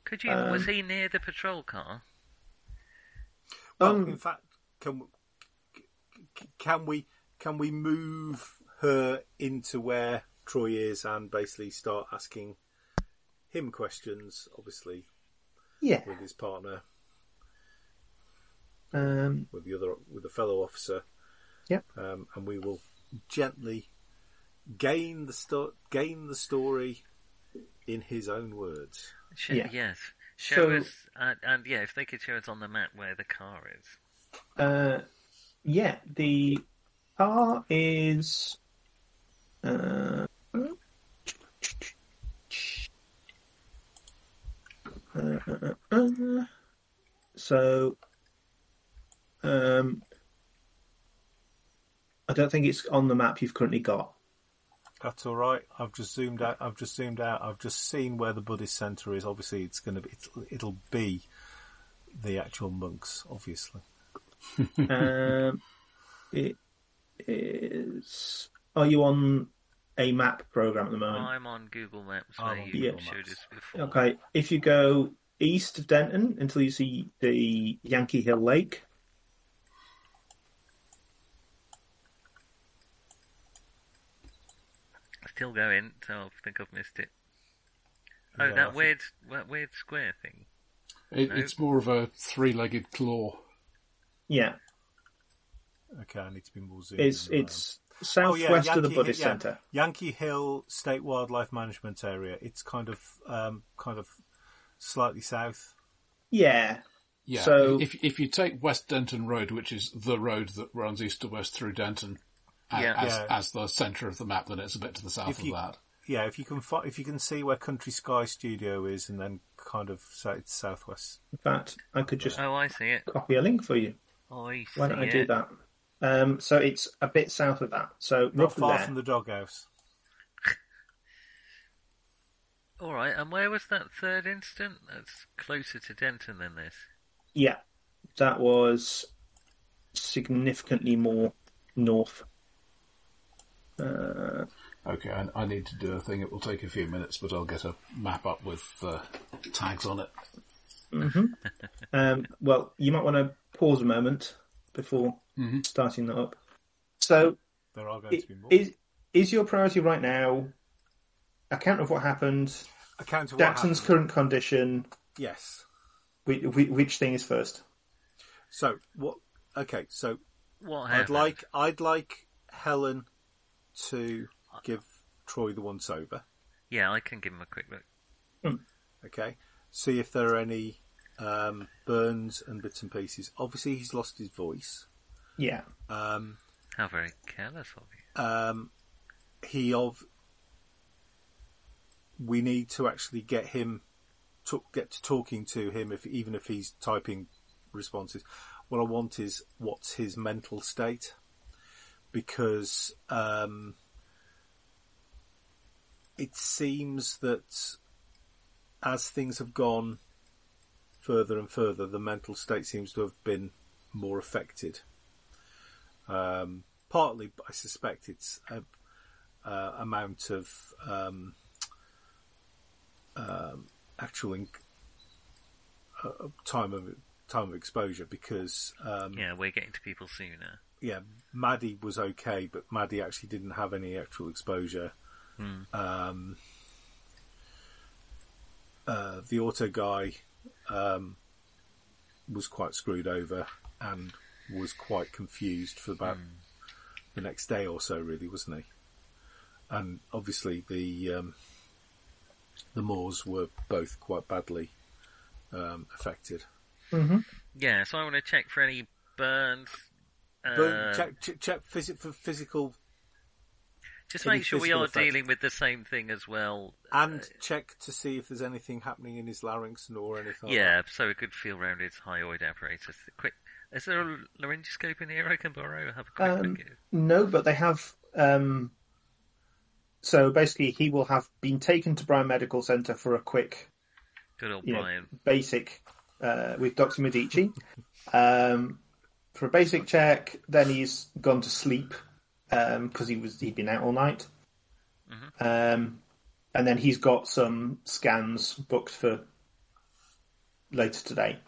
C: Could you? was
B: Um,
C: he near the patrol car?
D: Well,
B: Um,
D: in fact, can can we can we move her into where Troy is and basically start asking him questions? Obviously,
B: Yeah.
D: with his partner,
B: Um,
D: with the other, with the fellow officer.
B: Yep.
D: Um, and we will gently gain the sto- gain the story in his own words.
C: Show,
B: Yeah.
C: Yes. Show
B: So-
C: us, and, and yeah, if they could show us on the map where the car is.
B: uh, yeah, the car is. Uh, uh, uh, uh, so, um, I don't think it's on the map you've currently got.
D: That's all right. I've just zoomed out. I've just zoomed out. I've just seen where the Buddhist center is. Obviously, it's going to be. It'll, it'll be the actual monks. Obviously,
B: um, it is. Are you on a map program at the moment?
C: I'm on Google Maps
D: I'm
C: where
D: on
C: you
D: Google
C: showed
D: Maps.
C: us before.
B: Okay, if you go east of Denton until you see the Yankee Hill Lake.
C: Still going, so I think I've missed it. Oh,
D: Yeah, I
C: that
D: think-
C: weird, that weird square thing.
E: It, it's more of a three-legged claw.
B: Yeah,
D: okay. I need to be more zoomed.
B: it's
D: in.
B: it's southwest of the
D: Yankee-
B: Buddhist
D: Oh, yeah,
B: Centre.
D: Yankee Hill State Wildlife Management Area. It's kind of um, kind of slightly south.
B: Yeah,
E: Yeah.
B: So-
E: if if you take West Denton Road, which is the road that runs east to west through Denton, a-
C: Yeah.
E: as
D: Yeah.
E: as the centre of the map, then it's a bit to the south
D: If
E: of
D: you-
E: that.
D: Yeah, if you can fi- if you can see where Country Sky Studio is, and then kind of so it's southwest.
B: in fact, I could just
C: Oh, I see it. Oh,
B: copy a link for you.
C: I see
B: Why don't I
C: it.
B: do that? Um, so it's a bit south of that. So
D: Not
B: roughly
D: far
B: there.
D: from the doghouse.
C: All right, and where was that third incident? That's closer to Denton than this.
B: Yeah, that was significantly more north. Uh,
E: Okay, I, I need to do a thing. It will take a few minutes, but I'll get a map up with uh, tags on it.
B: Um, well, you might want to pause a moment before
D: Mm-hmm.
B: starting that up. So,
D: There are going
B: i-
D: to be more.
B: is is your priority right now account of what happened,
D: Account of what
B: Jackson's
D: happened.
B: current condition,
D: Yes.
B: which, which thing is first?
D: So what? Okay. So
C: What
D: I'd
C: happened?
D: like I'd like Helen to give Troy the once over.
C: Yeah, I can give him a quick look.
D: Okay. See if there are any um, burns and bits and pieces. Obviously, he's lost his voice.
B: Yeah,
D: Um,
C: How very careless of you.
D: um, he of. We need to actually get him, to, get to talking to him. If even if he's typing responses, what I want is what's his mental state, because um, it seems that as things have gone further and further, the mental state seems to have been more affected. Um, partly, I suspect it's a, uh, amount of um, um, actual in- uh, time of time of exposure because um,
C: Yeah, we're getting to people sooner.
D: yeah, Maddie was okay, but Maddie actually didn't have any actual exposure. Um, uh, the auto guy um, was quite screwed over and was quite confused for about the next day or so, really, wasn't he? And obviously, the um, the Moors were both quite badly um, affected.
C: Yeah, so I want to check for any burns. Uh,
D: But check, check, check physi- for physical
C: Just
D: Any
C: make sure we
D: physical
C: are
D: effect.
C: dealing with the same thing as well.
D: And check to see if there's anything happening in his larynx and or anything. like
C: Yeah, so a good feel round his hyoid apparatus. Quick, is there a laryngoscope in here I can borrow? Have a quick
B: Um,
C: look. At. it.
B: no, but they have. Um, so basically, he will have been taken to Bryan Medical Centre for a quick
C: Good old
B: you know,
C: Brian.
B: basic uh, with Dr. Medici um, for a basic check. Then he's gone to sleep because he was he'd been out all night, um, and then he's got some scans booked for later today.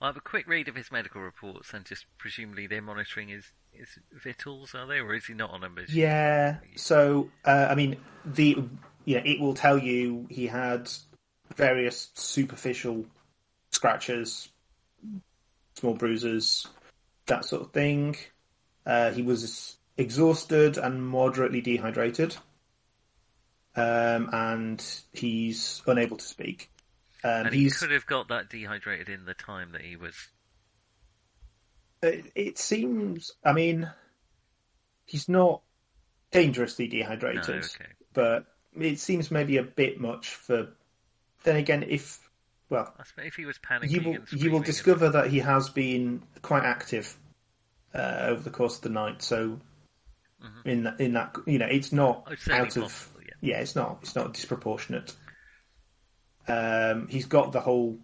C: I'll have a quick read of his medical reports and just presumably they're monitoring his, his vitals, are they? Or is he not on a mission?
B: Yeah. So uh, I mean, the you know it will tell you he had various superficial scratches, small bruises, that sort of thing. Uh, he was exhausted and moderately dehydrated, um, and he's unable to speak. Um,
C: And he
B: he's
C: could have got that dehydrated in the time that he was.
B: it, uh, it seems. I mean, he's not dangerously dehydrated,
C: No, okay.
B: but it seems maybe a bit much for. Then again, if well,
C: I suppose if he was panicking
B: you will
C: and
B: you
C: screaming
B: will
C: and-
B: discover that he has been quite active uh, over the course of the night. So in that, in that you know it's not
C: Oh, Mm-hmm. it's certainly
B: out of
C: possible, yeah.
B: it's not it's not disproportionate. Um, he's got the whole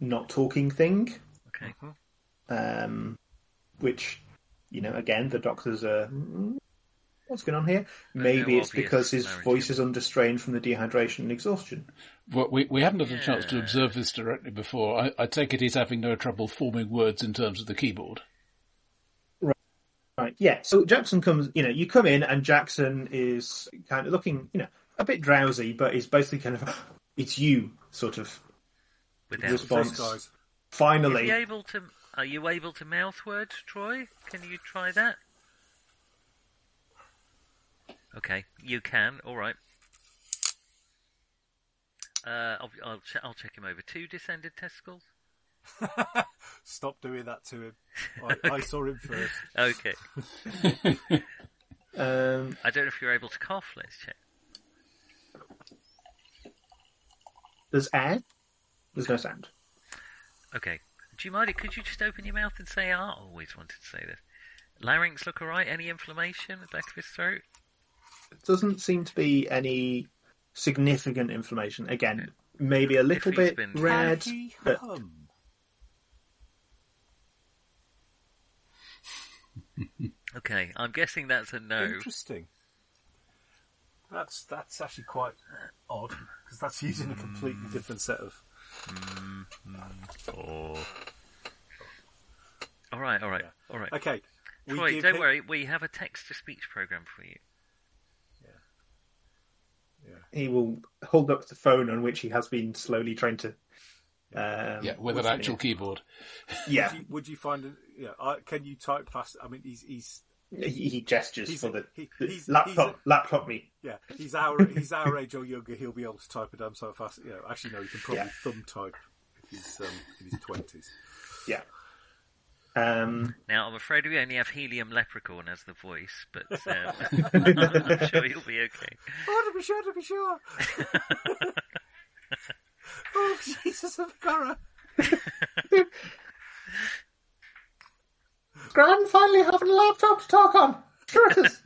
B: not talking thing
C: Okay.
B: um, which you know again the doctors are "Hmm, what's going on here maybe
C: no
B: it's
C: obvious
B: because his
C: clarity.
B: voice is under strain from the dehydration and exhaustion
E: Well, we, we haven't had a chance to
C: Yeah.
E: observe this directly before. I, I take it he's having no trouble forming words in terms of the keyboard.
B: right yeah so jackson comes you know you come in and jackson is kind of looking you know a bit drowsy but is basically kind of it's you sort of
C: Without
B: response.
D: This guy's
C: Are
B: finally
C: you able to? Are you able to mouth words, Troy? Can you try that? Okay, you can. All right. Uh, I'll I'll, che- I'll check him over. Two descended testicles.
D: Stop doing that to him. I, I saw him first.
C: Okay.
B: um,
C: I don't know if you're able to cough. Let's check.
B: there's air there's no sound
C: Okay. Do you mind it? Could you just open your mouth and say, "Ah, I always wanted to say this." Larynx look alright? Any inflammation at the back of his throat?
B: doesn't seem to be any significant inflammation again maybe a little
C: he's
B: bit
C: been-
B: red
D: Can he
B: but
D: hum?
C: Okay, I'm guessing that's a no.
D: Interesting. That's that's actually quite odd because that's using a
C: Hmm.
D: completely different set of.
C: All right, all right,
D: Yeah.
C: all right.
D: Okay. we
C: Troy,
D: give
C: don't
D: him-
C: worry. We have a text-to-speech program for you.
B: he will hold up the phone on which he has been slowly trying to. Um,
E: Yeah, with an
B: what's it
E: actual keyboard.
B: Yeah,
D: Would you, would you find? A, yeah. I, can you type fast? I mean, he's he's
B: he, he gestures
D: He's-
B: for the
D: he-
B: the
D: he's-
B: laptop.
D: he's
B: Laptop me.
D: yeah he's our he's our age or younger. He'll be able to type it damn so fast. Yeah. Actually, no. He can probably
B: Yeah.
D: thumb type if he's um, in his twenties.
B: Yeah. Um,
C: Now, I'm afraid we only have Helium Leprechaun as the voice, but um, I'm sure you'll be okay.
D: Oh, to be sure, to be sure. oh, Jesus of Gara.
B: Gran finally having a laptop to talk on. Sure it is.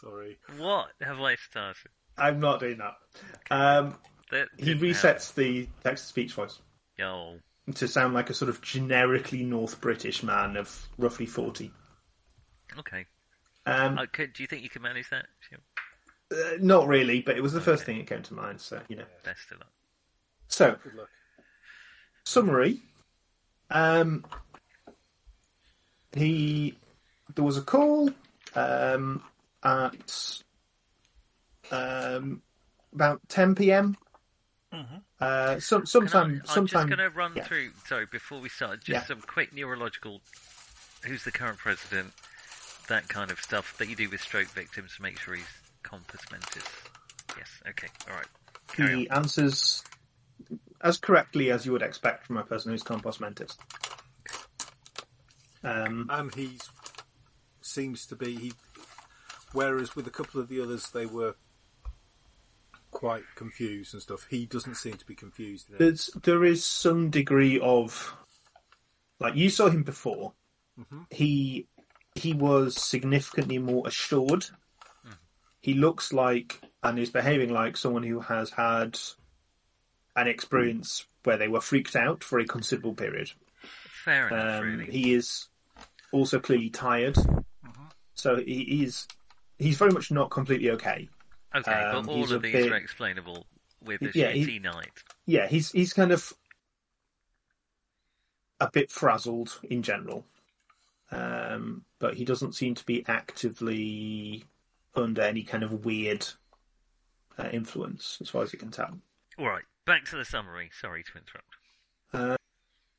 D: Sorry.
C: What have I started?
B: I'm not doing that. Um,
C: That
B: he
C: didn't
B: resets the text to speech voice
C: happen. Oh,
B: to sound like a sort of generically North British man of roughly forty.
C: okay.
B: Um,
C: I could, do you think you can manage that? Jim?
B: uh, not really, but it was the first thing that came to mind. So you know.
C: Best of luck.
B: So
D: Good luck.
B: summary. Um, he there was a call um, at um, about 10 p.m. Uh, some,
C: Mm-hmm. Can I-
B: sometime,
C: I'm
B: sometime.
C: just going to run
B: yeah.
C: through. Sorry, before we start, just
B: Yeah.
C: some quick neurological. Who's the current president? That kind of stuff that you do with stroke victims to make sure he's compos mentis. Yes. Okay. All right. Carry on.
B: He answers as correctly as you would expect from a person who's compost mentis. Um,
D: And he seems to be. He Whereas with a couple of the others, they were quite confused and stuff. He doesn't seem to be confused. In it.
B: There's there is some degree of like you saw him before. He he was significantly more assured. He looks like and is behaving like someone who has had an experience where they were freaked out for a considerable period.
C: Fair enough,
B: Um,
C: really.
B: he is also clearly tired, so he is he's very much not completely okay.
C: okay,
B: um,
C: but all
B: he's
C: of
B: a
C: these
B: bit-
C: are explainable with the
B: Yeah, he-
C: shitty night.
B: Yeah, he's he's kind of a bit frazzled in general, um, but he doesn't seem to be actively under any kind of weird uh, influence, as far as you can tell.
C: All right, back to the summary. Sorry to interrupt.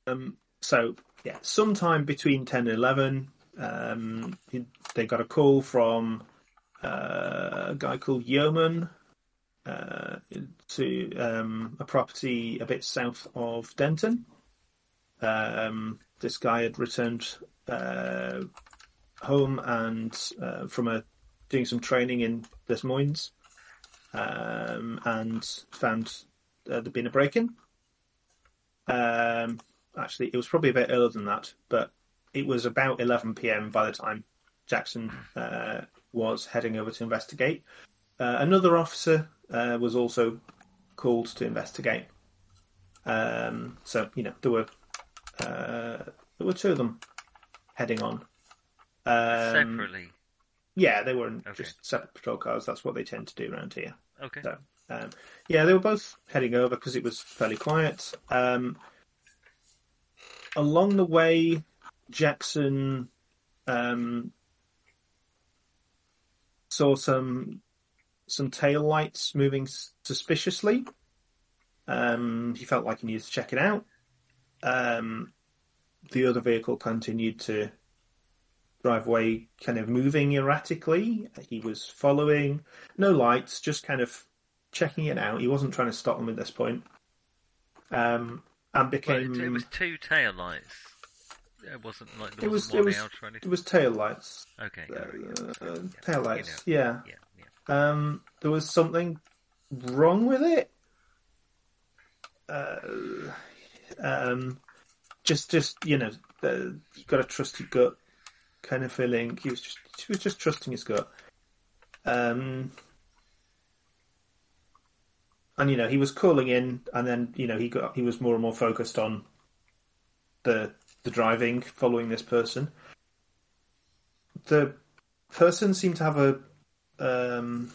B: Um, so yeah, sometime between ten and eleven, um, he- they got a call from uh, a guy called Yeoman uh, to um, a property a bit south of Denton. Um, this guy had returned uh, home and uh, from a, doing some training in Des Moines, um, and found uh, there'd been a break-in. Um, actually, it was probably a bit earlier than that, but it was about 11 p.m. by the time Jackson uh, was heading over to investigate. Uh, another officer uh, was also called to investigate. Um, so you know there were uh, there were two of them heading on. Um,
C: Separately.
B: Yeah, they were in
C: Okay.
B: just separate patrol cars. That's what they tend to do around here.
C: Okay.
B: So, um, yeah, they were both heading over because it was fairly quiet. Um, along the way, Jackson um, saw some some tail lights moving s- suspiciously. Um, he felt like he needed to check it out. Um, the other vehicle continued to drive away, kind of moving erratically. He was following, no lights, just kind of checking it out. He wasn't trying to stop them at this point. Um, and
C: Well,
B: became
C: it, it was two tail lights. It wasn't like there
B: it was
C: wasn't
B: it
C: one
B: was
C: out or
B: it
C: anything.
B: was tail lights,
C: Okay.
B: uh,
C: all right, yeah, that's
B: uh,
C: good, yeah,
B: tail
C: you
B: lights.
C: know,
B: Yeah,
C: yeah, yeah.
B: um, there was something wrong with it. Uh, um, just, just you know, uh, you got to trust your gut kind of feeling. He was just, he was just trusting his gut. Um, and you know, he was calling in, and then you know, he got, he was more and more focused on the the driving, following this person. The person seemed to have a um,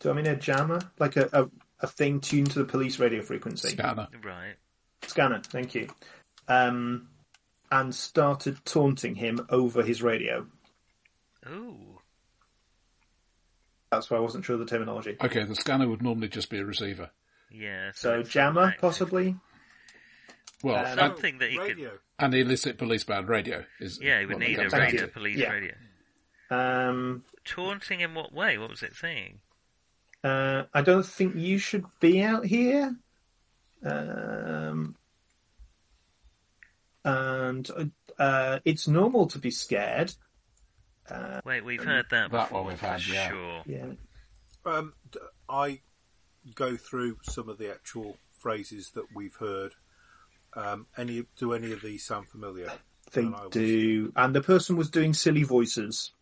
B: do I mean a jammer? Like a, a, a thing tuned to the police radio frequency.
E: Scanner.
C: Right.
B: Scanner, thank you. Um, and started taunting him over his radio.
C: Ooh.
B: That's why I wasn't sure of the terminology.
E: Okay, the scanner would normally just be a receiver.
C: Yeah.
B: So
C: it's
B: jammer,
C: active.
B: possibly.
E: Well,
B: Um,
E: an,
C: Something that he could.
D: Radio.
E: an illicit police band radio is.
C: Yeah, he would
E: what that
C: need a
E: comes down
B: Thank
C: radio,
B: you.
C: police
B: Yeah.
C: radio.
B: Um,
C: Taunting in what way? What was it saying?
B: uh, I don't think you should be out here. Um, and uh, it's normal to be scared. Uh,
C: Wait, we've
B: um,
C: heard that.
E: that
C: before,
E: one we've
C: for
E: had, yeah.
C: Sure.
B: Yeah.
D: Um, d- I go through some of the actual phrases that we've heard. Um, any do any of these sound familiar?
B: They
D: And I was-
B: do. And the person was doing silly voices.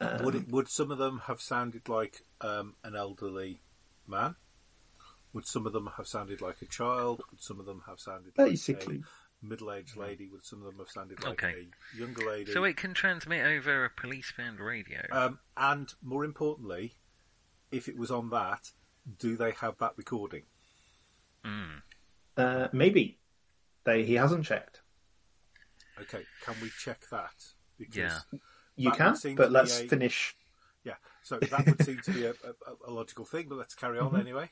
B: Uh,
D: Would it, would some of them have sounded like um, an elderly man? Would some of them have sounded like a child? Would some of them have sounded like
B: Basically.
D: a middle-aged lady? Would some of them have sounded like
C: Okay.
D: a younger lady?
C: So it can transmit over a police band radio.
D: Um, and more importantly, if it was on that, do they have that recording?
C: Hmm.
B: Uh, maybe they he hasn't checked.
D: Okay, can we check that? Because
C: Yeah.
B: You
D: That would
B: can,
D: seem to
B: but
D: be
B: let's
D: a-
B: finish.
D: Yeah, so that would seem to be a, a, a logical thing, but let's carry on anyway.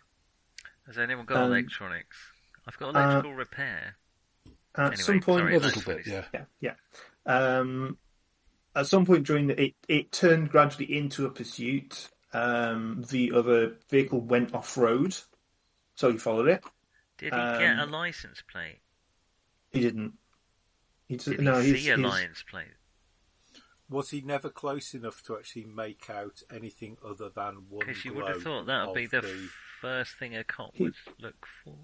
C: Has anyone got
B: um,
C: electronics? I've got
B: uh,
C: electrical repair.
B: At
C: Anyway,
B: some point,
E: A
C: sorry,
E: little bit, yeah.
B: yeah, yeah. Um, at some point during the, it, it turned gradually into a pursuit. Um, the other vehicle went off road, so he followed it.
C: Did he get a
B: um,
C: license plate?
B: He didn't. He just,
C: Did
B: no,
C: he
B: he's,
C: see a
B: he's-
C: license plate?
D: was he never close enough to actually make out anything other than one?
C: Because you would have
D: glow
C: thought that
D: of
C: would be the, first thing a cop would look for.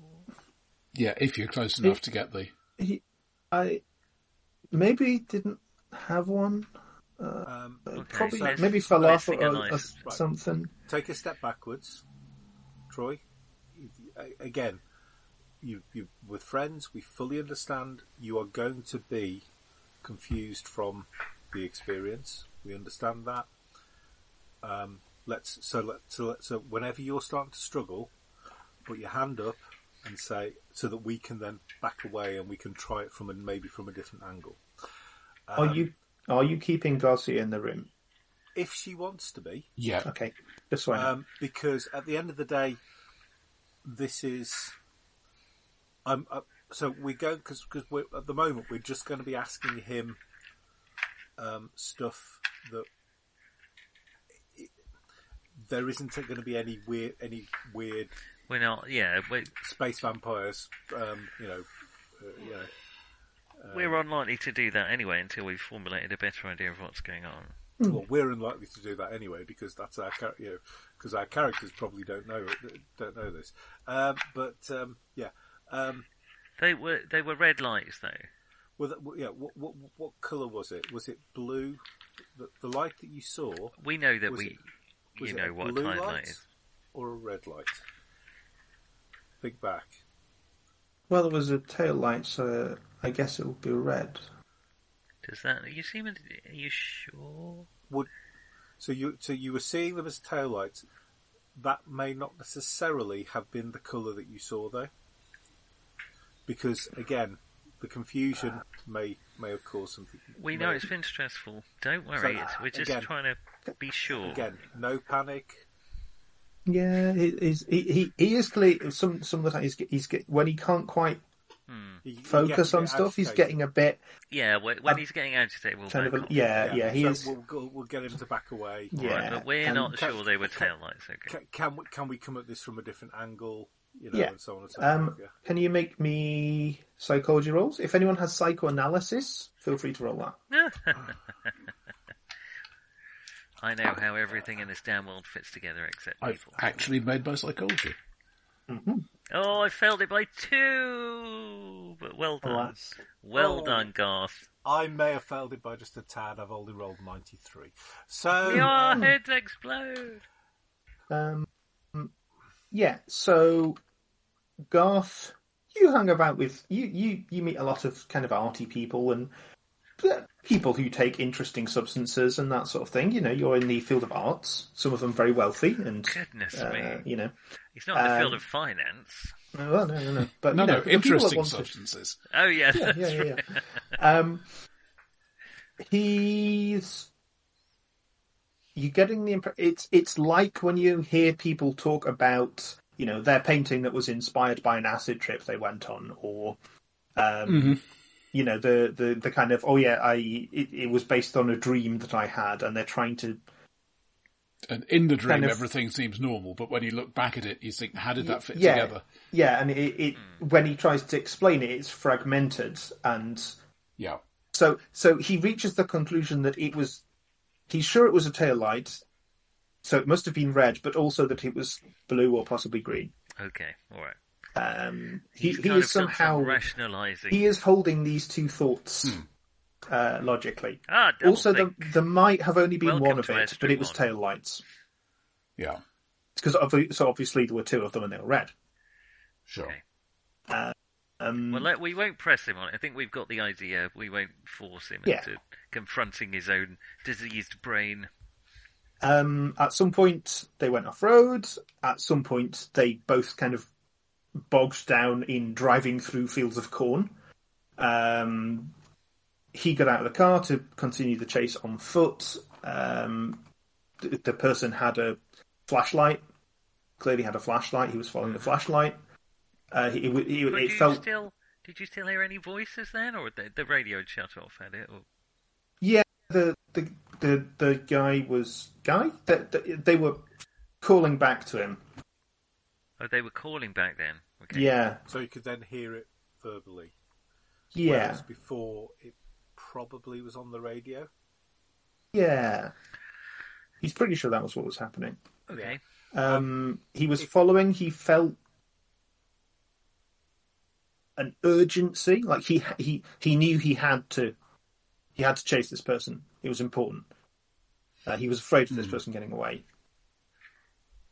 E: Yeah, if you're close enough to get the.
B: He, I maybe he didn't have one.
D: um,
C: Okay,
B: Probably
C: so-
B: maybe fell off or,
C: Basically a
B: or
C: license.
B: or something.
D: take a step backwards, Troy. A- Again, you, you with friends, we fully understand you are going to be confused from the experience. We understand that. Um, let's so let so, let, so whenever you're starting to struggle, put your hand up and say so that we can then back away and we can try it from a, maybe from a different angle.
G: are
D: Um,
G: you are you keeping Garcia in the room?
D: If she wants to be,
E: Yeah.
G: Okay, just so I know.
D: um, because at the end of the day, this is. I'm uh, so we go because because we're at the moment we're just going to be asking him um, stuff that there isn't going to be any weird any weird
C: We're not, yeah, we're,
D: space vampires um, you know uh, you know
C: we're unlikely to do that anyway until we've formulated a better idea of what's going on.
D: Well, we're unlikely to do that anyway because that's our char- you know, because our characters probably don't know it- don't know this. Um, but um, yeah, um,
C: They were they were red lights though.
D: Well, that, well, yeah. What what what color was it? Was it blue? The, the light that you saw
C: We know that
D: Was
C: we
D: it- was
C: you
D: it
C: know
D: a
C: what
D: blue
C: time
D: light
C: that is.
D: or a red light? Think back.
B: Well, there was a tail light, so I guess it would be red.
C: Does that you seem? Are you sure?
D: Would so you so you were seeing them as tail lights. That may not necessarily have been the color that you saw though, because again, the confusion may may have caused something.
C: We
D: may-
C: know it's been stressful. Don't worry.
D: So,
C: it's, we're just
D: again-
C: trying to be sure.
D: again. No panic.
B: Yeah, he, he's, he, he he is clearly some some of the time he's get- he's get, when he can't quite
D: You- you
B: focus
D: get a
B: on
D: bit
B: stuff, he's
D: agitated.
B: getting a bit
C: Yeah. When, when he's getting agitated, we'll
B: kind of
C: back
B: a,
C: off.
B: yeah, yeah he
D: so
B: is
D: We'll, go- we'll get him to back away.
B: yeah.
C: Right, but we're
B: and-
C: not
D: can-
C: sure they were
D: can-
C: tail lights. Okay.
D: can, can we can we come at this from a different angle? You know,
B: Yeah.
D: and so on and so
B: Um,
D: forth. Yeah.
B: can you make me psychology rolls? If anyone has psychoanalysis, feel free to roll that.
C: I know how everything in this damn world fits together except
E: I've
C: people.
E: actually made my psychology.
C: Oh, I failed it by two. But well done.
B: Alas.
C: Well
D: Oh.
C: done, Garth.
D: I may have failed it by just a tad. I've only rolled ninety three. So
C: Your heads explode.
B: Um, yeah. So, Garth, you hang about with you. You you meet a lot of kind of arty people and uh, people who take interesting substances and that sort of thing. You know, you're in the field of arts. Some of them very wealthy and.
C: Goodness
B: Uh,
C: me.
B: you know,
C: He's not in the
B: um,
C: field of finance.
B: no, well, no, no, no. But
E: No,
B: you know,
E: no,
B: the people that
E: interesting
B: want to-
E: substances.
C: Oh yeah,
B: yeah,
C: that's
B: yeah, yeah.
C: right.
B: yeah. um, he's. You're getting the impression it's it's like when you hear people talk about you know their painting that was inspired by an acid trip they went on, or um,
E: Mm-hmm.
B: you know the, the the kind of oh yeah I it, it was based on a dream that I had, and they're trying to
E: And in the dream,
B: Kind of-
E: everything seems normal, but when you look back at it, you think, how did that fit
B: yeah,
E: together? Mm.
B: yeah, and it, it when he tries to explain it, it's fragmented and
E: Yeah.
B: So so he reaches the conclusion that it was he's sure it was a tail light, so it must have been red, but also that it was blue or possibly green.
C: Okay, all right.
B: Um, he,
C: He's
B: he
C: kind
B: is
C: of done some
B: somehow
C: rationalising.
B: he is holding these two thoughts uh, logically.
C: Ah, Hmm. double
B: Also, there,
C: think.
B: there might have only been
C: Welcome
B: one of
C: to
B: it, but it was
C: Estrogen.
B: tail lights
E: Yeah.
B: because so obviously there were two of them and they were red.
E: Sure.
C: Okay.
B: Um,
C: Well, let, we won't press him on it. I think we've got the idea. We won't force him
B: Yeah.
C: into confronting his own diseased brain.
B: Um, at some point, they went off road. At some point, they both kind of bogged down in driving through fields of corn. Um, he got out of the car to continue the chase on foot. Um, th- the person had a flashlight. Clearly, had a flashlight. He was following the flashlight. Uh, he, he- he-
C: But
B: it
C: you
B: felt
C: still did you still hear any voices then, or the, the radio had shut off? Had it? Or,
B: Yeah, the the the, the guy was guy. That that- they were calling back to him.
C: oh, they were calling back then. Okay.
B: Yeah,
D: so you could then hear it verbally.
B: yeah.
D: Whereas before it probably was on the radio.
B: Yeah. He's pretty sure that was what was happening.
C: Okay.
B: Um, he was following, he felt an urgency, like he he he knew he had to he had to chase this person. It was important. Uh, he was afraid of this person getting away.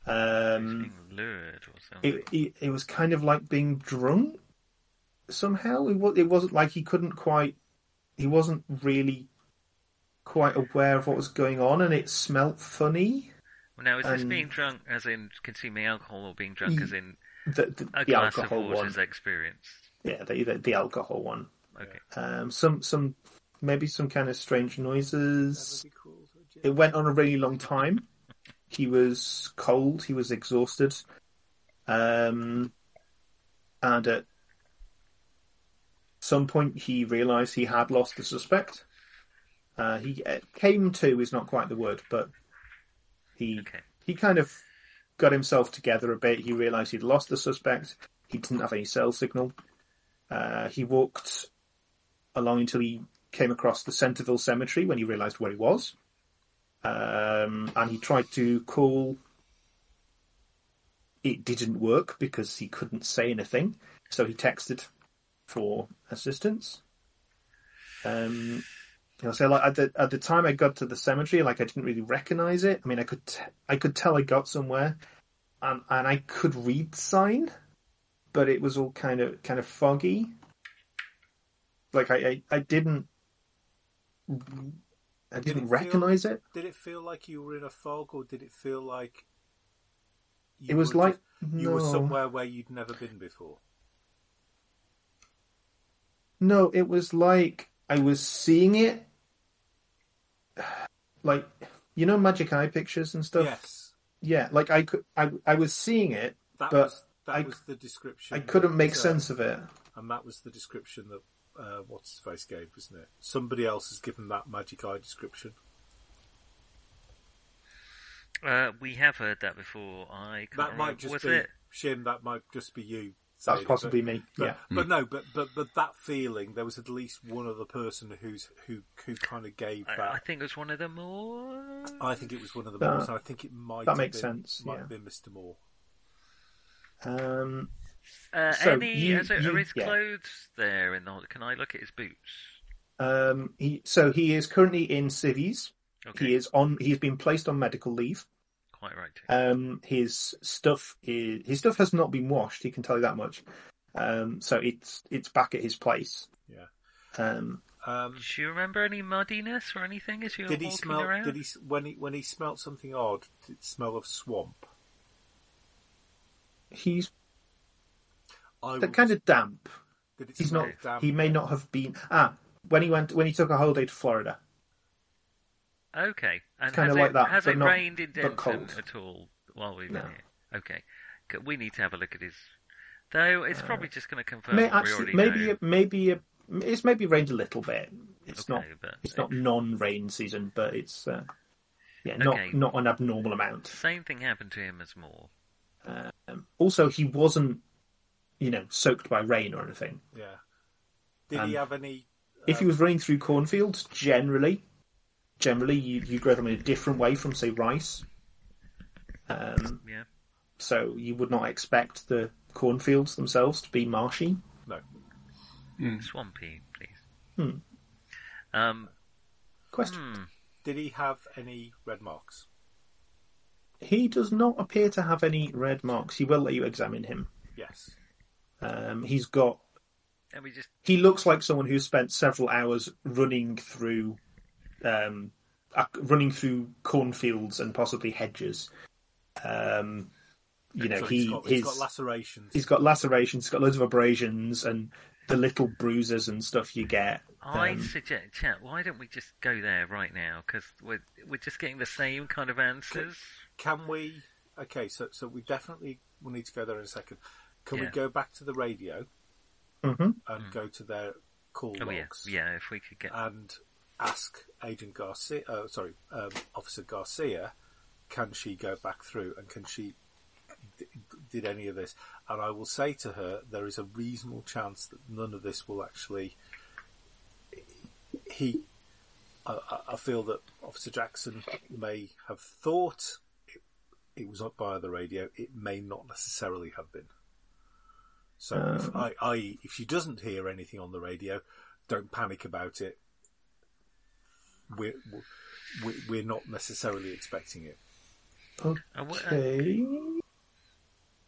B: Um,
C: Being lured or something.
B: Mm. it, it it was kind of like being drunk somehow it was it wasn't like he couldn't quite he wasn't really quite aware of what was going on and it smelt funny
C: Well, now, is this
B: um,
C: being drunk as in consuming alcohol or being drunk as in
B: the the,
C: a
B: the
C: glass of
B: alcohol
C: water
B: one
C: is experienced?
B: yeah the, the the alcohol one
C: Okay.
B: um some some maybe some kind of strange noises
D: That'd be cool.
B: it went on a really long time he was cold he was exhausted um and at some point he realized he had lost the suspect uh he uh, came to is not quite the word but he
C: Okay.
B: he kind of got himself together a bit he realized he'd lost the suspect he didn't have any cell signal uh he walked along until he came across the centerville cemetery when he realized where he was um and he tried to call it didn't work because he couldn't say anything, so he texted for assistance. Um, you know, so like at the at the time I got to the cemetery, like I didn't really recognize it. I mean, I could t- I could tell I got somewhere, and and I could read sign, but it was all kind of kind of foggy. Like I I, I didn't I
D: Did it
B: didn't
D: feel-
B: recognize it.
D: Did it feel like you were in a fog, or did it feel like you
B: It was
D: were
B: like
D: just- you were
B: no.
D: somewhere where you'd never been before?
B: No, it was like I was seeing it, like you know, magic eye pictures and stuff.
D: Yes,
B: Yeah, like I could, I, I was seeing it.
D: that
B: But
D: was that
B: I-
D: was the description.
B: I couldn't make
D: that, uh,
B: sense of it.
D: and that was the description that uh, what's his face gave, wasn't it? Somebody else has given that magic eye description.
C: Uh, we have heard that before. I can't
D: That
C: remember.
D: might just
C: was
D: be
C: it?
D: Shim. That might just be you.
B: That's
D: saying it,
B: possibly
D: but-
B: me.
D: But,
B: Yeah,
D: but no, but, but but that feeling. There was at least one other person who's who who kind of gave
C: I,
D: that.
C: I think it was one of the more.
D: I think it was one of the
B: That-
D: Moors, and I think it might
B: that
D: have
B: makes
D: been,
B: sense,
D: Might
B: yeah.
D: have been Mr. Moore.
B: um,
C: Uh,
B: So,
C: any?
B: you-
C: is there,
B: you-
C: are his
B: yeah.
C: clothes there? In the, can I look at his boots?
B: um, he. So he is currently in civies.
C: Okay.
B: He is on. He's been placed on medical leave.
C: Quite right. Too.
B: Um, his stuff is his stuff has not been washed. He can tell you that much. Um, so it's it's back at his place.
D: Yeah.
B: Um,
D: Um,
C: Do you remember any muddiness or anything as you were
D: did
C: walking
D: he smell?
C: around?
D: Did he s- when he when he smelt something odd? Did it smell of swamp?
B: he's
D: I
B: they're
D: would-
B: kind of damp.
D: Did it
B: He's
D: smell
B: not.
D: damp?
B: He may not have been. Ah, when he went, when he took a holiday to Florida.
C: Okay. And
B: Kinda
C: has
B: like
C: it,
B: that,
C: has
B: but
C: it
B: not-
C: rained in
B: but
C: Denton
B: cold.
C: at all while we've been
B: No.
C: here? Okay. C- We need to have a look at his. Though it's probably just going to confirm
B: Uh, may,
C: what
B: actually,
C: we already
B: maybe,
C: know.
B: it- maybe it- it's maybe rained a little bit. It's
C: Okay,
B: not.
C: but-
B: It's not non-rain season, but it's uh, yeah, not
C: Okay.
B: not an abnormal amount.
C: Same thing happened to him as Moore.
B: Um, also, he wasn't, you know, soaked by rain or anything.
D: Yeah. Did
B: Um,
D: he have any?
B: If
C: Uh,
B: he was running through cornfields, generally, generally you, you grow them in a different way from say rice. Um,
C: Yeah.
B: so you would not expect the cornfields themselves to be marshy.
D: No.
B: Hmm.
C: Swampy, please. Um, hmm.
B: Question.
D: Did he have any red marks?
B: He does not appear to have any red marks. He will let you examine him.
D: Yes.
B: Um, he's got.
C: and we just
B: He looks like someone who spent several hours running through, um, ac- running through cornfields and possibly hedges. Um, you know,
D: So
B: he
D: he's got,
B: his,
D: he's got lacerations.
B: he's got lacerations, he's got loads of abrasions and the little bruises and stuff you get.
C: I
B: Um,
C: suggest, chat. Why don't we just go there right now? Because we're we're just getting the same kind of answers.
D: Can we? Okay, so so we definitely will need to go there in a second. Can we
C: Yeah. Mm.
D: go back to the radio
B: mhm.
D: and go to their call
C: Oh yeah,
D: logs?
C: yeah. If we could get
D: and ask Agent Garcia, uh, sorry, um, Officer Garcia, can she go back through and can she d- did any of this? And I will say to her, there is a reasonable chance that none of this will actually. He I, I- I feel that Officer Jackson may have thought it, it was not via the radio. It may not necessarily have been. So, if, I, I, if she doesn't hear anything on the radio, don't panic about it. We're we're, we're not necessarily expecting it.
C: Uh, wh- uh,
B: Okay.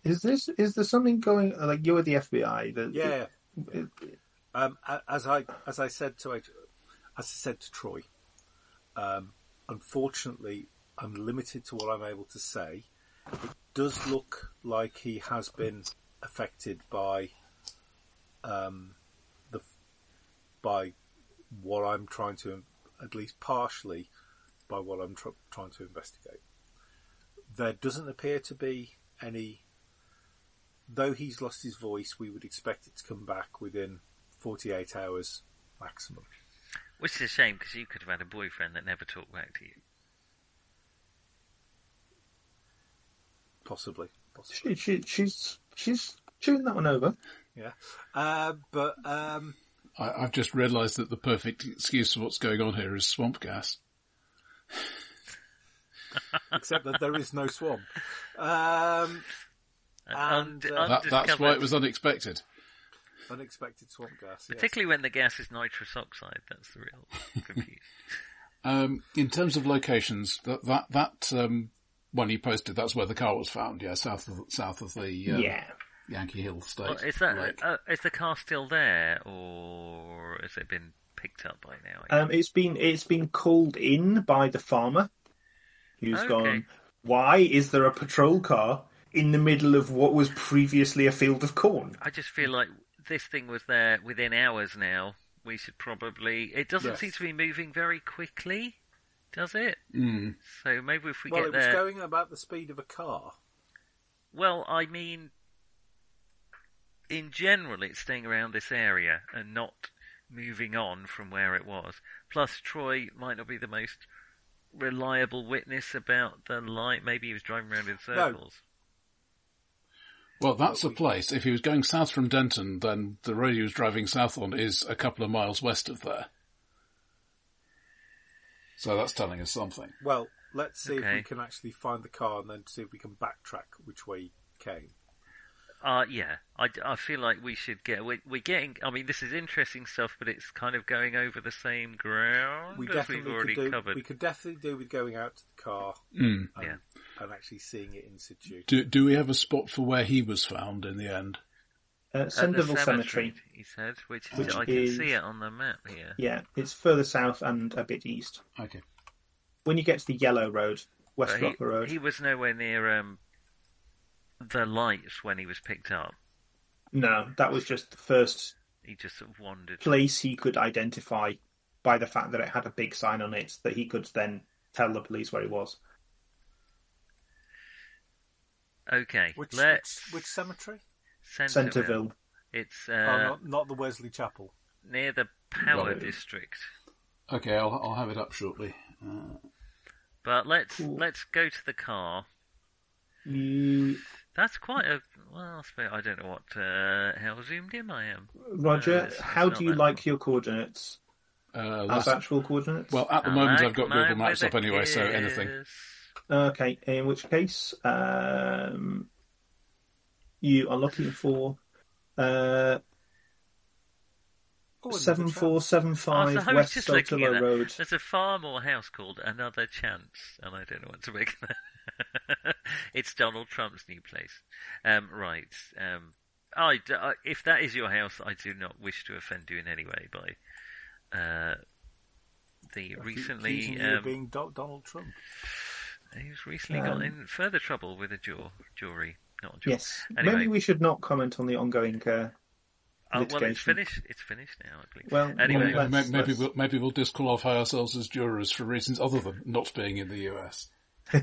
B: Is this is there something going like you were the FBI? The,
D: Yeah.
B: the-
D: Um, a- as I as I said to H- as I said to Troy, um, unfortunately, I'm limited to what I'm able to say. It does look like he has been affected by um, the by what I'm trying to, at least partially, by what I'm tr- trying to investigate. There doesn't appear to be any. Though he's lost his voice, we would expect it to come back within 48 hours maximum.
C: which is a shame because you could have had a boyfriend that never talked back to you.
D: Possibly.
B: she,
D: Possibly.
B: she she's she's chewing that one over.
D: Yeah. Uh, but, um,
E: I, I've just realised that the perfect excuse for what's going on here is swamp gas.
D: except that there is no swamp. Um,
C: And, und-
D: And, uh,
E: That, that's why
C: undiscovered-
E: it was unexpected.
D: unexpected swamp gas. Yes.
C: Particularly when the gas is nitrous oxide, that's the real confuse.
E: Um, in terms of locations, that that that um, one he posted, that's where the car was found. Yeah, south of south of the um,
B: Yeah.
E: Yankee Hill State.
C: Well, is that
E: lake.
C: uh, is the car still there, or has it been picked up by now? I
B: Um, it's been it's been called in by the farmer, who's
C: Okay.
B: gone. Why is there a patrol car in the middle of what was previously a field of corn?
C: I just feel like this thing was there within hours now. We should probably. It doesn't
D: Yes.
C: seem to be moving very quickly, does it?
E: Mm.
C: So maybe if we
D: well,
C: get
D: it was
C: there.
D: going about the speed of a car.
C: Well, I mean, in general, it's staying around this area and not moving on from where it was. Plus, Troy might not be the most reliable witness about the light. Maybe he was driving around in circles.
E: Well, that's the place. If he was going south from Denton, then the road he was driving south on is a couple of miles west of there. So that's telling us something.
D: Well, let's see if
C: Okay.
D: we can actually find the car and then see if we can backtrack which way he came.
C: Uh, yeah, I, I feel like we should get. We, we're getting. I mean, this is interesting stuff, but it's kind of going over the same ground
D: We
C: as
D: definitely
C: we've already
D: could do.
C: covered.
D: We could definitely do with going out to the car
E: Mm.
D: and,
C: Yeah.
D: and actually seeing it in situ.
E: Do do we have a spot for where he was found in the end?
B: Uh,
C: At the
B: Sandoval Cemetery.
C: he said, which,
B: Which
C: I can
B: is-
C: see it on the map here.
B: Yeah, it's further south and a bit east.
E: Okay.
B: When you get to the yellow road, West
C: But
B: Rocker Road.
C: he, he was nowhere near um, the lights when he was picked up.
B: No, that was just the first
C: He just sort of wandered.
B: place he could identify by the fact that it had a big sign on it that he could then tell the police where he was.
C: Okay,
D: Which,
C: let's
D: which, which cemetery?
C: Centerville.
B: Centerville.
C: It's uh,
D: oh, not, not the Wesley Chapel.
C: near the power
E: Right.
C: district.
E: Okay, I'll I'll have it up shortly. Uh,
C: But let's
B: Cool.
C: let's go to the car.
B: You,
C: That's quite a well. I suppose- I don't know what uh, how zoomed in I am.
B: Roger,
C: Uh, it's- it's
B: how
C: not
B: do you
C: that
B: like
C: far.
B: your coordinates
E: uh,
B: as
E: last-
B: actual coordinates?
E: well, at the
C: I
E: moment
C: like
E: I've got
C: my
E: Google Maps up
C: weather
E: anyway, so anything.
C: kiss.
B: okay. In which case, um, you are looking for uh,
D: Oh, another
B: seven four seven
C: Oh, so
B: five
C: I was
B: West
C: just looking at
B: Saltillo
C: that.
B: Road.
C: There's a farm or house called Another Chance, and I don't know what to make of that. it's Donald Trump's new place. Um, right. Um, I, d- I- if that is your house, I do not wish to offend you in any way by uh, the
D: chance. Accusing
C: recently
D: you of
C: um,
D: being Do- Donald Trump.
C: who's recently got
B: Um,
C: in further trouble with a jaw jury, not a jury.
B: Yes.
C: Anyway,
B: Maybe we should not comment on the ongoing. Uh,
C: oh, well, it's
B: litigation.
C: finished. It's finished now, I believe.
B: Well,
C: anyway,
B: well,
E: Maybe,
B: Let's-
E: maybe
B: let's-
E: we'll maybe we'll disqualify ourselves as jurors for reasons other than not being in the US.
C: or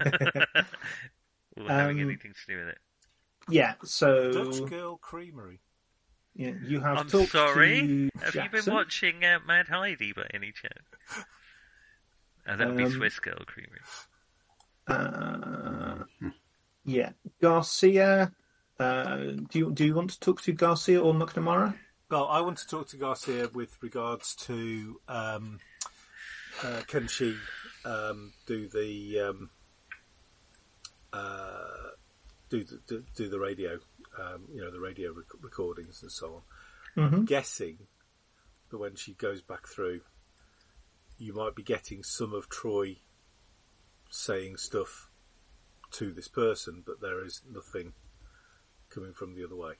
C: having
B: um,
C: anything to do with it.
B: yeah.
D: Dutch
B: So
D: Girl Creamery.
B: yeah, you have.
C: I'm
B: talked
C: sorry.
B: To
C: Have you been
B: Jackson.
C: watching uh, Mad Heidi by any chance? Uh, that would be
B: Um,
C: Swiss Girl Creamery.
B: Uh, yeah, Garcia. Uh, do you do you want to talk to Garcia or McNamara?
D: Well, I want to talk to Garcia with regards to um, uh, can she um, do the um, uh, do the do, do the radio? Um, you know, the radio rec- recordings and so on. I'm guessing that when she goes back through, you might be getting some of Troy saying stuff to this person, but there is nothing coming from the other way.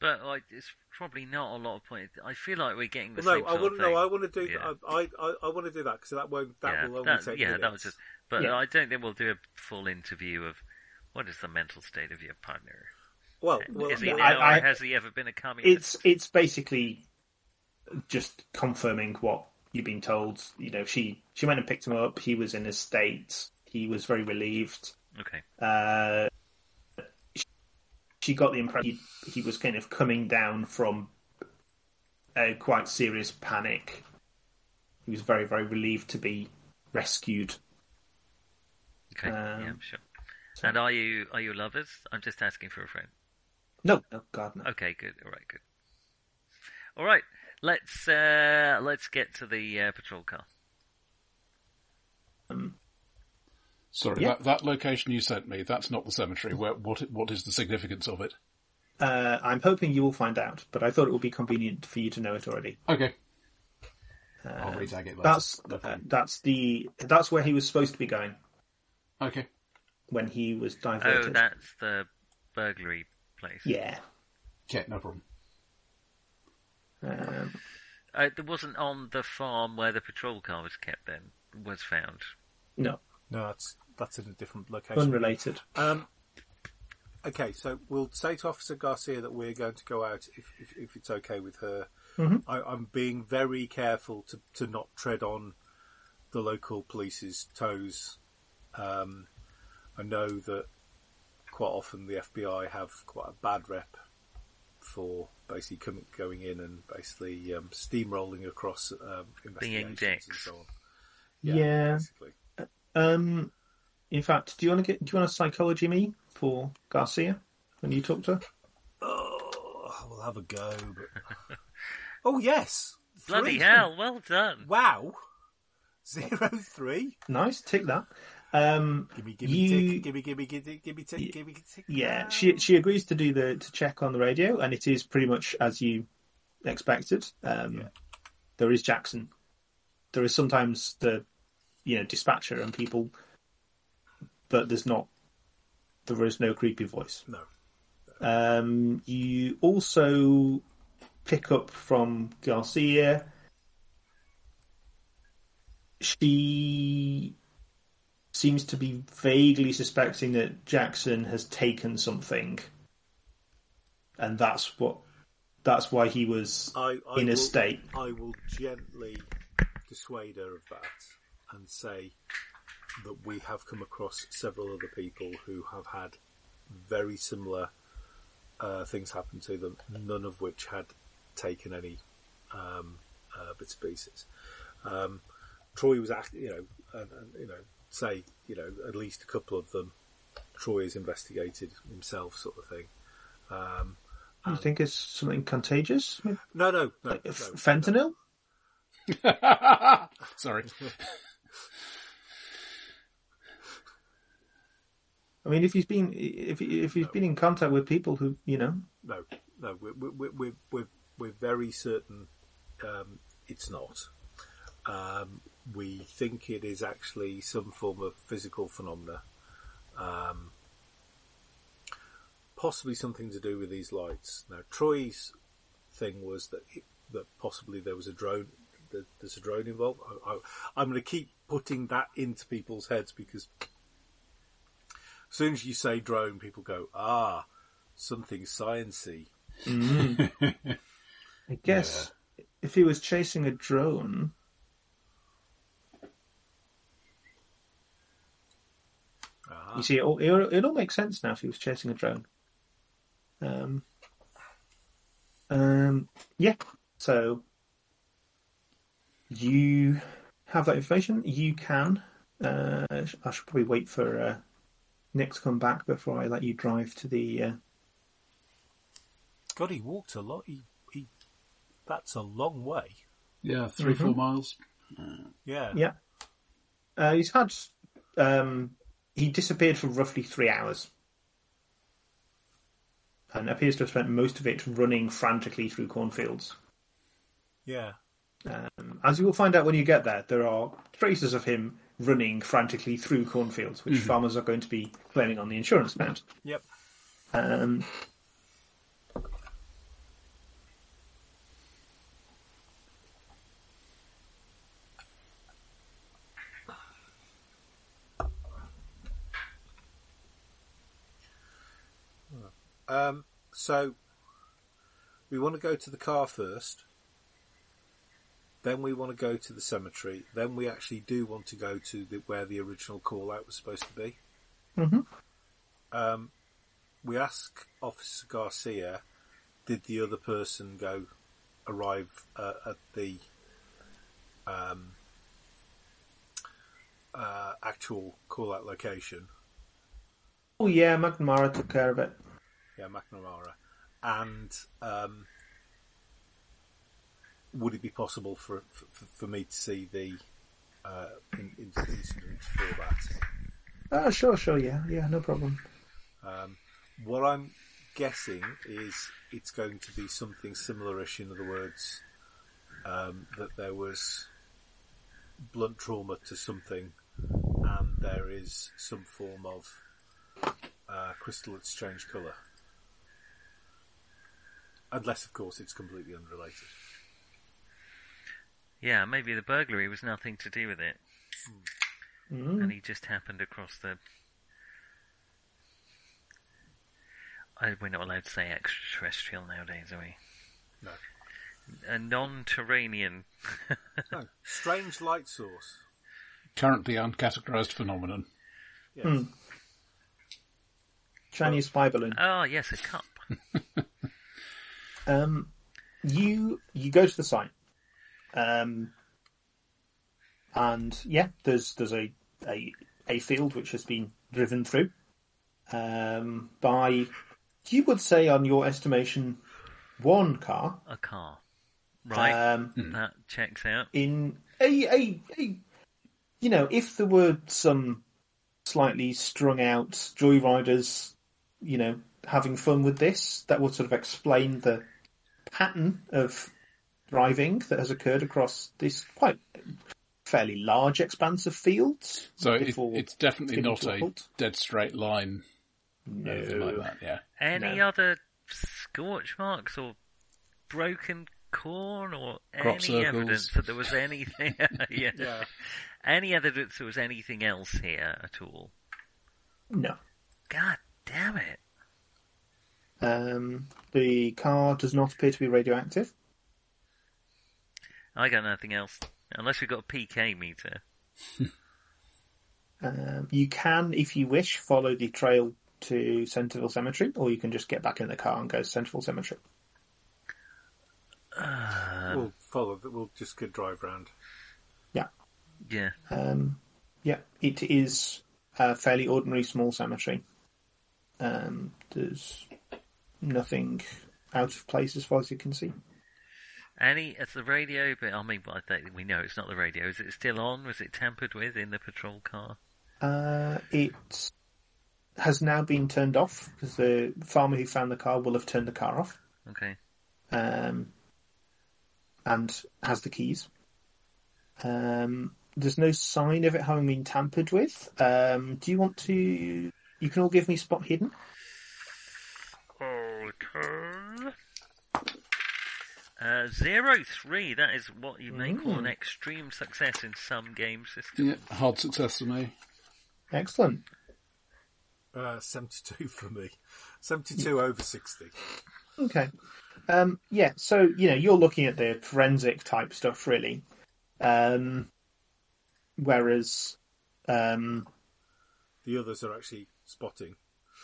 C: But like, it's probably not a lot of point. I feel like we're getting the
D: Well,
C: same
D: no, I
C: sort
D: want
C: of
D: to.
C: thing.
D: No, I want to do.
C: Yeah.
D: that. I I, I want to do that because that won't. That
C: yeah,
D: will only
C: that-
D: take.
C: yeah,
D: minutes.
C: that was just. But
B: Yeah.
C: I don't think we'll do a full interview of what is the mental state of your partner.
D: Well, well
C: is he
B: yeah,
C: now,
B: I-
C: or
B: I-
C: has he ever been a communist?
B: It's it's basically just confirming what you've been told. You know, she she went and picked him up. He was in his state. He was very relieved.
C: Okay,
B: Uh, she- she got the impression he, he was kind of coming down from a quite serious panic. He was very very relieved to be rescued.
C: okay, yeah,
B: Um,
C: sure. And are you are you lovers? I'm just asking for a friend.
B: No, no, God no.
C: Okay, good. All right, good. All right, let's uh, let's get to the uh, patrol car.
B: Um,
E: Sorry,
B: Yeah.
E: that, that location you sent me, that's not the cemetery. Where, what, what is the significance of it?
B: Uh, I'm hoping you will find out, but I thought it would be convenient for you to know it already.
E: Okay. I'll retag it later.
B: Uh, That's
E: No
B: uh,
E: problem.
B: that's the that's where he was supposed to be going uh,
E: okay.
B: when he was
C: Oh,
B: diverted.
C: that's the burglary place.
B: Yeah,
E: Yeah, no problem.
B: um,
C: Uh, it wasn't on the farm where the patrol car was kept. Then was found.
B: no,
D: no, that's that's in a different location.
B: unrelated.
D: Um, okay, so we'll say to Officer Garcia that we're going to go out if, if, if it's okay with her. I, I'm being very careful to, to not tread on the local police's toes. Um, I know that quite often the FBI have quite a bad rep for basically coming, going in and basically um, steamrolling across um, investigations and
C: dicks.
D: so on.
B: Yeah.
D: basically.
B: Um, in fact, do you want to get do you want to psychology me for Garcia when you talk to her?
D: Oh, we'll have a go. But... oh yes,
C: Bloody
D: Three.
C: hell! Well done.
D: Wow, zero three.
B: Nice, take that. Um,
D: Gimme, gimme,
B: You-
D: tick. Gimme, gimme, gimme, gimme, tick. Gimme, tick. Ah.
B: yeah, she she agrees to do the to check on the radio, and it is pretty much as you expected. Um,
D: Yeah.
B: There is Jackson. There is sometimes the you know dispatcher and people, but there's not. There is no creepy voice.
D: No.
B: Um, you also pick up from Garcia. She seems to be vaguely suspecting that Jackson has taken something, and that's what that's why he was
D: I, I
B: in
D: will,
B: a state.
D: I will gently dissuade her of that and say that we have come across several other people who have had very similar uh, things happen to them, none of which had taken any um, uh, bits and pieces. Um, Troy was, act, you know, and, and you know, say, you know, at least a couple of them. Troy has investigated himself, sort of thing. Um,
B: You think it's something contagious?
D: no, no, no,
B: F-
D: no.
B: Fentanyl?
E: Sorry.
B: I mean, if he's been if if he's been in contact with people who you know,
D: no, no, we're we're we're we're, we're very certain um, it's not. Um, we think it is actually some form of physical phenomena, um, possibly something to do with these lights. Now, Troy's thing was that it, that possibly there was a drone. that There's a drone involved. I, I, I'm going to keep putting that into people's heads because as soon as you say drone, people go, ah, something sciency.
B: I guess if he was chasing a drone, you see, it all, it, all- it all makes sense now. If he was chasing a drone, um, um, yeah. So you have that information. You can. Uh, I should probably wait for uh, Nick to come back before I let you drive to the. Uh,
D: God, he walked a lot. He, he, that's a long way.
B: Mm-hmm.
E: Yeah, 3 four miles.
D: Yeah.
B: Yeah. Uh, he's had. Um, he disappeared for roughly three hours. And appears to have spent most of it running frantically through cornfields.
D: Yeah.
B: Um, as you will find out when you get there, there are traces of him running frantically through cornfields, which farmers are going to be claiming on the insurance amount.
D: Yep.
B: Um,
D: Um, so we want to go to the car first. Then we want to go to the cemetery. Then we actually do want to go to the, where the original call out was supposed to be.
B: Mhm.
D: Um, we ask Officer Garcia, did the other person go arrive uh, at the um, uh, actual call out location?
B: oh yeah, McNamara took care of it.
D: Yeah, McNamara. And um, would it be possible for for, for me to see the uh, in, in, incident for that?
B: Oh, sure, sure, yeah, yeah, no problem.
D: Um, what I'm guessing is it's going to be something similar-ish. In other words, um, that there was blunt trauma to something, and there is some form of uh, crystal that's changed colour. Unless, of course, it's completely unrelated.
C: Yeah, maybe the burglary was nothing to do with it,
B: Mm-hmm.
C: and he just happened across the. I, we're not allowed to say extraterrestrial nowadays, are we?
D: No.
C: A non-Terranian.
D: No, strange light source.
E: Currently uncategorized phenomenon.
D: Yes.
B: Chinese spy balloon.
C: oh yes, a cup.
B: Um, you you go to the site, um, and yeah, there's there's a, a a field which has been driven through um, by you would say on your estimation one car
C: A car. Right.
B: um,
C: that checks out.
B: in a, a a you know if there were some slightly strung out joyriders, you know, having fun with this, that would sort of explain the pattern of driving that has occurred across this quite fairly large expanse of fields.
E: So it,
B: before
E: it's definitely
B: coming
E: not
B: to a
E: a
B: halt.
E: dead straight line, anything like
B: No.
E: that. Yeah.
C: Any
B: No.
C: other scorch marks or broken corn or
E: Crop
C: any
E: circles.
C: evidence that there was anything? yeah.
D: Yeah.
C: Any evidence there was anything else here at all?
B: No.
C: God damn it!
B: Um, the car does not appear to be radioactive.
C: I got nothing else unless we've got a PK meter.
B: Um, you can, if you wish, follow the trail to Centerville Cemetery, or you can just get back in the car and go to Centerville Cemetery.
D: we'll follow. th- We'll just go drive round.
C: Yeah.
B: Um, yeah, it is a fairly ordinary small cemetery. Um, there's nothing out of place as far as you can see.
C: Any? It's the radio, but I mean, I think we know it's not the radio. Is it still on? Was it tampered with in the patrol car?
B: Uh, it has now been turned off because the farmer who found the car will have turned the car off
C: Okay.
B: um, and has the keys. Um, there's no sign of it having been tampered with. Um, do you want to? You can all give me spot hidden.
C: Okay. Uh, zero three. That is what you may call an extreme success in some game systems.
E: yeah. Hard success for me.
B: Excellent.
D: Uh, Seventy-two for me. Seventy-two over sixty.
B: Okay. Um, yeah, so, you know, you're looking at the forensic type stuff, really. Um, whereas, um,
D: The others are actually spotting.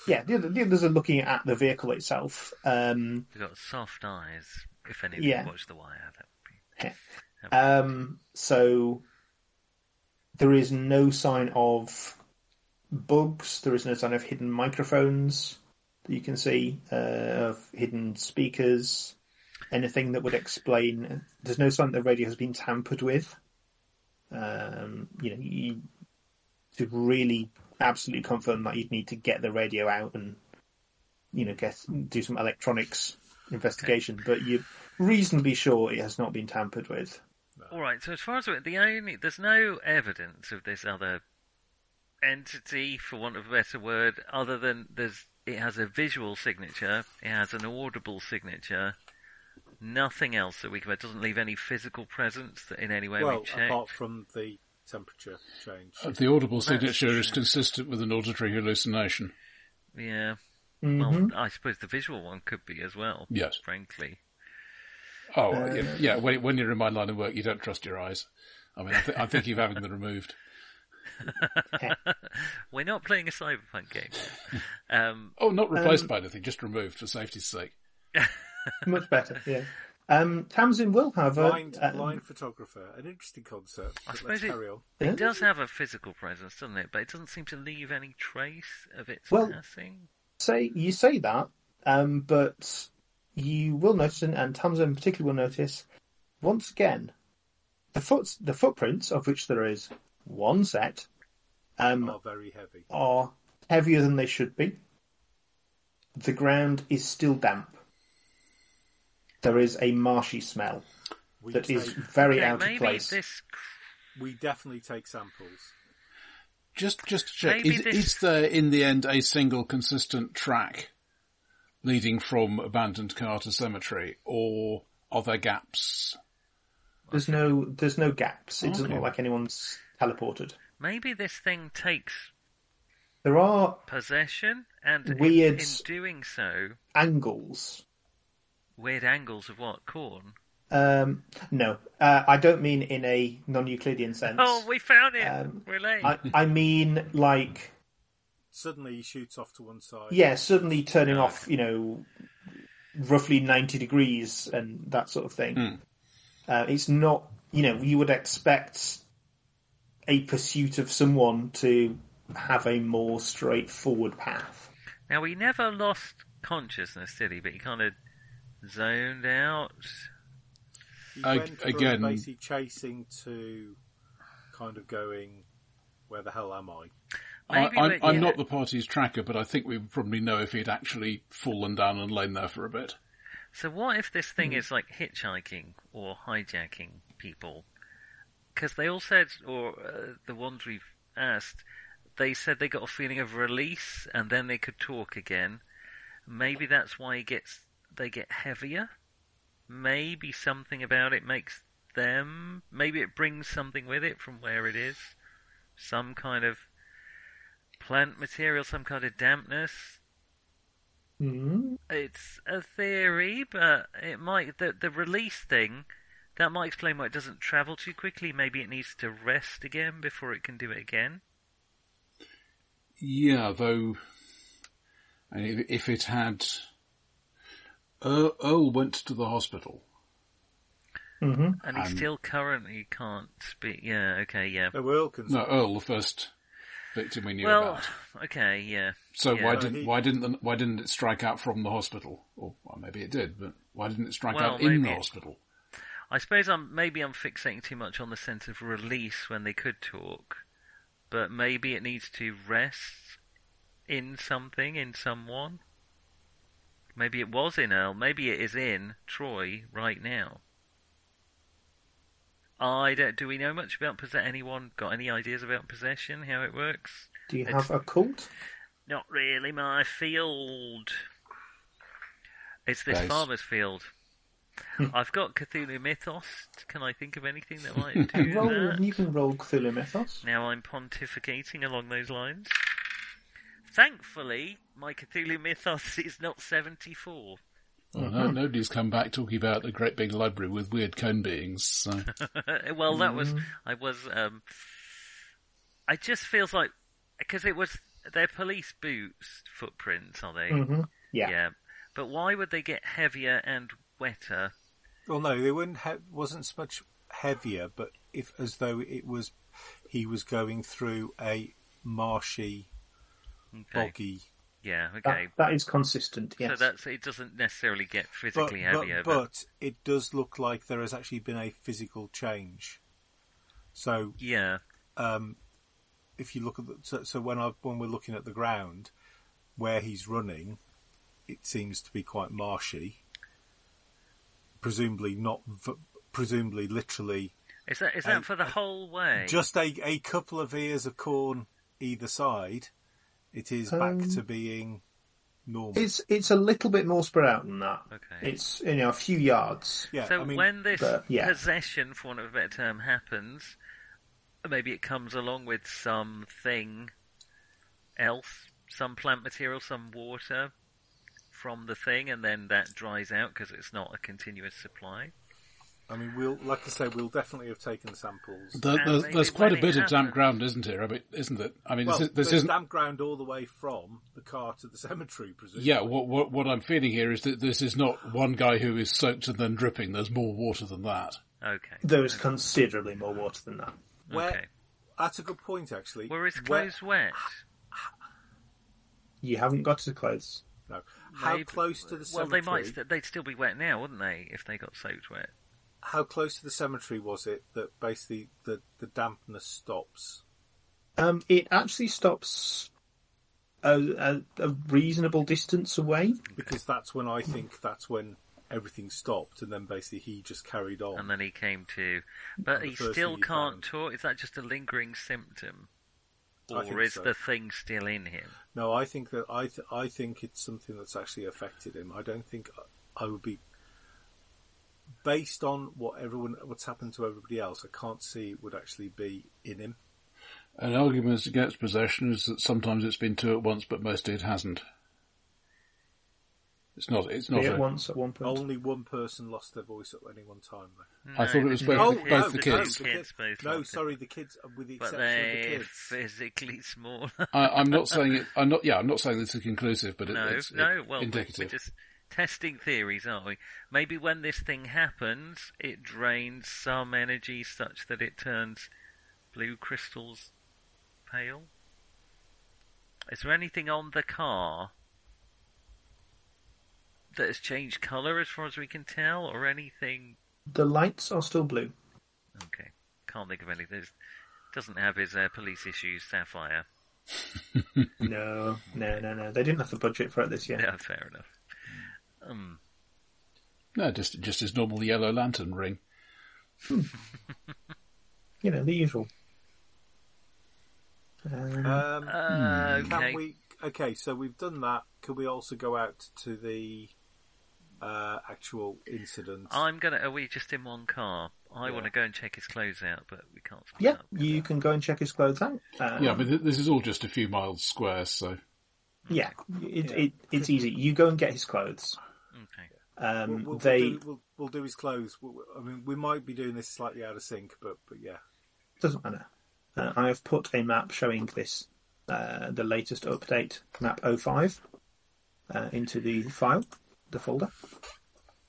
B: yeah, the, other, the others are looking at the vehicle itself. Um,
C: We've got soft eyes. If any of you
B: Yeah.
C: watch The Wire, that would be.
B: um, so, there is no sign of bugs, there is no sign of hidden microphones that you can see, uh, of hidden speakers, anything that would explain. There's no sign that the radio has been tampered with. Um, you know, you, to really absolutely confirm that you'd need to get the radio out and you know get do some electronics investigation, but you're reasonably sure it has not been tampered with.
C: All right. So as far as the only, there's no evidence of this other entity, for want of a better word, other than there's it has a visual signature, it has an audible signature. Nothing else that we can. It doesn't leave any physical presence that in any way
D: well,
C: we check.
D: apart from the temperature change.
E: Uh, The audible signature is consistent with an auditory hallucination.
C: Yeah. Well, I suppose the visual one could be as well.
E: Mm-hmm. Yes.
C: Frankly.
E: Oh,
B: Uh,
E: yeah. yeah, When, when you're in my line of work, you don't trust your eyes. I mean, I, th- I think you've having them removed.
C: We're not playing a cyberpunk game. um,
E: Oh, not replaced by anything, just removed for safety's sake.
B: Much better, yeah. Um, Tamsin will have a
D: Mm-hmm. Blind,
B: um,
D: blind photographer, an interesting concept.
C: I
D: but
C: suppose
D: Let's
C: it-
D: carry on.
B: Yeah.
C: It does have a physical presence, doesn't it? But it doesn't seem to leave any trace of its
B: Well-
C: passing.
B: say you say that, um, but you will notice, and- and Tamsin in particular will notice, once again, the foot the footprints of which there is one set, um,
D: Are very heavy.
B: are heavier than they should be. The ground is still damp. There is a marshy smell
D: We
B: that is
D: take-
B: very
C: Okay,
B: out of
C: maybe
B: place.
C: this.
D: we definitely take samples.
E: Just, just to check.
C: Maybe
E: Is,
C: this-
E: is there in the end a single consistent track leading from abandoned car to cemetery, or are there gaps?
B: There's no there's no gaps. It doesn't
E: Okay.
B: look like anyone's teleported.
C: Maybe this thing takes
B: There are
C: possession, and in-
B: Weird-
C: in, doing so,
B: angles.
C: weird angles of what corn.
B: Um, no, uh, I don't mean in a non-Euclidean sense.
C: Oh, we found it.
B: Um,
C: We're late.
B: I, I mean like
D: Suddenly he shoots off to one side.
B: yeah, suddenly turning
C: Yeah.
B: off, you know, roughly 90 degrees and that sort of thing. Uh, it's not, you know, you would expect a pursuit of someone to have a more straightforward path.
C: Now he never lost consciousness, did he? But he kind of zoned out.
D: He
E: Ag-
D: went from
E: again-
D: basically chasing to kind of going, where the hell am I?
C: Maybe
E: I, I'm,
C: we-
E: I'm
C: yeah.
E: not the party's tracker, but I think we would probably know if he'd actually fallen down and lain there for a bit.
C: So what if this thing is like hitchhiking or hijacking people? Because they all said, or uh, the ones we've asked, they said they got a feeling of release and then they could talk again. Maybe that's why he gets they get heavier. Maybe something about it makes them. Maybe it brings something with it from where it is. Some kind of plant material, some kind of dampness,
B: Mm.
C: it's a theory, but it might the the release thing that might explain why it doesn't travel too quickly. Maybe it needs to rest again before it can do it again.
E: Yeah, though, I mean, if it had, Earl, Earl went to the hospital.
B: hmm
C: And he
E: Um,
C: still currently can't speak. Yeah, okay, yeah.
D: They were all concerned.
E: No, Earl, the first victim we knew
C: Well,
E: about.
C: okay, yeah.
E: So
C: yeah.
E: why
D: So
E: didn't
D: he-
E: why didn't the, why didn't it strike out from the hospital? Or well, maybe it did, but why didn't it strike
C: Well,
E: out in the
C: maybe-
E: hospital?
C: I suppose I'm maybe I'm fixating too much on the sense of release when they could talk, but maybe it needs to rest in something, in someone. Maybe it was in Earl. Maybe it is in Troy right now. I don't. Do we know much about possession? Anyone got any ideas about possession? How it works?
B: Do you
C: It's-
B: have a cult?
C: Not really my field. It's this
E: Nice.
C: farmer's field. I've got Cthulhu Mythos. Can I think of anything that might do
B: Roll,
C: that?
B: you can roll Cthulhu Mythos.
C: Now I'm pontificating along those lines. Thankfully, my Cthulhu Mythos is not 74.
E: Well, no, nobody's come back talking about a great big library with weird cone beings. So.
C: well, that was I was. Um, I just feels like because it was their police boots footprints, are they?
B: hmm Yeah.
C: yeah. But why would they get heavier and wetter?
D: Well, no, they wouldn't. He- wasn't so much heavier, but if as though it was, he was going through a marshy,
C: Okay.
D: boggy.
C: Yeah,
D: Uh,
B: That,
C: okay.
B: that is consistent, yes.
C: So that's it doesn't necessarily get
D: But,
C: physically
D: but,
C: heavier, but,
D: but it does look like there has actually been a physical change. So
C: Yeah.
D: um, if you look at the, so, so when I when we're looking at the ground where he's running, it seems to be quite marshy. Presumably not, v- presumably literally
C: Is that is that for the whole way?
D: just a, a couple of ears of corn either side. It is back to being normal.
B: It's it's a little bit more spread out than that.
C: Okay.
B: It's you know a few yards.
D: yeah,
C: so
D: I mean,
C: when this
B: but- yeah.
C: possession, for want of a better term, happens, maybe it comes along with something else, some plant material, some water from the thing, and then that dries out because it's not a continuous supply.
D: I mean, we'll like I say, we'll definitely have taken samples.
E: There,
C: And
E: there's,
C: maybe
E: there's quite a
C: when
E: bit
C: it
E: of damp
C: happens-
E: ground, isn't here? I mean, isn't it? I mean,
D: Well,
E: this, is, this
D: there's
E: isn't.
D: damp ground all the way from the car to the cemetery, presumably.
E: Yeah, what, what what I'm feeling here is that this is not one guy who is soaked and then dripping. There's more water than that.
C: Okay.
B: There is considerably more water than that.
D: Where-
C: Okay.
D: That's a good point, actually.
C: Were his
D: Where-
C: clothes wet?
B: You haven't got to the clothes.
D: no. How
C: Maybe-
D: close to the
C: Well,
D: cemetery?
C: they might. St- they'd still be wet now, wouldn't they, if they got soaked wet?
D: How close to the cemetery was it that basically the, the dampness stops?
B: Um, it actually stops a, a, a reasonable distance away.
D: Because that's when I think that's when everything stopped, and then basically he just carried on.
C: And then he came to, but
D: The
C: he
D: first
C: still
D: thing you
C: can't
D: found.
C: talk. Is that just a lingering symptom,
D: I think
C: or is
D: so.
C: the thing still in him?
D: No, I think that I th- I think it's something that's actually affected him. I don't think I would be based on what everyone what's happened to everybody else. I can't see it would actually be in him.
E: An argument against possession is that sometimes it's been two at once, but mostly it hasn't. It's not. It's not.
B: Be it
E: A,
B: once at one point.
C: Oh.
D: Only one person lost their voice at any one time. Though.
E: I thought it was
C: but-
E: both-
D: Oh,
E: both
D: no,
E: the
D: no,
E: kids.
D: the
C: Kids both
D: no,
C: lost it.
D: sorry, the kids, uh, with the
C: But
D: exception of the
C: they're
D: kids.
C: physically smaller.
E: I, I'm not saying it. I'm not. Yeah, I'm not saying this is conclusive, but it,
C: no,
E: it's
C: no.
E: it-
C: Well, we- we're
E: indicative.
C: just testing theories, aren't we? Maybe when this thing happens, it drains some energy such that it turns blue crystals pale. Is there anything on the car that has changed colour as far as we can tell, or anything?
B: The lights are still blue.
C: Okay, can't think of anything. It doesn't have his uh, police issues, Sapphire.
B: Hmm. No, no, no, no. They didn't have the budget for it this year.
C: Yeah, fair enough.
E: Hmm.
C: Um,
E: No, just just his normal yellow lantern ring.
B: You know, the usual. Um,
D: Um,
C: uh,
D: Can
C: okay.
D: we? Okay, so we've done that. Could we also go out to the uh, actual incident?
C: I'm gonna. Are we just in one car? I
D: Yeah.
C: want to go and check his clothes out, but we can't. split
B: yeah,
C: up.
B: you can go and check his clothes out. Um,
E: Yeah, but th- this is all just a few miles square, so
B: yeah, it,
D: Yeah.
B: It, it's easy. You go and get his clothes.
C: Okay.
B: Um,
D: we'll, we'll,
B: they
D: we'll, do, we'll, we'll do his clothes. We'll, I mean, we might be doing this slightly out of sync, but but yeah,
B: doesn't matter. Uh, I have put a map showing this, uh, the latest update, map 05, uh, into the file, the folder.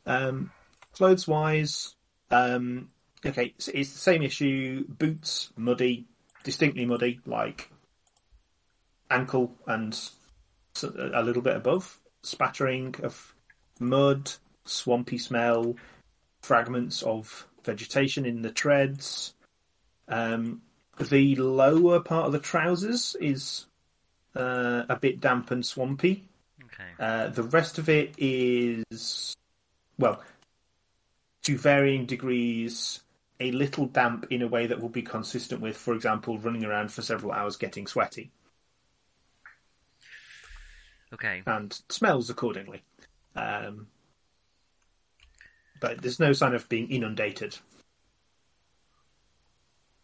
B: Um, clothes wise, um, okay, it's, it's the same issue. Boots, muddy, distinctly muddy, like ankle and s- a little bit above. Spattering of mud, swampy smell, fragments of vegetation in the treads. Um, the lower part of the trousers is uh, a bit damp and swampy.
C: Okay.
B: Uh, the rest of it is, well, to varying degrees, a little damp in a way that will be consistent with, for example, running around for several hours getting sweaty
C: Okay.
B: and smells accordingly. Um, but there's no sign of being inundated.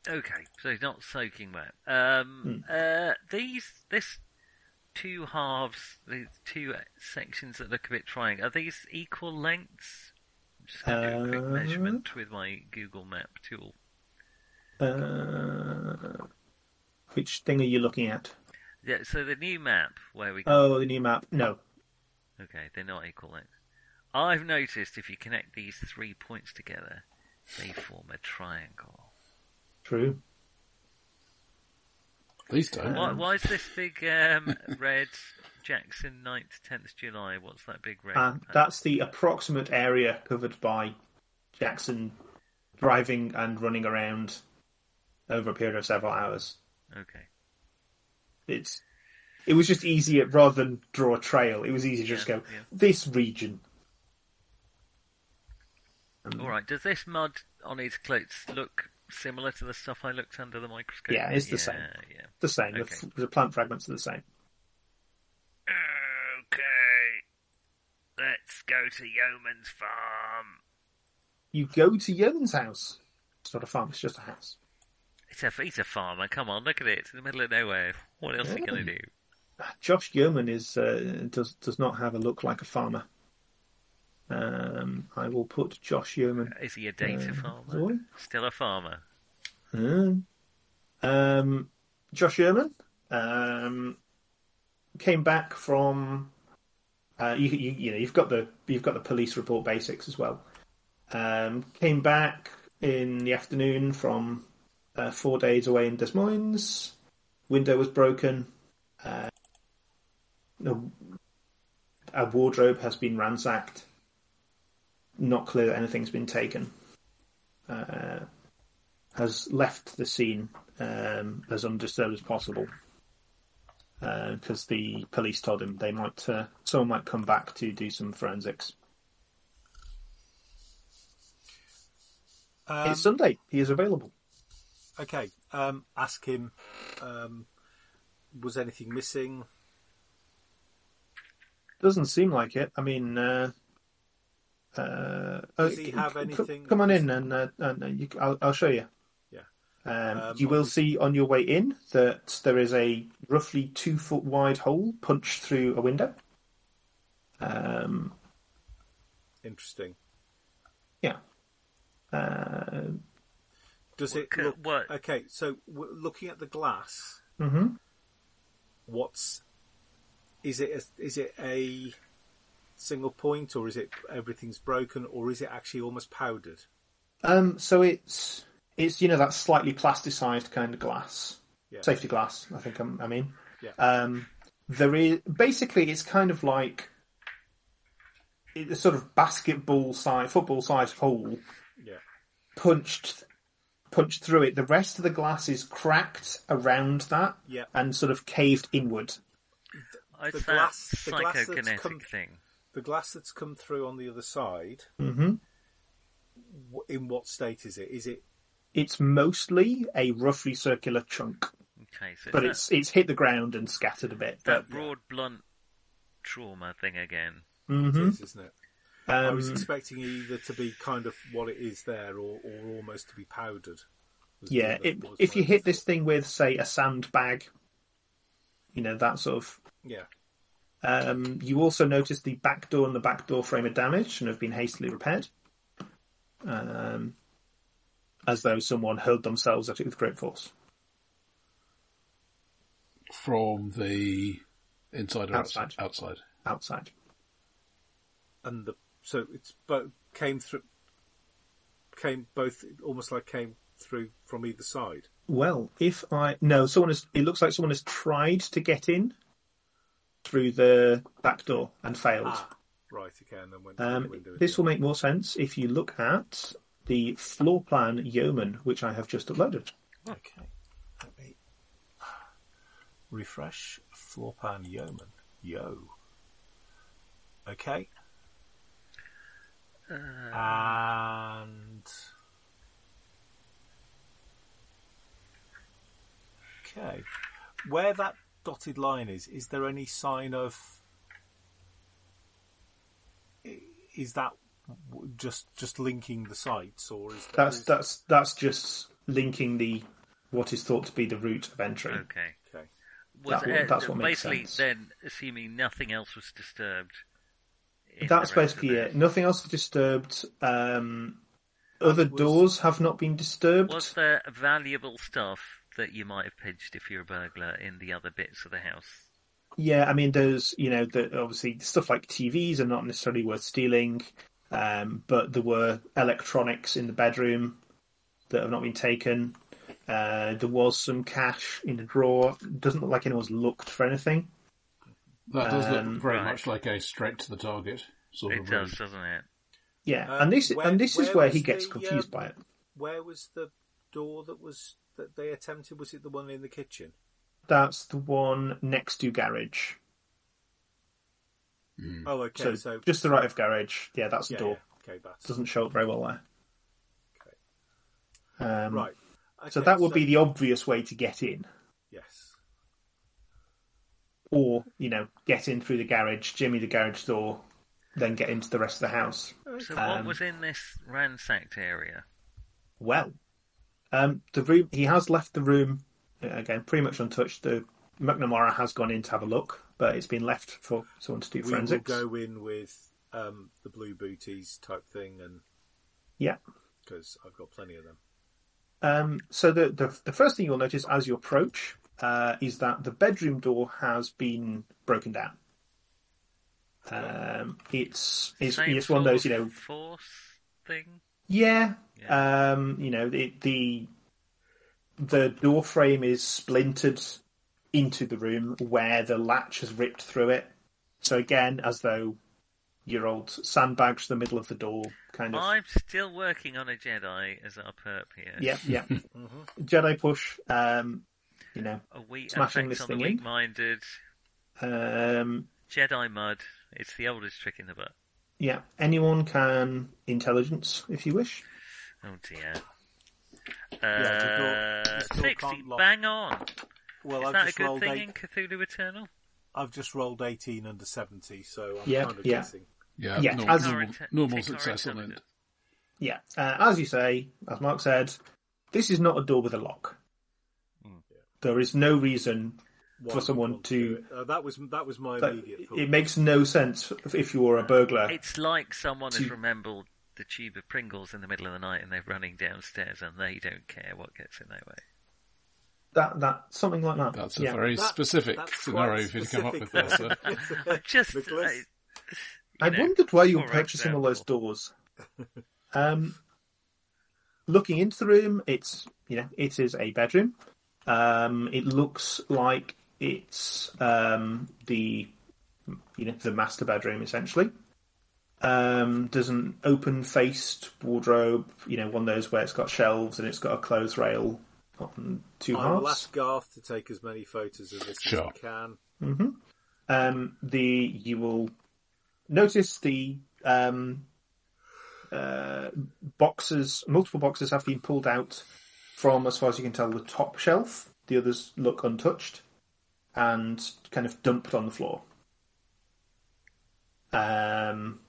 C: Okay. So he's not soaking wet. Um. Uh. These. This. Two halves. The two sections that look a bit triangle. Are these equal lengths? I'm just gonna do a quick
B: Uh,
C: measurement with my Google Map tool.
B: Uh, which thing are you looking at?
C: Yeah. So the new map where we.
B: Oh, the new map. No,
C: Okay. They're not equal length. I've noticed if you connect these three points together, they form a triangle.
B: true.
E: these don't.
C: Why, why is this big um, red Jackson 9th, 10th July? What's that big red?
D: Um,
B: And that's the approximate area covered by Jackson driving and running around over a period of several hours.
C: Okay.
B: It's it was just easier rather than draw a trail. It was easier to just
C: Yeah,
B: go
C: yeah.
B: this region.
C: All right. Does this mud on his clothes look similar to the stuff I looked under the microscope?
B: Yeah, it's the same.
C: Yeah, yeah.
B: The same. The
C: Okay.
B: f- The, plant fragments are the same.
C: Okay. Let's go to Yeoman's farm.
B: You go to Yeoman's house. It's not a farm. It's just a house.
C: It's a it's a farmer. Come on, look at it. It's in the middle of nowhere. What else are you gonna do?
B: Josh Yeoman is uh, does does not have a look like a farmer. Um, I will put Josh Yeoman.
C: Is he a data
B: Uh,
C: farmer?
B: sorry?
C: Still a farmer.
B: Hmm. Um, Josh Yeoman um, came back from. Uh, you, you, you know, you've got the you've got the police report basics as well. Um, came back in the afternoon from uh, four days away in Des Moines. Window was broken. Uh, no- a wardrobe has been ransacked. Not clear that anything's been taken. Uh, has left the scene um, as undisturbed as possible because the police told him they might uh, someone might come back to do some forensics.
D: Um,
B: it's Sunday. He is available.
D: okay. Um, ask him. Um, was anything missing?
B: Doesn't seem like it. I mean, uh, uh,
D: Does
B: oh,
D: he
B: c-
D: have
B: c-
D: anything
B: Come on
D: that's-
B: in, and, uh, and uh, you, c- I'll, I'll show you.
D: Yeah.
B: Um,
D: Um,
B: you will
D: obvi-
B: see on your way in that there is a roughly two foot wide hole punched through a window. Um,
D: Interesting.
B: yeah. Uh,
D: Does it
C: What-
D: look?
C: what-
D: Okay, so w- looking at the glass,
B: hmm
D: what's is it? A, is it a single point, or is it everything's broken, or is it actually almost powdered?
B: Um, so it's it's you know that slightly plasticized kind of glass,
D: Yeah.
B: safety glass. I think I'm, I mean.
D: Yeah.
B: Um, there is basically it's kind of like it's a sort of basketball size, football sized hole
D: Yeah.
B: punched punched through it. The rest of the glass is cracked around that
D: Yeah.
B: and sort of caved inward.
C: It's
D: The
C: that
D: glass- the glass that's
C: psychokinetic
D: come-
C: thing.
D: The glass that's come through on the other side.
B: Mhm.
D: w- In what state is it? Is it
B: It's mostly a roughly circular chunk,
C: Okay, so
B: but
C: it's
B: it's it's hit the ground and scattered a bit.
C: that, that
B: But,
C: broad, blunt trauma thing again.
D: it
B: Mhm.
D: is, isn't it? I
B: Um,
D: was expecting either to be kind of what it is there, or, or almost to be powdered. was
B: Yeah,
D: the-
B: it,
D: was
B: if
D: my
B: you hit this
D: thought.
B: thing with, say, a sandbag, you know, that sort of.
D: yeah,
B: Um, you also notice the back door and the back door frame are damaged and have been hastily repaired. Um, as though someone hurled themselves at it with great force.
E: From the inside or
B: Outside.
E: outside? Outside.
B: Outside.
D: and the so it's but came through, came both almost like came through from either side.
B: Well, if I no, someone has. It looks like someone has tried to get in through the back door and failed.
D: Right, okay, and then went through the
B: Um,
D: window. in
B: this
D: the
B: will make more sense if you look at the floor plan yeoman, which I have just uploaded.
D: end. Okay, let me uh, refresh floor pan yeoman yo. Okay, and okay, where that dotted line is, is there any sign of? i- Is that w- just just linking the sites, or is that,
B: That's
D: is-
B: that's that's just linking the what is thought to be the route of entry.
C: Okay.
D: okay?
C: Was
B: That-
C: uh,
B: that's what makes
C: basically
B: sense.
C: then assuming nothing else was disturbed. in
B: That's
C: the rest of
B: basically
C: the-
B: it. Nothing else disturbed. Um, other
D: was-
B: doors have not been disturbed.
C: Was there valuable stuff that you might have pinched if you're a burglar in the other bits of the house?
B: Yeah, I mean, there's you know, the, obviously stuff like TVs are not necessarily worth stealing, um, but there were electronics in the bedroom that have not been taken. Uh, there was some cash in the drawer. Doesn't look like anyone's looked for anything.
E: That does
B: Um,
E: look very
C: right.
E: much like a straight to the target sort
C: It
E: of
C: does,
E: route.
C: doesn't it?
B: Yeah,
D: Um,
B: and this
D: where-
B: and this is
D: where
B: where
D: was
B: he gets
D: the,
B: confused
D: um,
B: by it.
D: Where was the door that was that they attempted? Was it the one in the kitchen?
B: That's the one next to garage.
E: Mm.
D: Oh, okay.
B: Mm. so,
D: So,
B: just the right of garage. Yeah, that's the
D: yeah,
B: door.
D: yeah, Okay, that's
B: Doesn't show up very well there. Um,
D: right.
B: So
D: Okay,
B: that would be the obvious way to get in,
D: yes.
B: or you know, get in through the garage, jimmy the garage door, then get into the rest of the house.
C: So
B: Um,
C: what was in this ransacked area?
B: Well, um, the room he has left the room uh, again, pretty much untouched. The McNamara has gone in to have a look, but it's been left for someone to do
D: We
B: forensics.
D: will go in with um, the blue booties type thing, and
B: Yeah.
D: because I've got plenty of them.
B: Um, so the, the the first thing you'll notice as you approach uh, is that the bedroom door has been broken down. Um, it's it's,
C: Same
B: it's one of those you
C: sort
B: know
C: of force thing.
B: Yeah.
C: Yeah.
B: Um, you know, the, the the door frame is splintered into the room where the latch has ripped through it. So again, as though your old sandbags the middle of the door kind of
C: I'm still working on a Jedi as our perp here.
B: Yeah, yeah.
C: Mm-hmm.
B: Jedi push, um, you know.
C: A weak
B: Smashing
C: effect
B: this
C: on the
B: thing in.
C: weak-minded.
B: Um
C: Jedi mud. It's the oldest trick in the book.
B: yeah. Anyone can intelligence if you wish.
C: Oh dear.
D: the door-
C: Uh,
D: the door
C: 60,
D: can't lock.
C: bang on!
D: Well,
C: Is
D: I've
C: that a
D: just
C: good
D: rolled
C: thing
D: eight.
C: in Cthulhu Eternal?
D: I've just rolled eighteen under seventy, so I'm
B: Yeah,
D: kind of
B: yeah.
D: guessing.
E: Yeah,
B: Yeah,
E: normal,
B: as-
E: normal,
C: Take our
E: normal
C: inte-
E: success
C: take
E: on
C: our
E: it.
C: intelligence.
B: Yeah. Uh, as you say, as Mark said, this is not a door with a lock.
E: Hmm.
B: There is no reason
D: Why
B: for
D: would
B: someone
D: one do
B: to-
D: it? Uh, that was that was my
B: But
D: immediate thought.
B: it makes no sense if- if you are a burglar.
C: It's like someone has
B: To-
C: remembered the tube of Pringles in the middle of the night and they're running downstairs and they don't care what gets in their way.
B: that that something like that.
E: That's a
B: yeah.
E: very
D: That-
E: specific
D: that's quite
E: scenario you've come up with there, sir.
D: specific.
C: Just, uh,
D: Nicholas?
C: I-
B: I
C: know,
B: wondered why you were
C: for
B: purchasing all those
C: example.
B: doors. Um, looking into the room, it's you know it is a bedroom. Um, it looks like it's um, the you know the master bedroom essentially. Um, there's an open-faced wardrobe, you know, one of those where it's got shelves and it's got a clothes rail on two
D: I will
B: halves.
D: ask Garth to take as many photos of this
E: Sure.
D: as he can.
B: um, the you will notice the um, uh, boxes, multiple boxes have been pulled out from, as far as you can tell, the top shelf. The others look untouched and kind of dumped on the floor. Um,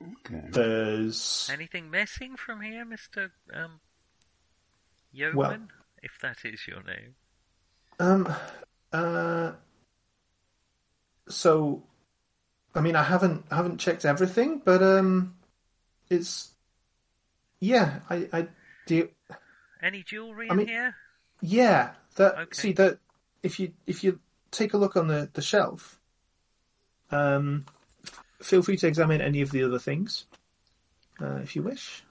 E: Okay.
B: there's
C: Anything missing from here, Mr. Um, Yeoman?
B: Well-
C: if that is your name.
B: Um. Uh. So, I mean, I haven't I haven't checked everything, but um, it's yeah. I I do
C: Any jewellery
B: I mean-
C: in here?
B: yeah. That
C: Okay.
B: see that if you if you take a look on the the shelf, um, feel free to examine any of the other things, uh, if you wish.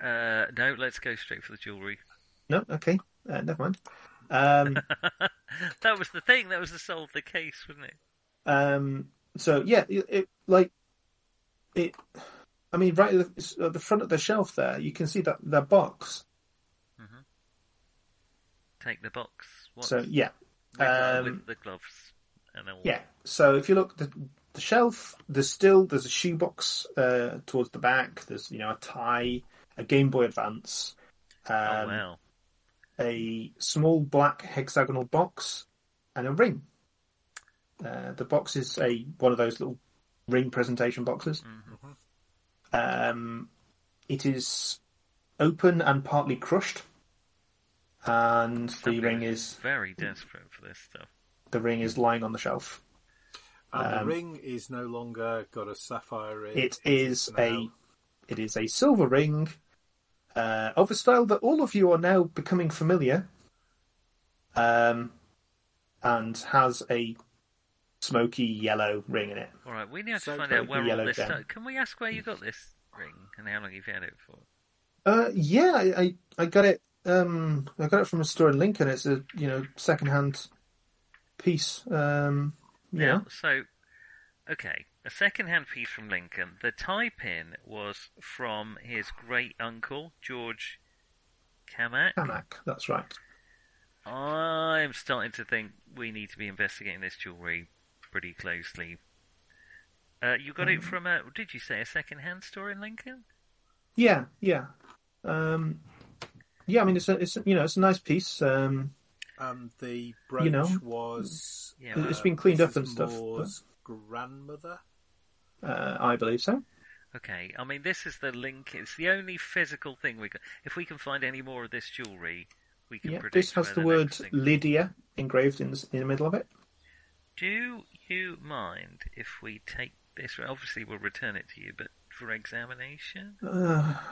C: Uh, no, let's go straight for the jewellery.
B: No, okay, uh, never mind. Um.
C: that was the thing, that was the soul of the case, wasn't it?
B: Um, so yeah, it, it like it. I mean, right at the, at the front of the shelf there, you can see that that box.
C: Take the box. What?
B: So yeah,
C: Regular
B: um,
C: with the gloves and all.
B: yeah. So if you look the the shelf, there's still there's a shoebox uh, towards the back. There's you know a tie, a Game Boy Advance, um,
C: oh, wow.
B: a small black hexagonal box, and a ring. Uh, the box is a one of those little ring presentation boxes. Um, it is open and partly crushed, and the
C: Something
B: ring
C: that's
B: is
C: very desperate for this stuff.
B: the ring is lying on the shelf.
D: And the ring is no longer got a sapphire in
B: Um, It is a
D: now.
B: it is a silver ring uh, of a style that all of you are now becoming familiar, um, and has a smoky yellow ring in it.
C: All right, we need to
D: So
C: find
D: great
C: out where all
B: yellow
C: this
B: gem.
C: stuff. Can we ask where you got this ring and how long you've had it for?
B: Uh, yeah, I, I I got it. Um, I got it from a store in Lincoln. It's a you know secondhand piece. Um, yeah,
C: Now, so okay, a second-hand piece from Lincoln. The tie pin was from his great uncle George Kamak.
B: Kanak, that's right.
C: I'm starting to think we need to be investigating this jewellery pretty closely. Uh, you got
B: Mm-hmm.
C: it from a, did you say a second-hand store in Lincoln?
B: Yeah, yeah, um, yeah. I mean, it's a, it's a- you know, it's a nice piece. Um,
D: And the brooch
B: know.
D: was.
C: Yeah. It-
B: it's been cleaned up
D: Mrs.
B: and stuff, but-
D: Moore's grandmother?
B: uh, I believe so.
C: Okay, I mean this is the link. It's the only physical thing we can. If we can find any more of this jewellery, we can
B: Yeah,
C: predict
B: this has
C: where
B: the
C: the
B: word
C: next thing-
B: Lydia engraved in the, in the middle of it.
C: Do you mind if we take this? well, Obviously, we'll return it to you, but for examination,
B: Uh,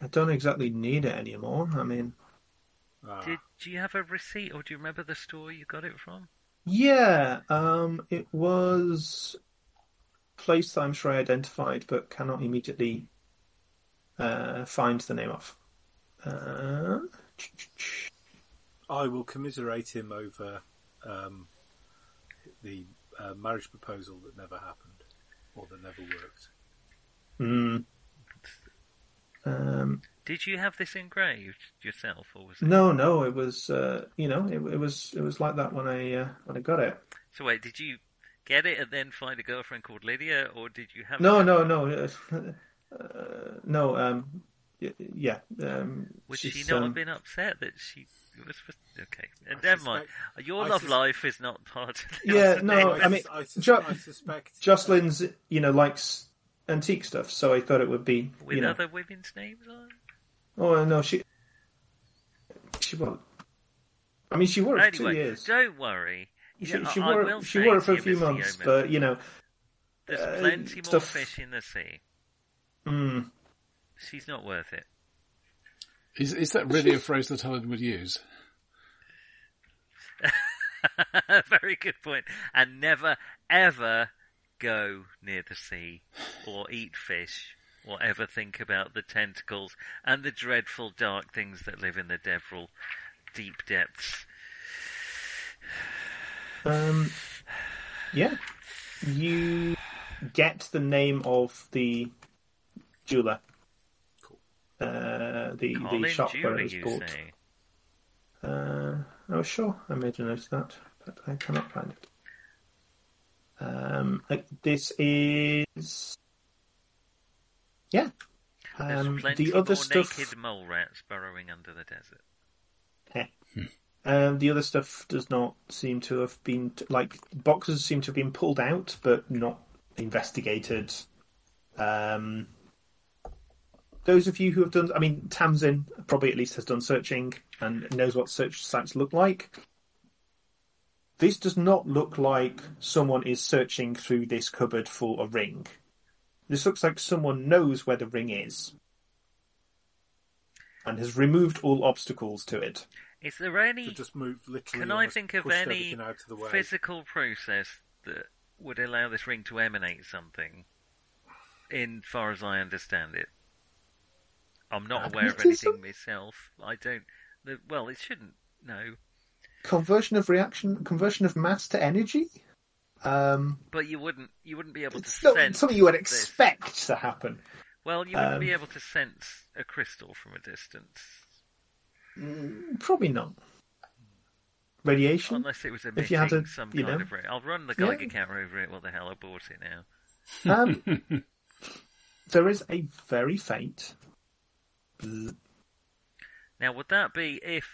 B: I don't exactly need it anymore. I mean,
D: Ah,
C: did do you have a receipt or do you remember the store you got it from?
B: yeah, um, it was a place that I'm sure I identified, but cannot immediately uh, find the name of. Uh,
D: I will commiserate him over um, the uh, marriage proposal that never happened or that never worked.
B: hmm. um,
C: Did you have this engraved yourself, or was it?
B: No, no, it was uh, you know it, it was it was like that when I uh, when I got it.
C: So wait, did you get it and then find a girlfriend called Lydia, or did you have?
B: No,
C: it?
B: no, no, uh, uh, no. Um, y- yeah. Um,
C: Would
B: she's,
C: she not
B: um,
C: have been upset that she was? Okay,
D: I
C: never mind.
D: suspect-
C: Your
D: I
C: love
D: sus-
C: life is not part of this.
B: Yeah, no,
C: thing.
B: I mean,
D: I, sus-
B: Jo-
D: I suspect.
B: Jocelyn's you know likes antique stuff, so I thought it would be
C: with
B: you know.
C: other women's names on.
B: Oh no, she she wore. I mean, she wore it for two
C: anyway,
B: years.
C: don't worry.
B: She,
C: Yeah,
B: she
C: I- I
B: wore
C: will
B: it, she
C: say
B: wore it
C: to
B: for a
C: you,
B: few
C: Mr.
B: months,
C: Yeoman,
B: but you know,
C: there's
B: uh,
C: plenty more
B: stuff-
C: fish in the sea.
B: mm,
C: She's not worth it.
E: Is, is that really a phrase that Helen would use?
C: Very good point. And never, ever go near the sea or eat fish or ever think about the tentacles and the dreadful dark things that live in the Devril deep depths.
B: Um, yeah, you get the name of the jeweler. Uh, the the
C: Colin
B: shop where
C: Dewey,
B: it was
C: you
B: bought.
C: say?
B: Uh, I was sure I made a note of that, but I cannot find it. Um, uh, this is yeah.
C: There's
B: Um,
C: plenty
B: the other
C: more
B: stuff.
C: naked mole rats burrowing under the desert.
B: Um, the other stuff does not seem to have been t- like boxes seem to have been pulled out, but not investigated. Um, those of you who have done, I mean, Tamsin probably at least has done searching and knows what search sites look like. This does not look like someone is searching through this cupboard for a ring. This looks like someone knows where the ring is and has removed all obstacles to it.
C: Is there any?
D: To just move literally.
C: Can I
D: almost
C: think of
D: pushed
C: any
D: everything out of the way.
C: physical process that would allow this ring to emanate something? In far as I understand it, I'm not aware of
B: Magnetism?
C: anything myself. I don't. The, well, it shouldn't. No,
B: conversion of reaction, conversion of mass to energy. Um,
C: but you wouldn't. You wouldn't be able to
B: it's not
C: sense
B: something you would
C: this.
B: expect to happen.
C: Well, you wouldn't
B: Um,
C: be able to sense a crystal from a distance
B: Probably not. Radiation.
C: unless it was
B: If
C: emitting
B: you had a-
C: some
B: you
C: kind
B: know.
C: of ray. I'll run the
B: Yeah.
C: Geiger counter over it. What the hell? I bought it now.
B: Um, there is a very faint.
C: Now, would that be if?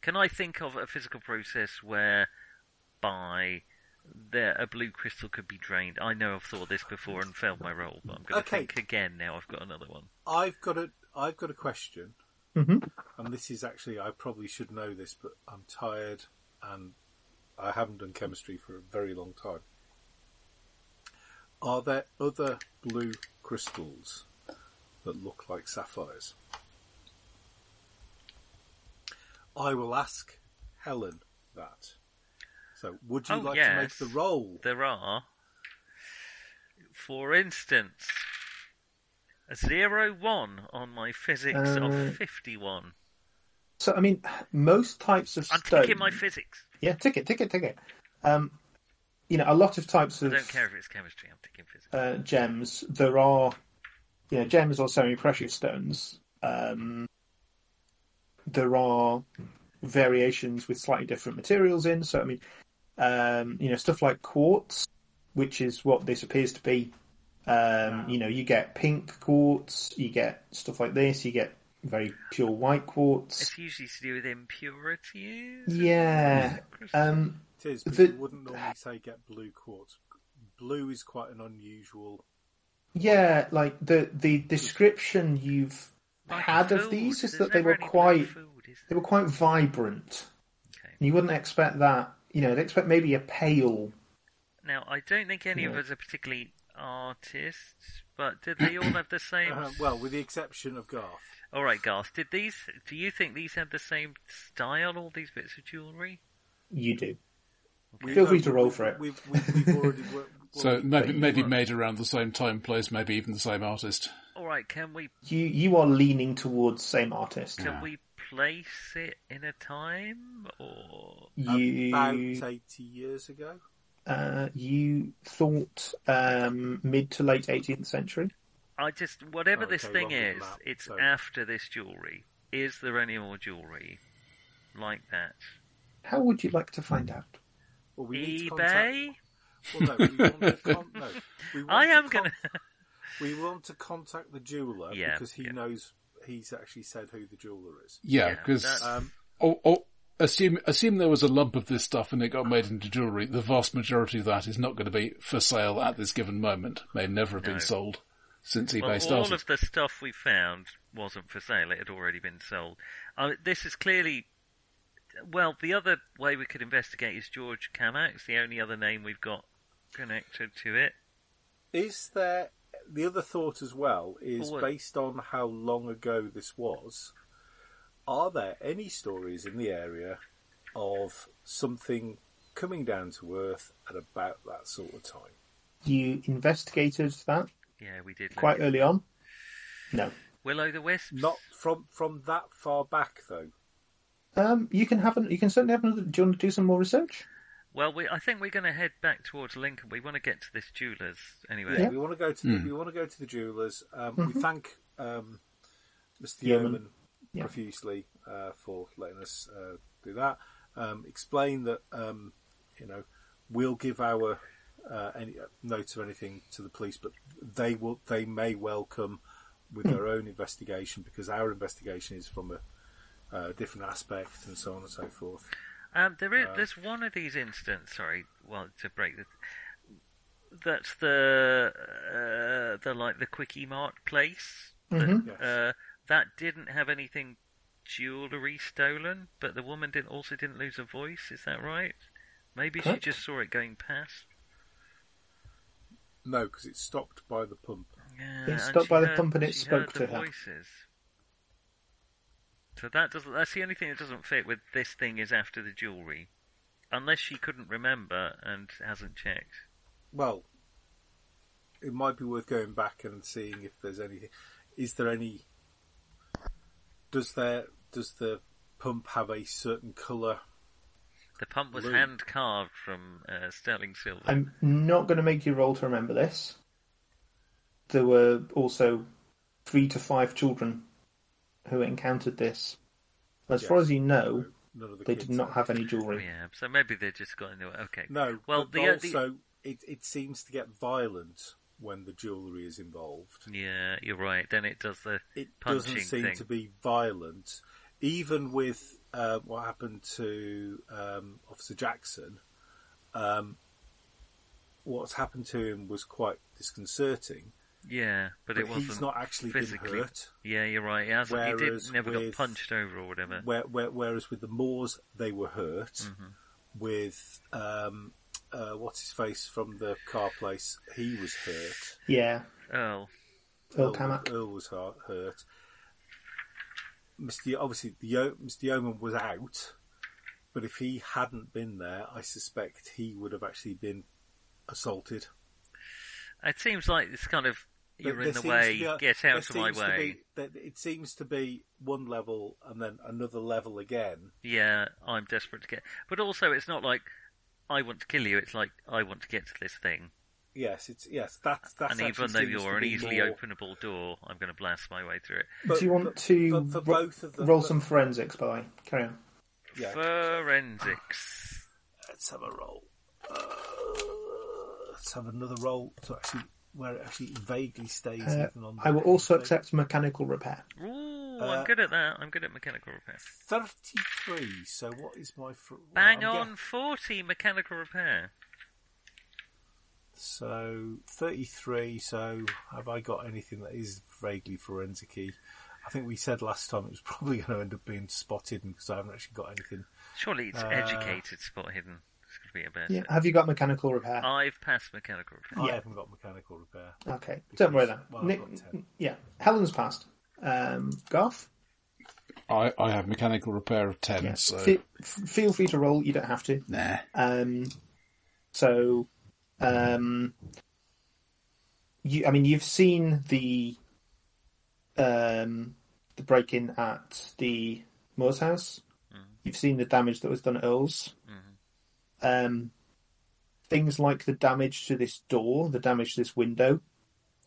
C: Can I think of a physical process whereby there a blue crystal could be drained? I know I've thought of this before and failed my role, but I'm going to
D: Okay.
C: think again now. I've got another one.
D: I've got a I've got a question,
B: Mhm.
D: and this is actually I probably should know this, but I'm tired and I haven't done chemistry for a very long time. Are there other blue crystals that look like sapphires? I will ask Helen that. So, would you
C: Oh,
D: like to make
C: yes.
D: the roll?
C: There are, for instance, a zero one on my physics
B: Uh,
C: of fifty one.
B: So I mean, most types of
C: I'm
B: stone.
C: taking my physics.
B: yeah, ticket, ticket, ticket. Um, you know, a lot of types
C: I
B: of
C: don't care if it's chemistry. I'm taking physics.
B: uh, gems, there are you know, gems or semi precious stones um, there are variations with slightly different materials in. So I mean, um, you know, stuff like quartz, which is what this appears to be. Um, you know, you get pink quartz, you get stuff like this, you get very pure white quartz.
C: It's usually to do with impurities.
B: Yeah. Um,
D: It is, but
B: The-
D: you wouldn't normally say get blue quartz. Blue is quite an unusual.
B: yeah, like the the description you've
C: Like
B: had of
C: food,
B: these is
C: there's
B: that they
C: never
B: were
C: any blue
B: quite
C: food, is
B: they were quite vibrant.
C: Okay.
B: And you wouldn't expect that. You know, you'd expect maybe a pale.
C: Now, I don't think any of us are particularly artists, but did they all have the same?
D: Uh, well, with the exception of Garth.
C: All right, Garth, did these? Do you think these had the same style? All these bits of jewellery?
B: You do.
D: We-
B: Feel
D: no,
B: free to
D: we-
B: roll for it.
D: We've, we've, we've already. wor-
E: So
D: already-
E: maybe maybe
D: were.
E: made around the same time, place, maybe even the same artist.
C: All right, can we
B: You you are leaning towards same artist.
C: can we place it in a time or?
D: about
B: You
D: eighty years ago.
B: uh, you thought um, mid to late 18th century.
C: I just whatever this
D: Okay,
C: thing
D: well, we've
C: is,
D: mapped,
C: it's
D: so-
C: after this jewellery. Is there any more jewellery like that?
B: How would you like to find out?
D: Well, we need to contact-
C: eBay?
D: Well, no, we want to con- no, we want
C: I
D: to
C: am
D: con-
C: gonna.
D: We want to contact the jeweler
C: Yeah,
D: because he
C: yeah.
D: knows he's actually said who the jeweler is.
E: Yeah,
C: Yeah, uh,
E: because
C: that's-
D: Um,
E: or, or assume assume there was a lump of this stuff and it got made into jewelry. The vast majority of that is not going to be for sale at this given moment. May never have
C: No.
E: been sold since eBay
C: Well, all
E: started.
C: of the stuff we found wasn't for sale; it had already been sold. Uh, this is clearly. Well, the other way we could investigate is George Camax, the only other name we've got connected to it.
D: is there the other thought as well? Is
C: Oh, what?
D: based on how long ago this was. Are there any stories in the area of something coming down to Earth at about that sort of time?
B: You investigated that
C: Yeah, we did. look
B: quite
C: at
B: early on. No.
C: Willow the Wisp.
D: Not from from that far back though.
B: Um, you can have an, you can certainly have another. Do you want to do some more research?
C: Well, we, I think we're going to head back towards Lincoln. We want to get to this jeweler's anyway.
D: Yeah, we want to go to the, we want to go to the jewelers. Um, We thank um, Mr. Yeoman,
B: Yeah.
D: profusely uh, for letting us uh, do that. Um, explain that um, you know we'll give our uh, any uh, note of anything to the police, but they will they may welcome with their own investigation because our investigation is from a uh, different aspect and so on and so forth.
C: Um, there is there's one of these incidents. Sorry, well, to break the that's the uh, the like the quickie mart place. That,
D: Yes.
C: uh, that didn't have anything jewellery stolen, but the woman didn't also didn't lose a voice. Is that right? Maybe
B: Correct.
C: she just saw it going past.
D: No, because it's stopped by the pump.
C: Yeah,
B: It
C: and
B: stopped
C: she
B: by the
C: heard-
B: pump and it
C: she
B: spoke
C: heard the
B: to her.
C: Voices. So that doesn't. That's the only thing that doesn't fit with this thing is after the jewellery, unless she couldn't remember and hasn't checked.
D: well, it might be worth going back and seeing if there's anything. Is there any? Does there does the pump have a certain colour?
C: The pump was
D: Blue.
C: hand carved from uh, sterling silver.
B: I'm not going to make you roll to remember this. There were also three to five children who encountered this. As far
D: Yes.
B: as you know,
D: None of the
B: they
D: kids
B: did not
D: have.
B: have any jewellery.
C: Yeah, so maybe they just got into it. Okay.
D: No.
C: Well,
D: Well,
C: the- uh, the-
D: also it it seems to get violent when the jewellery is involved.
C: Yeah, you're right. Then it does the
D: It
C: punching
D: doesn't seem
C: thing.
D: to be violent, even with uh, what happened to um, Officer Jackson. Um, what's happened to him was quite disconcerting.
C: Yeah, but, it
D: But
C: wasn't.
D: he's not actually
C: physically-
D: been hurt.
C: Yeah, you're right. He hasn't. He
D: Whereas
C: did never got
D: with-
C: punched over or whatever.
D: Where, where, whereas with the Moors, they were hurt.
C: Mm-hmm.
D: With um, uh, what's his face from the car place, he was hurt.
B: Yeah,
C: Oh,
B: Earl Kamak.
D: Earl was hu- hurt. Mr. Ye- Obviously, the Ye- Mr. Yeoman was out, but if he hadn't been there, I suspect he would have actually been assaulted.
C: it seems like it's kind of
D: But
C: you're in the
D: there seems
C: way.
D: to be a-
C: Get
D: there
C: out of my
D: seems to
C: way.
D: be- that it seems to be one level and then another level again.
C: Yeah, I'm desperate to get. But also, it's not like I want to kill you. It's like I want to get to this thing.
D: Yes, it's yes. That's that's.
C: and
D: actually
C: even though
D: seems
C: you're
D: to
C: an
D: be
C: easily
D: more-
C: openable door, I'm going to blast my way through it.
D: but-
B: Do you want
D: but-
B: to
D: but for
B: ro-
D: both of them?
B: roll
D: but-
B: some forensics, by carry on.
D: Yeah,
C: Forensics.
D: let's have a roll. Uh, let's have another roll to actually where it actually vaguely stays.
B: Uh,
D: even on
B: I will
D: the-
B: also accept mechanical repair.
C: Ooh,
D: Uh,
C: I'm good at that. I'm good at mechanical repair.
D: thirty-three. So what is my fr- well,
C: Bang
D: I'm
C: on
D: guess-
C: 40 mechanical repair.
D: So thirty-three. So have I got anything that is vaguely forensic-y? I think we said last time it was probably going to end up being spotted because I haven't actually got anything.
C: Surely it's
D: Uh,
C: educated spot hidden. It's going to be a bit.
B: Yeah. Have you got mechanical repair?
C: I've passed mechanical repair.
D: I haven't got mechanical repair.
B: okay.
D: because-
B: Don't worry then.
D: well, I've
B: Nick,
D: got 10.
B: yeah. Helen's passed. Um, Garth.
E: I, I have mechanical repair of 10,
B: Yeah.
E: so.
B: Fe- f- feel free to roll. You don't have to.
E: Nah.
B: Um, so, um, you, I mean, you've seen the um, the break in at the Moore's house. You've seen the damage that was done at Earl's. Um, things like the damage to this door, the damage to this window,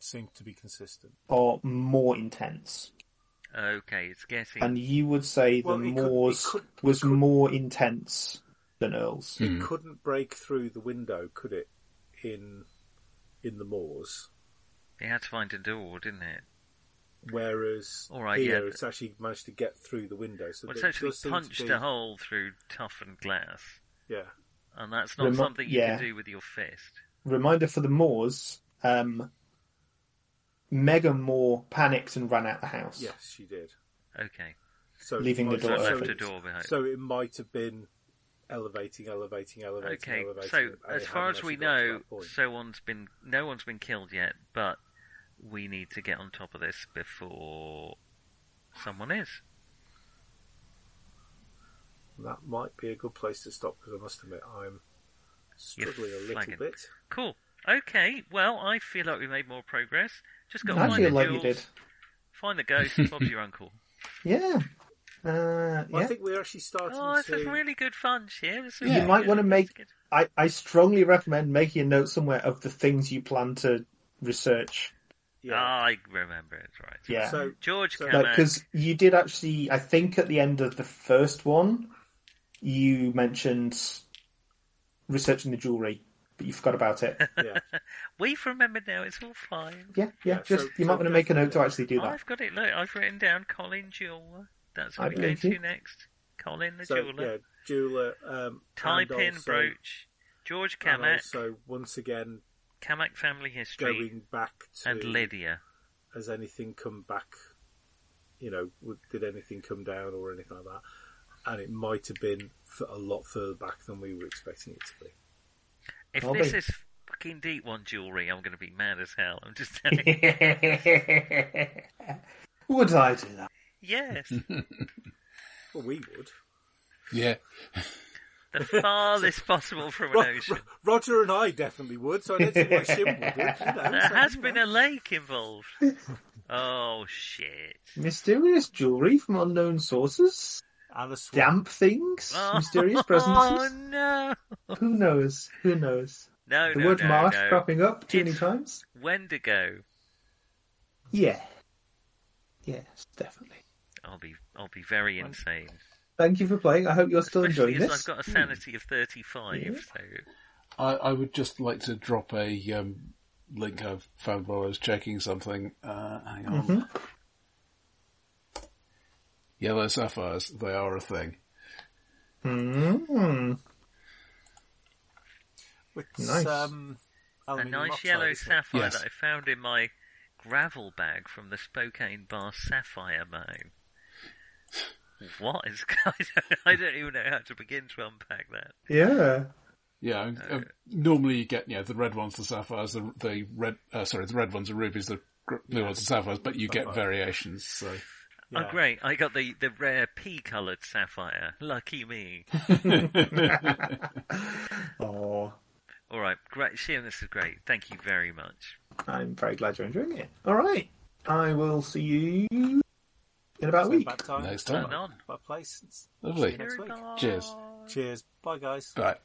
D: Seem to be consistent.
B: are more intense.
C: Okay, it's getting.
B: And you would say the
D: Well, it could- it
B: Moore's
D: could- it
B: was
D: could-
B: more intense than Earl's.
D: It
E: Hmm.
D: couldn't break through the window, could it? In in the moors,
C: It had to find a door, didn't it?
D: whereas
C: All right,
D: here
C: yeah.
D: it's actually managed to get through the window. So
C: Well, it's
D: there
C: actually
D: does seem to
C: punched
D: be-
C: a hole through toughened glass.
D: Yeah,
C: And that's not
B: Remo-
C: something you
B: yeah.
C: can do with your fist.
B: reminder for the Moors, um, Megan Moore panicked and ran out the house.
D: yes, she did.
C: Okay.
D: So
B: Leaving the
D: oh, so-
B: door
D: so
B: open.
D: it's-
C: Left the door behind.
D: So it might have been elevating, elevating, elevating,
C: Okay,
D: elevating.
C: so
D: and
C: as
D: it
C: far
D: hadn't
C: as we
D: actually got to
C: know,
D: that point.
C: someone's been no one's been killed yet, but we need to get on top of this before someone is.
D: that might be a good place to stop because I must admit I'm
C: You're
D: struggling a little
C: flagging.
D: bit.
C: Cool. Okay. Well, I feel like we made more progress. Just got to
B: I
C: find
B: feel
C: the
B: like you
C: jewels,
B: did.
C: find the ghost, and Bob's your uncle.
B: Yeah. Uh,
D: Well,
B: yeah.
D: I think we're actually starting
C: Oh, this
D: to.
C: is really good fun, Sheer. This is
E: You
C: really
B: might
C: good.
B: wanna make-
C: This is
B: I, I strongly recommend making a note somewhere of the things you plan to research.
C: good.
D: yeah.
C: Ah, I remember it right.
B: Yeah.
D: So
C: George
D: So-
C: Kamak.
B: Because you did actually, I think at the end of the first one, you mentioned researching the jewellery, but you forgot about it.
D: yeah.
C: We've remembered now. It's all fine.
B: Yeah, yeah.
D: Yeah,
B: just
D: so-
B: you might
D: so
B: want to make a note to
D: definitely-
B: actually do that.
C: I've got it. Look, I've written down Colin Jewel. That's what
B: I
C: we're going
B: believe you.
C: to next. Colin the
D: so
C: jeweler.
D: yeah, jeweler. Um,
C: Type
D: and
C: in
D: also,
C: brooch, George
D: And
C: Kamak,
D: also, once again,
C: Kamak family history,
D: going back to
C: and Lydia.
D: has anything come back? You know, w- did anything come down or anything like that? And it might have been f a a lot further back than we were expecting it to be.
C: If
B: I'll
C: this
B: be-
C: is fucking deep one jewelry, I'm going to be mad as hell. I'm just telling you.
B: Would I do that?
C: yes,
D: Well, we would.
E: Yeah.
C: the farthest possible from an
D: Ro-
C: ocean.
D: Ro- Roger and I definitely would. So I don't think my ship would. You know,
C: There
D: so,
C: has
D: you
C: been
D: know.
C: a lake involved. Oh shit!
B: Mysterious jewelry from unknown sources,
D: and a swap.
B: damp things,
C: Oh,
B: mysterious presences.
C: no!
B: Who knows? Who knows?
C: No,
B: The
C: no,
B: word
C: no,
B: marsh
C: no.
B: cropping up too many
C: It's-
B: times.
C: Wendigo.
B: Yeah, yes, definitely.
C: I'll be, I'll be very insane.
B: Thank you for playing. I hope you're still
C: Especially
B: enjoying
C: as
B: this.
C: I've got a sanity of 35, so
E: I, I would just like to drop a um, link I've found while I was checking something. Uh, hang on. Yellow sapphires, they are a thing.
B: Hmm.
D: It's,
B: Nice.
D: Um,
C: a
D: aluminium
C: nice
D: oxide,
C: yellow
D: isn't it?
C: sapphire
E: Yes.
C: that I found in my gravel bag from the Spokane Bar Sapphire Mine. What is? I don't, I don't even know how to begin to unpack that.
B: Yeah.
E: Yeah, and, uh, normally you get yeah the red ones the sapphires, the the red uh, sorry the red ones are rubies, the gr- blue ones are sapphires, but you get variations. So
D: Yeah.
C: Oh, great! I got the the rare pea-coloured sapphire. Lucky me.
B: Oh,
C: All right, great, Shion, this is great. Thank you very much.
B: I'm very glad you're enjoying it. All right, I will see you in about a
D: So
B: week.
D: about time.
E: next
C: Right.
E: time,
C: on.
D: About place.
E: lovely.
D: Next week.
E: Cheers.
D: Cheers. Bye, guys.
E: Bye.